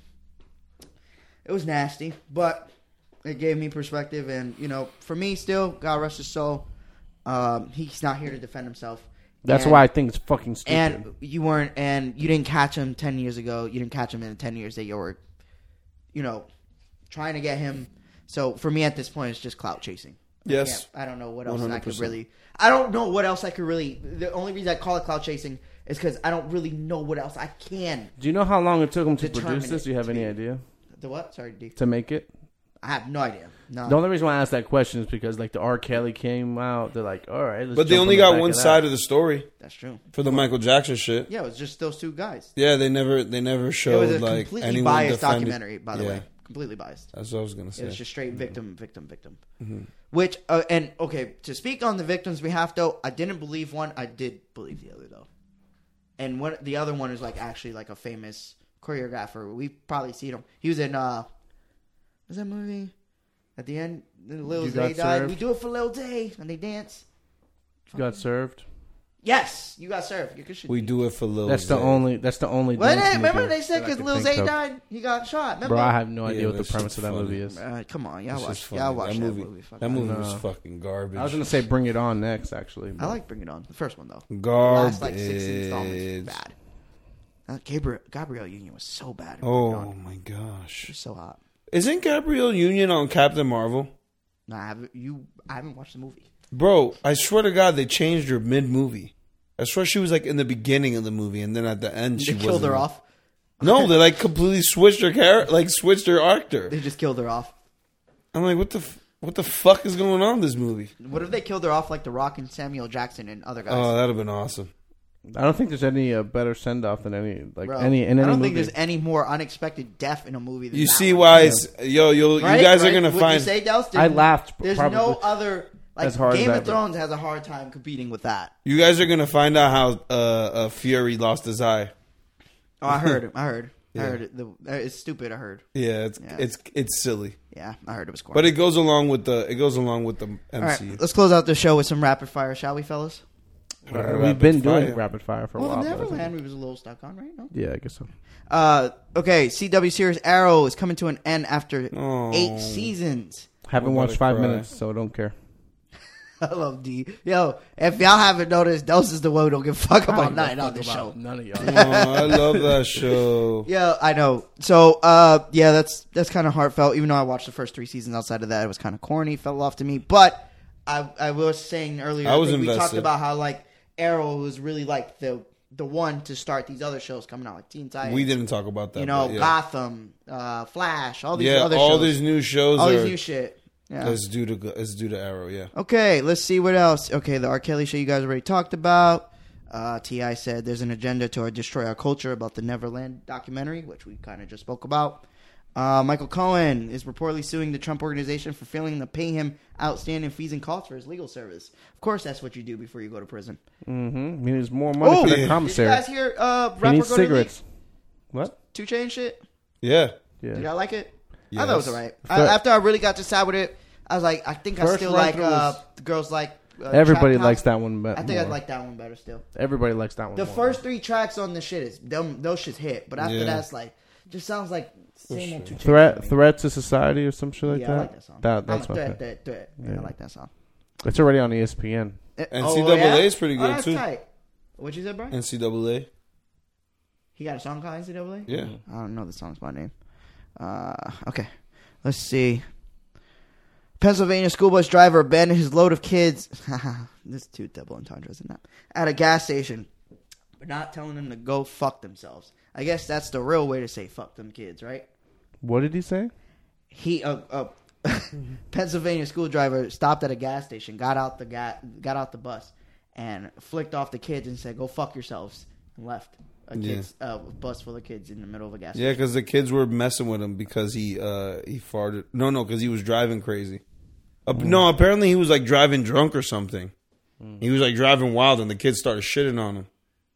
it was nasty, but it gave me perspective, and you know, for me, still, God rest his soul. Um, he's not here to defend himself.
That's
And-
why I think it's fucking stupid.
And you weren't, and you didn't catch him ten years ago. You didn't catch him in the ten years that you were, you know, trying to get him. So for me, at this point, it's just clout chasing.
Yes.
Yeah, I don't know what else I could
100%.
really. I don't know what else I could really. The only reason I call it cloud chasing is because I don't really know what else I can.
Do you know how long it took him to
Determine
produce this?
it
Do you have
to
any
be-
idea
The what? Sorry, D.
to make it?
I have no idea. No.
The only reason why I asked that question is because like the R. Kelly came out. They're like, all right, let's
But they
jump on
only
the
got
back
one
of that.
side of the story
That's true.
for the Michael Jackson shit. Yeah,
Yeah, it was just those two guys.
they never they never
It
showed
was a
like
completely
anyone
biased
defended-
documentary, by the
Yeah,
way. Completely biased.
That's what I was gonna
It was
say.
just straight victim, victim, victim.
Mm-hmm.
Which uh, and okay to speak on the victims' behalf though, I didn't believe one. I did believe the other though, and one the other one is like actually like a famous choreographer. We probably seen him. He was in uh, was that movie? At the end, Lil
You
Day
Got
died.
Served?
We do it for Lil Day, and they dance.
Got served.
Yes, you got served. You should.
We do it for Lil.
That's the
Zay.
only. That's the only.
Well,
dance
they- remember
movie
they said
that I
because
could
Lil
think
Zay
of.
died, he got shot. Remember?
Bro, I have no
Yeah,
idea what the
that shit's
premise of that
funny.
movie is.
Uh, come on,
It's
y'all
just
watch.
funny.
Y'all watch
that movie.
fuck.
that movie was
No.
fucking garbage.
I was gonna say Bring It On next, actually.
I like Bring It On, the first one though.
garbage.
last like six installments was bad. Uh, Gabriel Gabrielle Union was so bad. in Bring It
Oh
On.
my
she
gosh!
was so hot.
Isn't Gabrielle Union on Captain Marvel?
No, I haven't. You, I haven't watched the movie.
Bro, I swear to God, they changed her mid movie. I swear she was like in the beginning of the movie, and then at the end she
They killed
wasn't.
her off.
No, they like completely switched her character, like switched her actor.
They just killed her off.
I'm like, what the f- what the fuck is going on in this movie?
What if they killed her off like The Rock and Samuel Jackson and other guys?
Oh, that'd have been awesome.
I don't think there's any uh, better send off than any like
Bro,
any in any
I don't
movie.
think there's any more unexpected death in a movie. Than
You
that
see
one.
why? It's, yo, you'll,
Right?
you guys
Right?
are gonna
Wouldn't
find.
You say, Dallas?
I laughed,
There's no
probably.
other. Like
As hard as
Game of
that, but-
Thrones has a hard time competing with that.
You guys are gonna find out how uh, uh, Fury lost his eye.
Oh, I heard. I heard. I heard. It. The, uh, it's stupid. I heard.
Yeah, it's
Yeah.
it's it's silly,
Yeah, I heard it was corny.
but it goes along with the it goes along with the
All right,
MCU.
let's close out the show with some rapid fire, shall we, fellas?
Uh,
Rapid
we've been doing
fire.
rapid fire for a
Well,
while. but I think-
Neverland we was a little stuck on, right? No.
Yeah, I guess so.
Uh, okay, CW series Arrow is coming to an end after
Oh.
eight seasons.
Haven't
about
watched
to
five
cry?
minutes, so don't care.
I love D. Yo, if y'all haven't noticed, Dose is the one who don't give a fuck about nothing on the show.
None of y'all.
Oh, I love that show.
Yeah, I know. So, uh, yeah, that's that's kind of heartfelt. Even though I watched the first three seasons, outside of that, it was kind of corny, fell off to me. But I, I was saying earlier,
I was
think we talked
invested.
about how like Arrow was really like the the one to start these other shows coming out, like Teen Titans.
We didn't talk about that.
you know,
but yeah.
Gotham, uh, Flash, all these
yeah,
other
all
shows,
these new shows
all
are
these new shit. Yeah.
it's due to it's due to Arrow. Yeah,
Okay, let's see what else. Okay, the R. Kelly show you guys already talked about. Uh, Ti said there's an agenda to destroy our culture about the Neverland documentary, which we kind of just spoke about. Uh, Michael Cohen is reportedly suing the Trump organization for failing to pay him outstanding fees and costs for his legal service. Of course, that's what you do before you go to prison.
Mm-hmm. He needs more money
Oh,
for the
yeah.
Did
commissary.
you guys hear uh,
He
rapper
needs
go to leak?
cigarettes. What?
two chain shit?
yeah.
Yeah.
Did I like it? I thought it was
Yes.
alright. I- After I really got to side with it, I was like, I think I
First
still
run
like
through
uh,
was-
the girls like. Uh,
Everybody
Trap
likes
House.
that one better.
I think I like that one better still.
Everybody likes that one.
The
more.
first three tracks on the shit is them. Those shits hit, but after
Yeah.
that's like just sounds like same old two chains to
threat
me.
threat to society or some shit like
yeah,
that.
I like that song.
That- that's
I'm
my
a threat, threat,
favorite.
threat. Yeah,
Yeah.
I like that song.
It's already on E ESPN.
Eh,
And
oh,
CAA
yeah?
is pretty
Oh,
good,
that's
too.
tight. What you said, Brian?
NCAA.
He got a song called NCAA.
Yeah,
I don't know the song's by name. Uh, okay, let's see. Pennsylvania school bus driver abandoned his load of kids. this two double entendres in that at a gas station, but not telling them to go fuck themselves. I guess that's the real way to say fuck them kids, right?
What did he say?
He uh, uh, Pennsylvania school driver stopped at a gas station, got out the ga- got out the bus, and flicked off the kids and said, "Go fuck yourselves," and left a
Yeah.
kids uh, bus full of kids in the middle of a gas.
yeah, because the kids were messing with him because he uh he farted. No, no, because he was driving crazy. Uh,
Mm.
No, apparently he was like driving drunk or something. He was like driving wild, and the kids started shitting on him.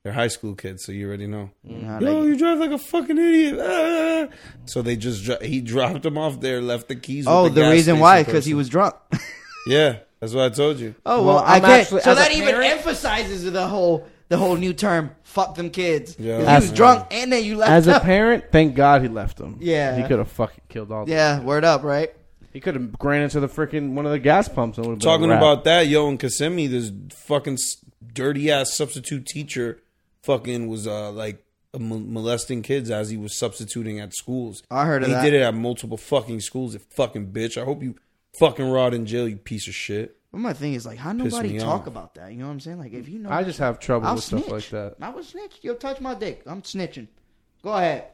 They're high school kids, so you already know.
You know how Uh, they-
Yo, you drive like a fucking idiot. Ah. So they just dro- he dropped him off there, left the keys. with
Oh, the,
gas
reason
station
why? Because
person.
he was drunk.
Yeah, that's what I told you.
oh well,
Well,
I
I'm
get.
actually-
so
as a
that even
parent-
emphasizes the whole the whole new term. Fuck them kids. 'Cause
Yeah.
he
As-
was drunk, and then you left.
As a
them.
parent, thank God he left him.
Yeah.
He could have fucking killed all. Yeah.
yeah, word up, right?
He could have ran into the freaking one of the gas pumps and would have been a
Talking
wrap.
about that, yo, in Kissimmee, this fucking dirty ass substitute teacher fucking was uh, like m- molesting kids as he was substituting at schools.
I heard of
and
that.
He did it at multiple fucking schools. You fucking bitch. I hope you fucking rot in jail, you piece of shit.
But my thing is like, how nobody
me
talk
off.
about that? You know what I'm saying? Like, if you know,
I just have trouble
I'll
with
snitch.
stuff like that.
I was snitch. Yo, touch my dick. I'm snitching. Go ahead.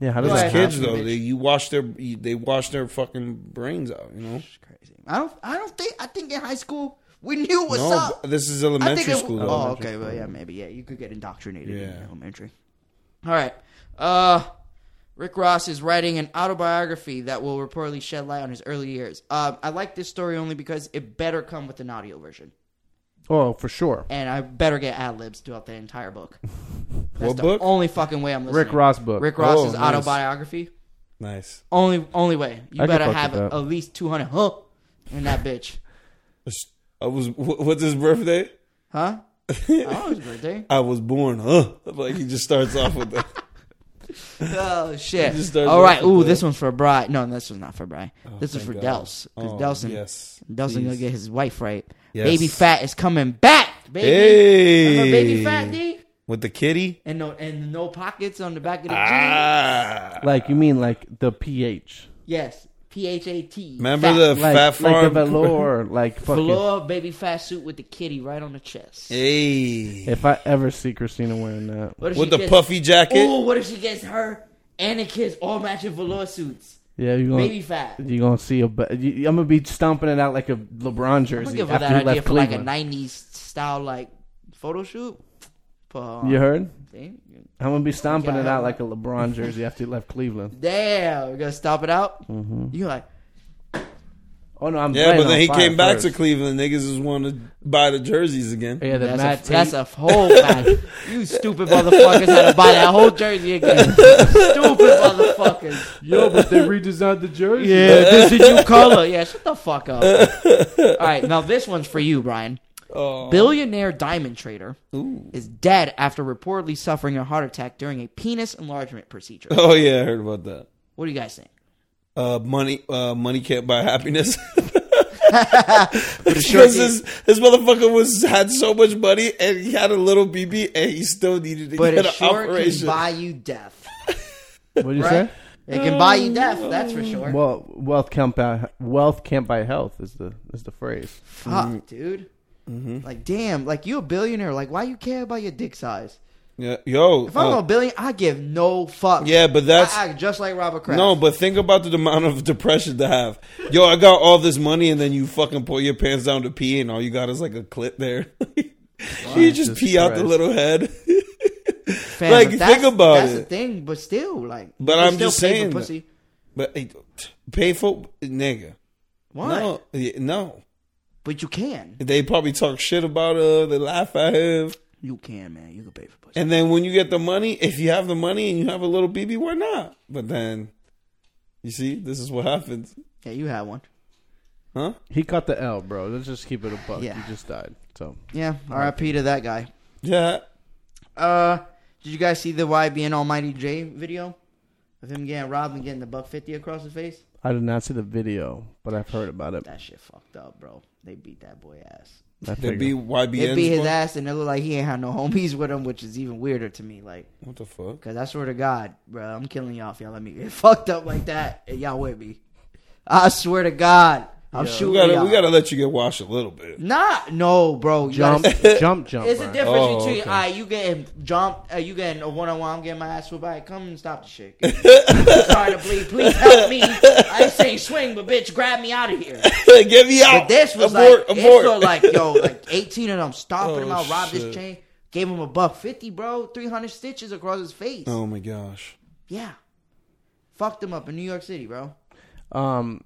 Yeah. How does
Go
that
ahead.
happen?
Kids
Absolute
though,
bitch.
they you wash their you, they wash their fucking brains out. You know,
It's crazy. I don't. I don't think. I think in high school we knew what's
no,
up.
but this is
I think
elementary
it,
school. though.
Oh, okay. Well, yeah, maybe. Yeah, you could get indoctrinated in
Yeah.
elementary. All right. Uh, Rick Ross is writing an autobiography that will reportedly shed light on his early years. Um, I like this story only because it better come with an audio version,
Oh, for sure.
and I better get ad libs throughout the entire book. That's
What
the
book?
Only fucking way I'm listening.
Rick Ross book.
Rick Ross's
Oh, nice.
autobiography.
Nice.
Only, only way. You
I could
better
fuck
have
with
at
that.
least two hundred huh in that bitch,
I was. wh- What's his birthday?
huh? oh, his birthday.
I was born. Huh? Like he just starts off with that.
Oh shit!
just started
All right.
laughing,
Ooh,
bro.
this one's for Bri. No, this one's not for Bri. this is
Oh, thank
for
God.
Dels because
Oh,
Delson,
yes.
Delson gonna
Please.
get his wife right.
Yes.
Baby Fat is coming back, baby. Remember Baby Fat D
With the kitty?
and no and no pockets on the back of the jeans.
Ah.
Like you mean like the pH?
Yes, P H A T.
Remember
Fat.
the
Like,
fat
like the
farm?
velour, like fucking.
velour baby fat suit with the kitty right on the chest.
hey.
If I ever see Christina wearing that,
What if
With
she
the
gets-
puffy jacket?
Ooh, what if she gets her and the kids all matching velour suits.
Yeah,
Oh.
you're gonna
Baby fat. I'm
you're gonna see a. But you, I'm gonna be stomping it out like a LeBron jersey
gonna give her
after
that
he left
idea for like a
Cleveland.
'90s style like photo shoot. Put her on.
you heard?
See?
I'm gonna be stomping it
Yeah.
out like a LeBron jersey after he left Cleveland.
Damn, we're gonna stop it out.
Mm-hmm.
You like
Oh no, I'm
Yeah,
playing
but then
on
he
fire
came back
first.
to Cleveland. Niggas just want to buy the jerseys again.
Yeah, the
that's,
Matt
a, that's
Tate-
a whole man. You stupid motherfuckers had to buy that whole jersey again. stupid motherfuckers.
Yo, but they redesigned the jersey.
Yeah, this is new color. Yeah, shut the fuck up. All right, now this one's for you, Brian.
Uh-huh.
Oh.
Billionaire diamond trader is dead after reportedly suffering a heart attack during a penis enlargement procedure.
Oh yeah, I heard about that.
What do you guys think?
Uh, money, uh, money can't buy happiness.
short
Because this, this motherfucker was had so much money and he had a little BB and he still needed to
But
get
it
an
sure
operation.
can buy you death.
What do you
Right?
say?
It can buy you death. That's for sure.
Well, wealth can't buy wealth can't buy health is the is the phrase.
mm.
Fuck, dude.
Mm-hmm.
Like, damn. Like, you a billionaire. Like, why you care about your dick size?
yeah, yo,
If I'm
uh,
a billion, I give no fuck.
yeah, but that's
I act just like Robert Kraft.
no. But think about the amount of depression to have. Yo, I got all this money and then you fucking pull your pants down to pee and all you got is like a clit there. you just
Jesus
pee out the
Christ.
little head.
Fam,
like,
but that's-
think about
that's
it.
the thing, but still, like,
But
you
I'm
still
just
pay for
saying that-
pussy.
but hey, pay for nigga.
Why?
No, yeah, no.
But you can.
They probably talk shit about her. They laugh at him.
You can, man. You can pay for pussy.
And then when you get the money, if you have the money and you have a little BB, why not? But then, you see, this is what happens,
Yeah, you had one.
huh?
He caught the L, bro. Let's just keep it a buck.
Yeah.
He just died. So
Yeah, R.I.P. to that guy.
Yeah.
Uh, did you guys see the YBN Almighty J video of him getting robbed and getting the buck fifty across the face?
I did not see the video, but I've heard about it.
That shit fucked up, bro. They beat that boy ass.
I
They
figured.
be YBN.
They beat his ass, and it looked like he ain't had no homies with him, which is even weirder to me. Like,
What the fuck?
Cause I swear to God, bro, I'm killing y'all if y'all let me get fucked up like that and y'all with me. I swear to God, I'm
We
shooting
gotta,
y'all.
we gotta let you get washed a little bit.
Nah, no, bro. You
jump,
gotta-
jump, jump.
it's a
Brian.
difference
Oh,
between
okay.
all right, you getting jumped, uh, you getting a one on one, I'm getting my ass whipped. All right, come and stop the shit. Sorry to bleed. Please help me. I ain't saying swing, but bitch, grab me out of here.
get me out.
But this was
Oh, abort,
like,
abort.
It was like, yo, like 18 of them stomping him
Oh,
out, robbed
shit.
his chain, gave him a buck 50, bro, 300 stitches across his face.
oh my gosh.
Yeah. Fucked him up in New York City, bro.
Um,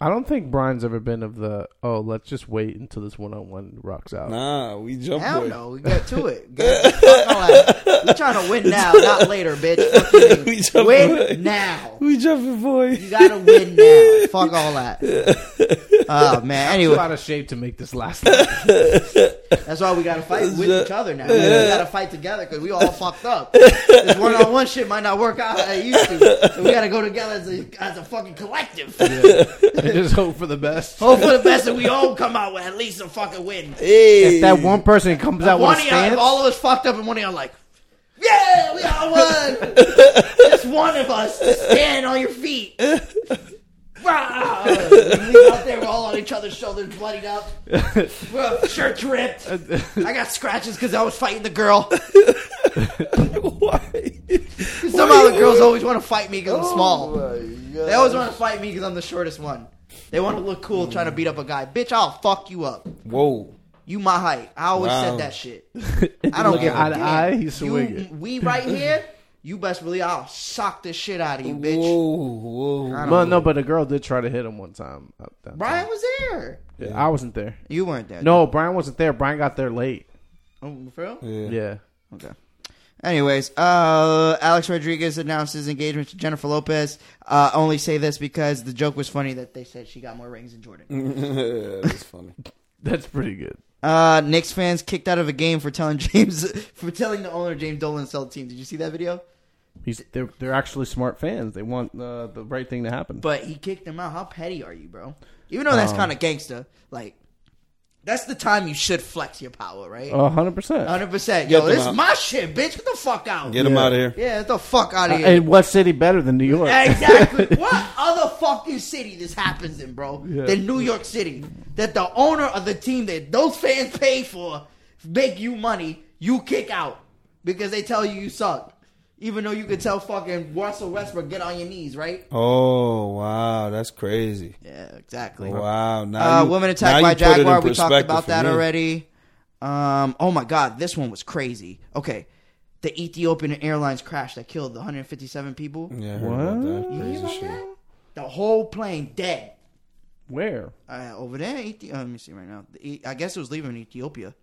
I don't think Brian's ever been of the. Oh, let's just wait until this one on one rocks out.
Nah, we jump.
Hell
boy.
no, we get to it. Get the fuck on. We're trying to win now, not later, bitch. Fuck you,
We
bitch.
jumping away.
win now.
We jumping,
You
boy.
gotta win now. Fuck all that. Oh man.
Too
Anyway,
out of shape to make this last.
that's why we gotta fight with each other now. We gotta fight together because we all fucked up. This one on one shit might not work out as it used to. So we gotta go together as a, as a fucking collective.
and just hope for the best.
Hope for the best that we all come out with at least a fucking win.
Hey.
If that one person comes out
one
with a
of y'all,
stance,
all of us fucked up, and one of y'all like, yeah, we all won. Just one of us Just stand on your feet. Rah! we out there, we're all on each other's shoulders, bloodied up. We're shirts ripped. I got scratches because I was fighting the girl.
Why?
Some other girls always want to fight me because I'm small. They always want to fight me because I'm the shortest one. They want to look cool trying to beat up a guy. Bitch, I'll fuck you up.
Whoa.
You my height. I always
Wow.
said that shit. I don't give a
eye to
damn.
eye, he's
You-
swinging.
we right here. You best believe I'll sock the shit out of you, bitch.
Whoa, whoa.
I don't
Well,
know.
no, but a girl did try to hit him one time. up that time.
Brian was there.
Yeah, I wasn't there.
You weren't there.
No, Brian wasn't there. Brian got there late.
Oh, for real?
Yeah.
Yeah.
Okay. Anyways, uh, Alex Rodriguez announced his engagement to Jennifer Lopez. Uh, I only say this because the joke was funny that they said she got more rings than Jordan.
That's funny.
That's pretty good.
Uh, Knicks fans kicked out of a game for telling James for telling the owner James Dolan to sell the team. Did you see that video?
He's they're they're actually smart fans. They want uh, the right thing to happen.
But he kicked him out. How petty are you, bro? Even though
Oh.
that's kind of gangster, like that's the time you should flex your power, right?
A hundred percent.
Hundred percent. Yo,
Oh. them
this is
out.
my shit, bitch. Get the fuck out.
Get Uh, him
Yeah.
out of here.
Yeah, get the fuck out of here.
And what city better than New York?
exactly. what other fucking city this happens in, bro?
Yeah.
Than New York City. That the owner of the team that those fans pay for make you money, you kick out because they tell you you suck. Even though you could tell fucking Russell Westbrook get on your knees, right?
Oh wow, that's crazy.
Yeah, exactly.
Wow. Now
Uh,
you-
woman
now
attacked
you
by
put it in
jaguar. We talked
perspective
about
for
that
me.
already. Um, oh my god, this one was crazy. Okay, the Ethiopian Airlines crash that killed 157 people.
Yeah, I heard about that.
You hear
Crazy
about
shit.
that? The whole plane dead.
Where?
Uh, over there, Ethi- uh, let me see right now. The E- I guess it was leaving Ethiopia.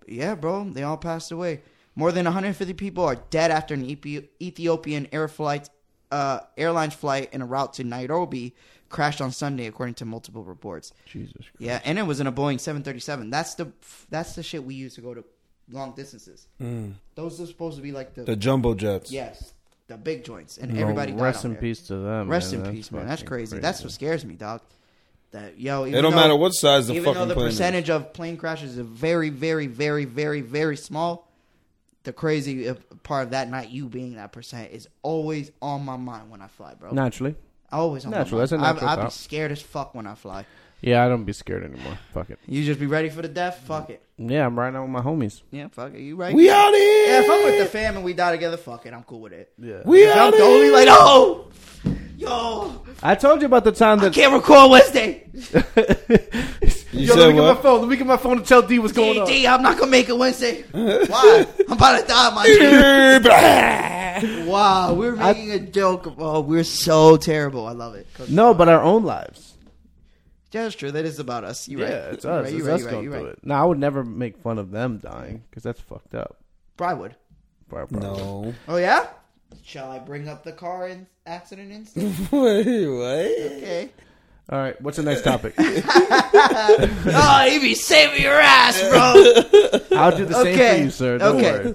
But yeah, bro, they all passed away. More than 150 people are dead after an Ethi- Ethiopian air flight, uh, airlines flight en route to Nairobi crashed on Sunday, according to multiple reports.
Jesus. Christ.
Yeah, and it was in a Boeing 737. That's the that's the shit we use to go to long distances.
Mm.
Those are supposed to be like the,
The jumbo jets.
yes, the big joints, and everybody
Well,
died
rest
on
in
there.
peace to them.
Rest
man.
in
That's
peace, man. That's
fucking
crazy. That's what scares me, dog. That yo, even
It don't
though-
matter what size the
even
fucking
though the
plane
percentage of plane crashes is very, very, very, very, very small, the crazy uh, part of that not you being that percent is always on my mind when I fly, bro.
naturally.
always on my
Natural. That's a
mind.
natural
I, I'd be
thought.
scared as fuck when I fly.
Yeah, I don't be scared anymore. Fuck it.
You just be ready for the death. Fuck it.
Yeah, I'm right now with my homies.
Yeah, fuck it. You right?
We out here.
yeah, if I'm with the fam and we die together, fuck it. I'm cool with it.
Yeah.
we
If I'm
out
the
here.
only like, oh, yo,
I told you about the time
I
that.
can't record Wednesday.
You
Yo,
said
let me get
what?
my phone. Let me get my phone and tell D what's going on.
DD, I'm not gonna make it Wednesday. Why? I'm about to die, my dude. Wow, we're making a joke. of- Oh, we're so terrible. I love it. 'Cause-
No, but our own lives.
yeah, that's true. That is about us. You
yeah,
right?
it's
You
us.
right, you
it's
right,
us
you right,
going
you
through
right.
it. No, I would never make fun of them dying because that's fucked up.
Probably would.
Bar- bar-
no.
Oh yeah. Shall I bring up the car in accident instead?
Wait, what?
Okay.
All right, what's the next topic?
oh, he be saving your ass, bro.
I'll do the same
Okay.
for you, sir. Don't
Okay.
worry.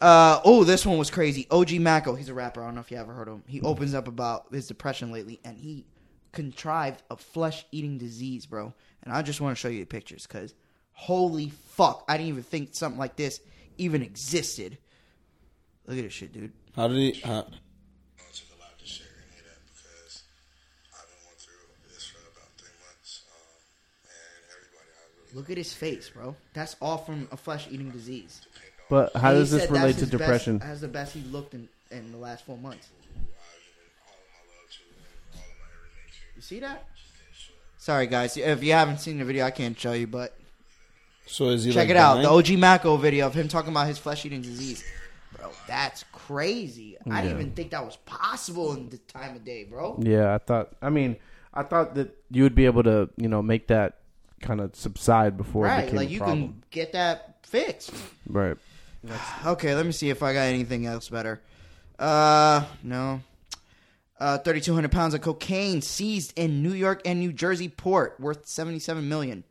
Uh, oh, this one was crazy. OG Macko, he's a rapper. I don't know if you ever heard of him. He opens up about his depression lately, and he contrived a flesh-eating disease, bro. And I just want to show you the pictures, cause holy fuck, I didn't even think something like this even existed. Look at this shit, dude.
How did he? How,
I was just allowed to share and hear that because I've been going through this for about three months, um, and everybody I really
Look at his face, bro. That's all from a flesh-eating disease.
But how
And he
does this
said that's
relate to
his best-
depression?
That's the best he looked in in the last four months.
I've given all of my love to and all of my everything to.
You see that? Sorry, guys. If you haven't seen the video, I can't show you, but.
so is he?
Check
like
it out.
dying?
The OG Mako video of him talking about his flesh eating disease. Bro, that's crazy. I didn't even think that was possible in the time of day, bro.
Yeah, I thought. I mean, I thought that you would be able to, you know, make that kind of subside before it
Right.
became
Like
a
you
problem.
can get that fixed.
Right.
Okay, let me see if I got anything else better. Uh no. Uh, 3,200 pounds of cocaine seized in New York and New Jersey port, worth 77 million,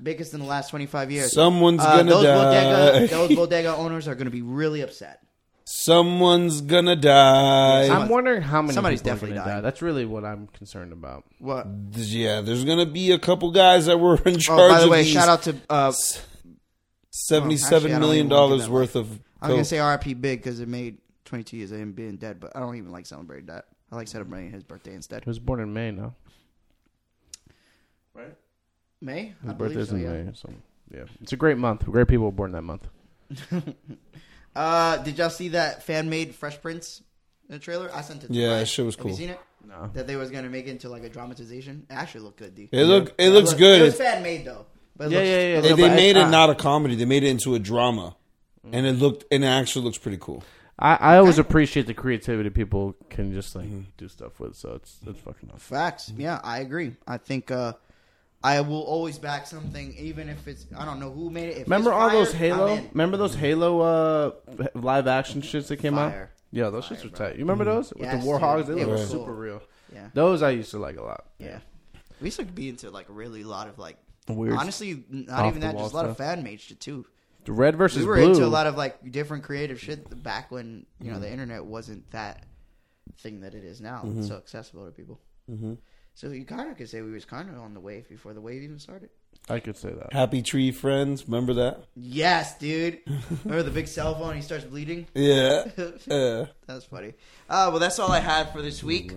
biggest in the last 25 years.
Someone's
Uh,
gonna
those
die.
Bodega, those bodega owners are going to be really upset.
Someone's gonna die.
I'm wondering how many
Somebody's
people are
definitely
gonna
dying.
die. That's really what I'm concerned about.
What?
Yeah, there's gonna be a couple guys that were in charge.
Oh, by the
of
way,
these
shout out to uh,
seventy-seven
Well, actually, I don't
million
even wanna give
dollars
that
worth of.
I was gonna
coke.
say RIP Big because it made 22 years of him being dead, but I don't even like celebrating that. I like celebrating his birthday instead.
He was born in May, no?
May?
His
I believe
birthday's
so,
in
yeah.
May, so yeah, it's a great month. Great people were born that month.
Uh, did y'all see that fan made Fresh Prince in the trailer? I sent it. to
Yeah,
Ryan.
that shit was
Have you
cool.
seen it?
No.
That they was gonna make it into like a dramatization. It actually looked good, dude.
It look. It
It
looks
looked-
good.
It was
It's-
fan made though. But it
Yeah,
looks-
yeah, yeah.
it Mm.
they-
looks-
they
but
made
it's
it not a comedy. They made it into a drama, and it looked. And it actually looks pretty cool.
I, I always appreciate the creativity people can just like do stuff with. So it's it's fucking awesome.
Facts. Yeah, I agree. I think uh, I will always back something, even if it's I don't know who made it. If
Remember
it's
all
fire,
those
I'm
Halo?
in.
Remember those Halo uh, live action shits that came out?
Fire.
Yeah, those shits were tight. You remember those with
Yes,
the warhogs? They
dude. They
were
were cool.
super real.
Yeah.
Those I used to like a lot.
Yeah. We used to be into like really a lot of like
Weird.
honestly not
Off
even
the
that,
wall
just a lot of
stuff.
fan made shit too.
The red versus
We were
blue. Mm-hmm.
into a lot of like different creative shit back when, you know, the internet wasn't that thing that it is now.
Mm-hmm.
It's so accessible to people. So you kinda could say we was kinda on the wave before the wave even started.
I could say that.
Happy Tree Friends. Remember that?
Yes, dude. Remember the big cell phone he starts bleeding?
Yeah. Yeah.
That's funny. Uh, well, that's all I had for this week.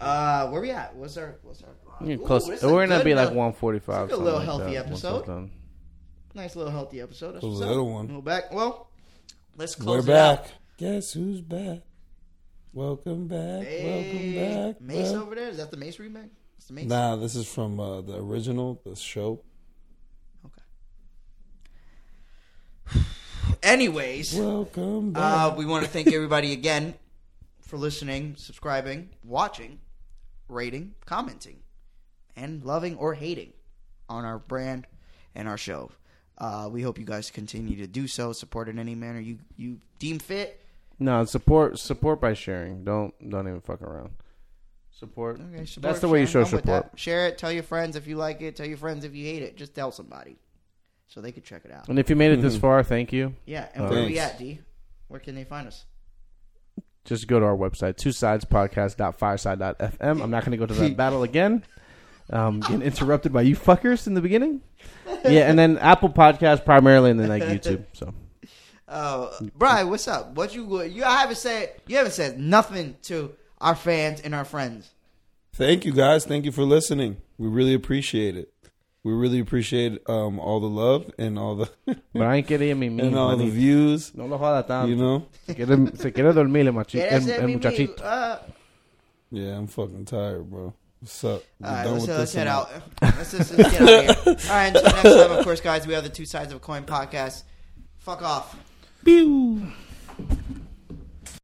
Uh, where we at? What's our? What's our?
You're
Ooh,
close.
this is a
we're gonna
good
be like
note.
145.
It's a
something
little
like
healthy
that, once
episode.
I'm done.
Nice little healthy episode. That's
A
what's up.
little one.
We're back. Well, let's
We're
close it out.
back. Guess who's back? Welcome back.
Hey,
welcome back.
Mace
wel-
over there? Is that the Mace remake? It's the Mace.
Nah, this is from uh, the original, the show.
Okay. Anyways,
Welcome back.
uh, we want to thank everybody again for listening, subscribing, watching, rating, commenting, and loving or hating on our brand and our show. Uh, we hope you guys continue to do so, support in any manner you, you deem fit.
No, support support by sharing. Don't don't even fuck around. Support.
Okay, support,
That's the way you
share.
show
I'm with
support.
that. Share it. Tell your friends if you like it. Tell your friends if you hate it. Just tell somebody so they could check it out.
And if you made it
Mm-hmm.
this far, thank you.
Yeah, and where are we
Thanks.
at, D? Where can they find us?
Just go to our website, two sides podcast.fireside.fm. I'm not going to go to that battle again. Um, getting interrupted by you fuckers in the beginning. Yeah, and then Apple Podcast primarily, and then like YouTube. So
Uh, Brian, what's up? What you you haven't said you haven't said nothing to our fans and our friends.
Thank you guys. Thank you for listening. We really appreciate it. We really appreciate um, all the love and all the
Brian quería mi
and all the
mí.
views.
No lo joda tanto.
You know?
se, quiere, se quiere dormir el, machi,
Yeah,
el,
that's it,
el
me, me.
muchachito.
Uh,
Yeah, I'm fucking tired, bro. What's up? We
all right,
done
let's,
with
let's
this
head
one?
out. Let's just let's get out of here. All right, until next time, of course, guys, we are the Two Sides of a Coin podcast. Fuck off.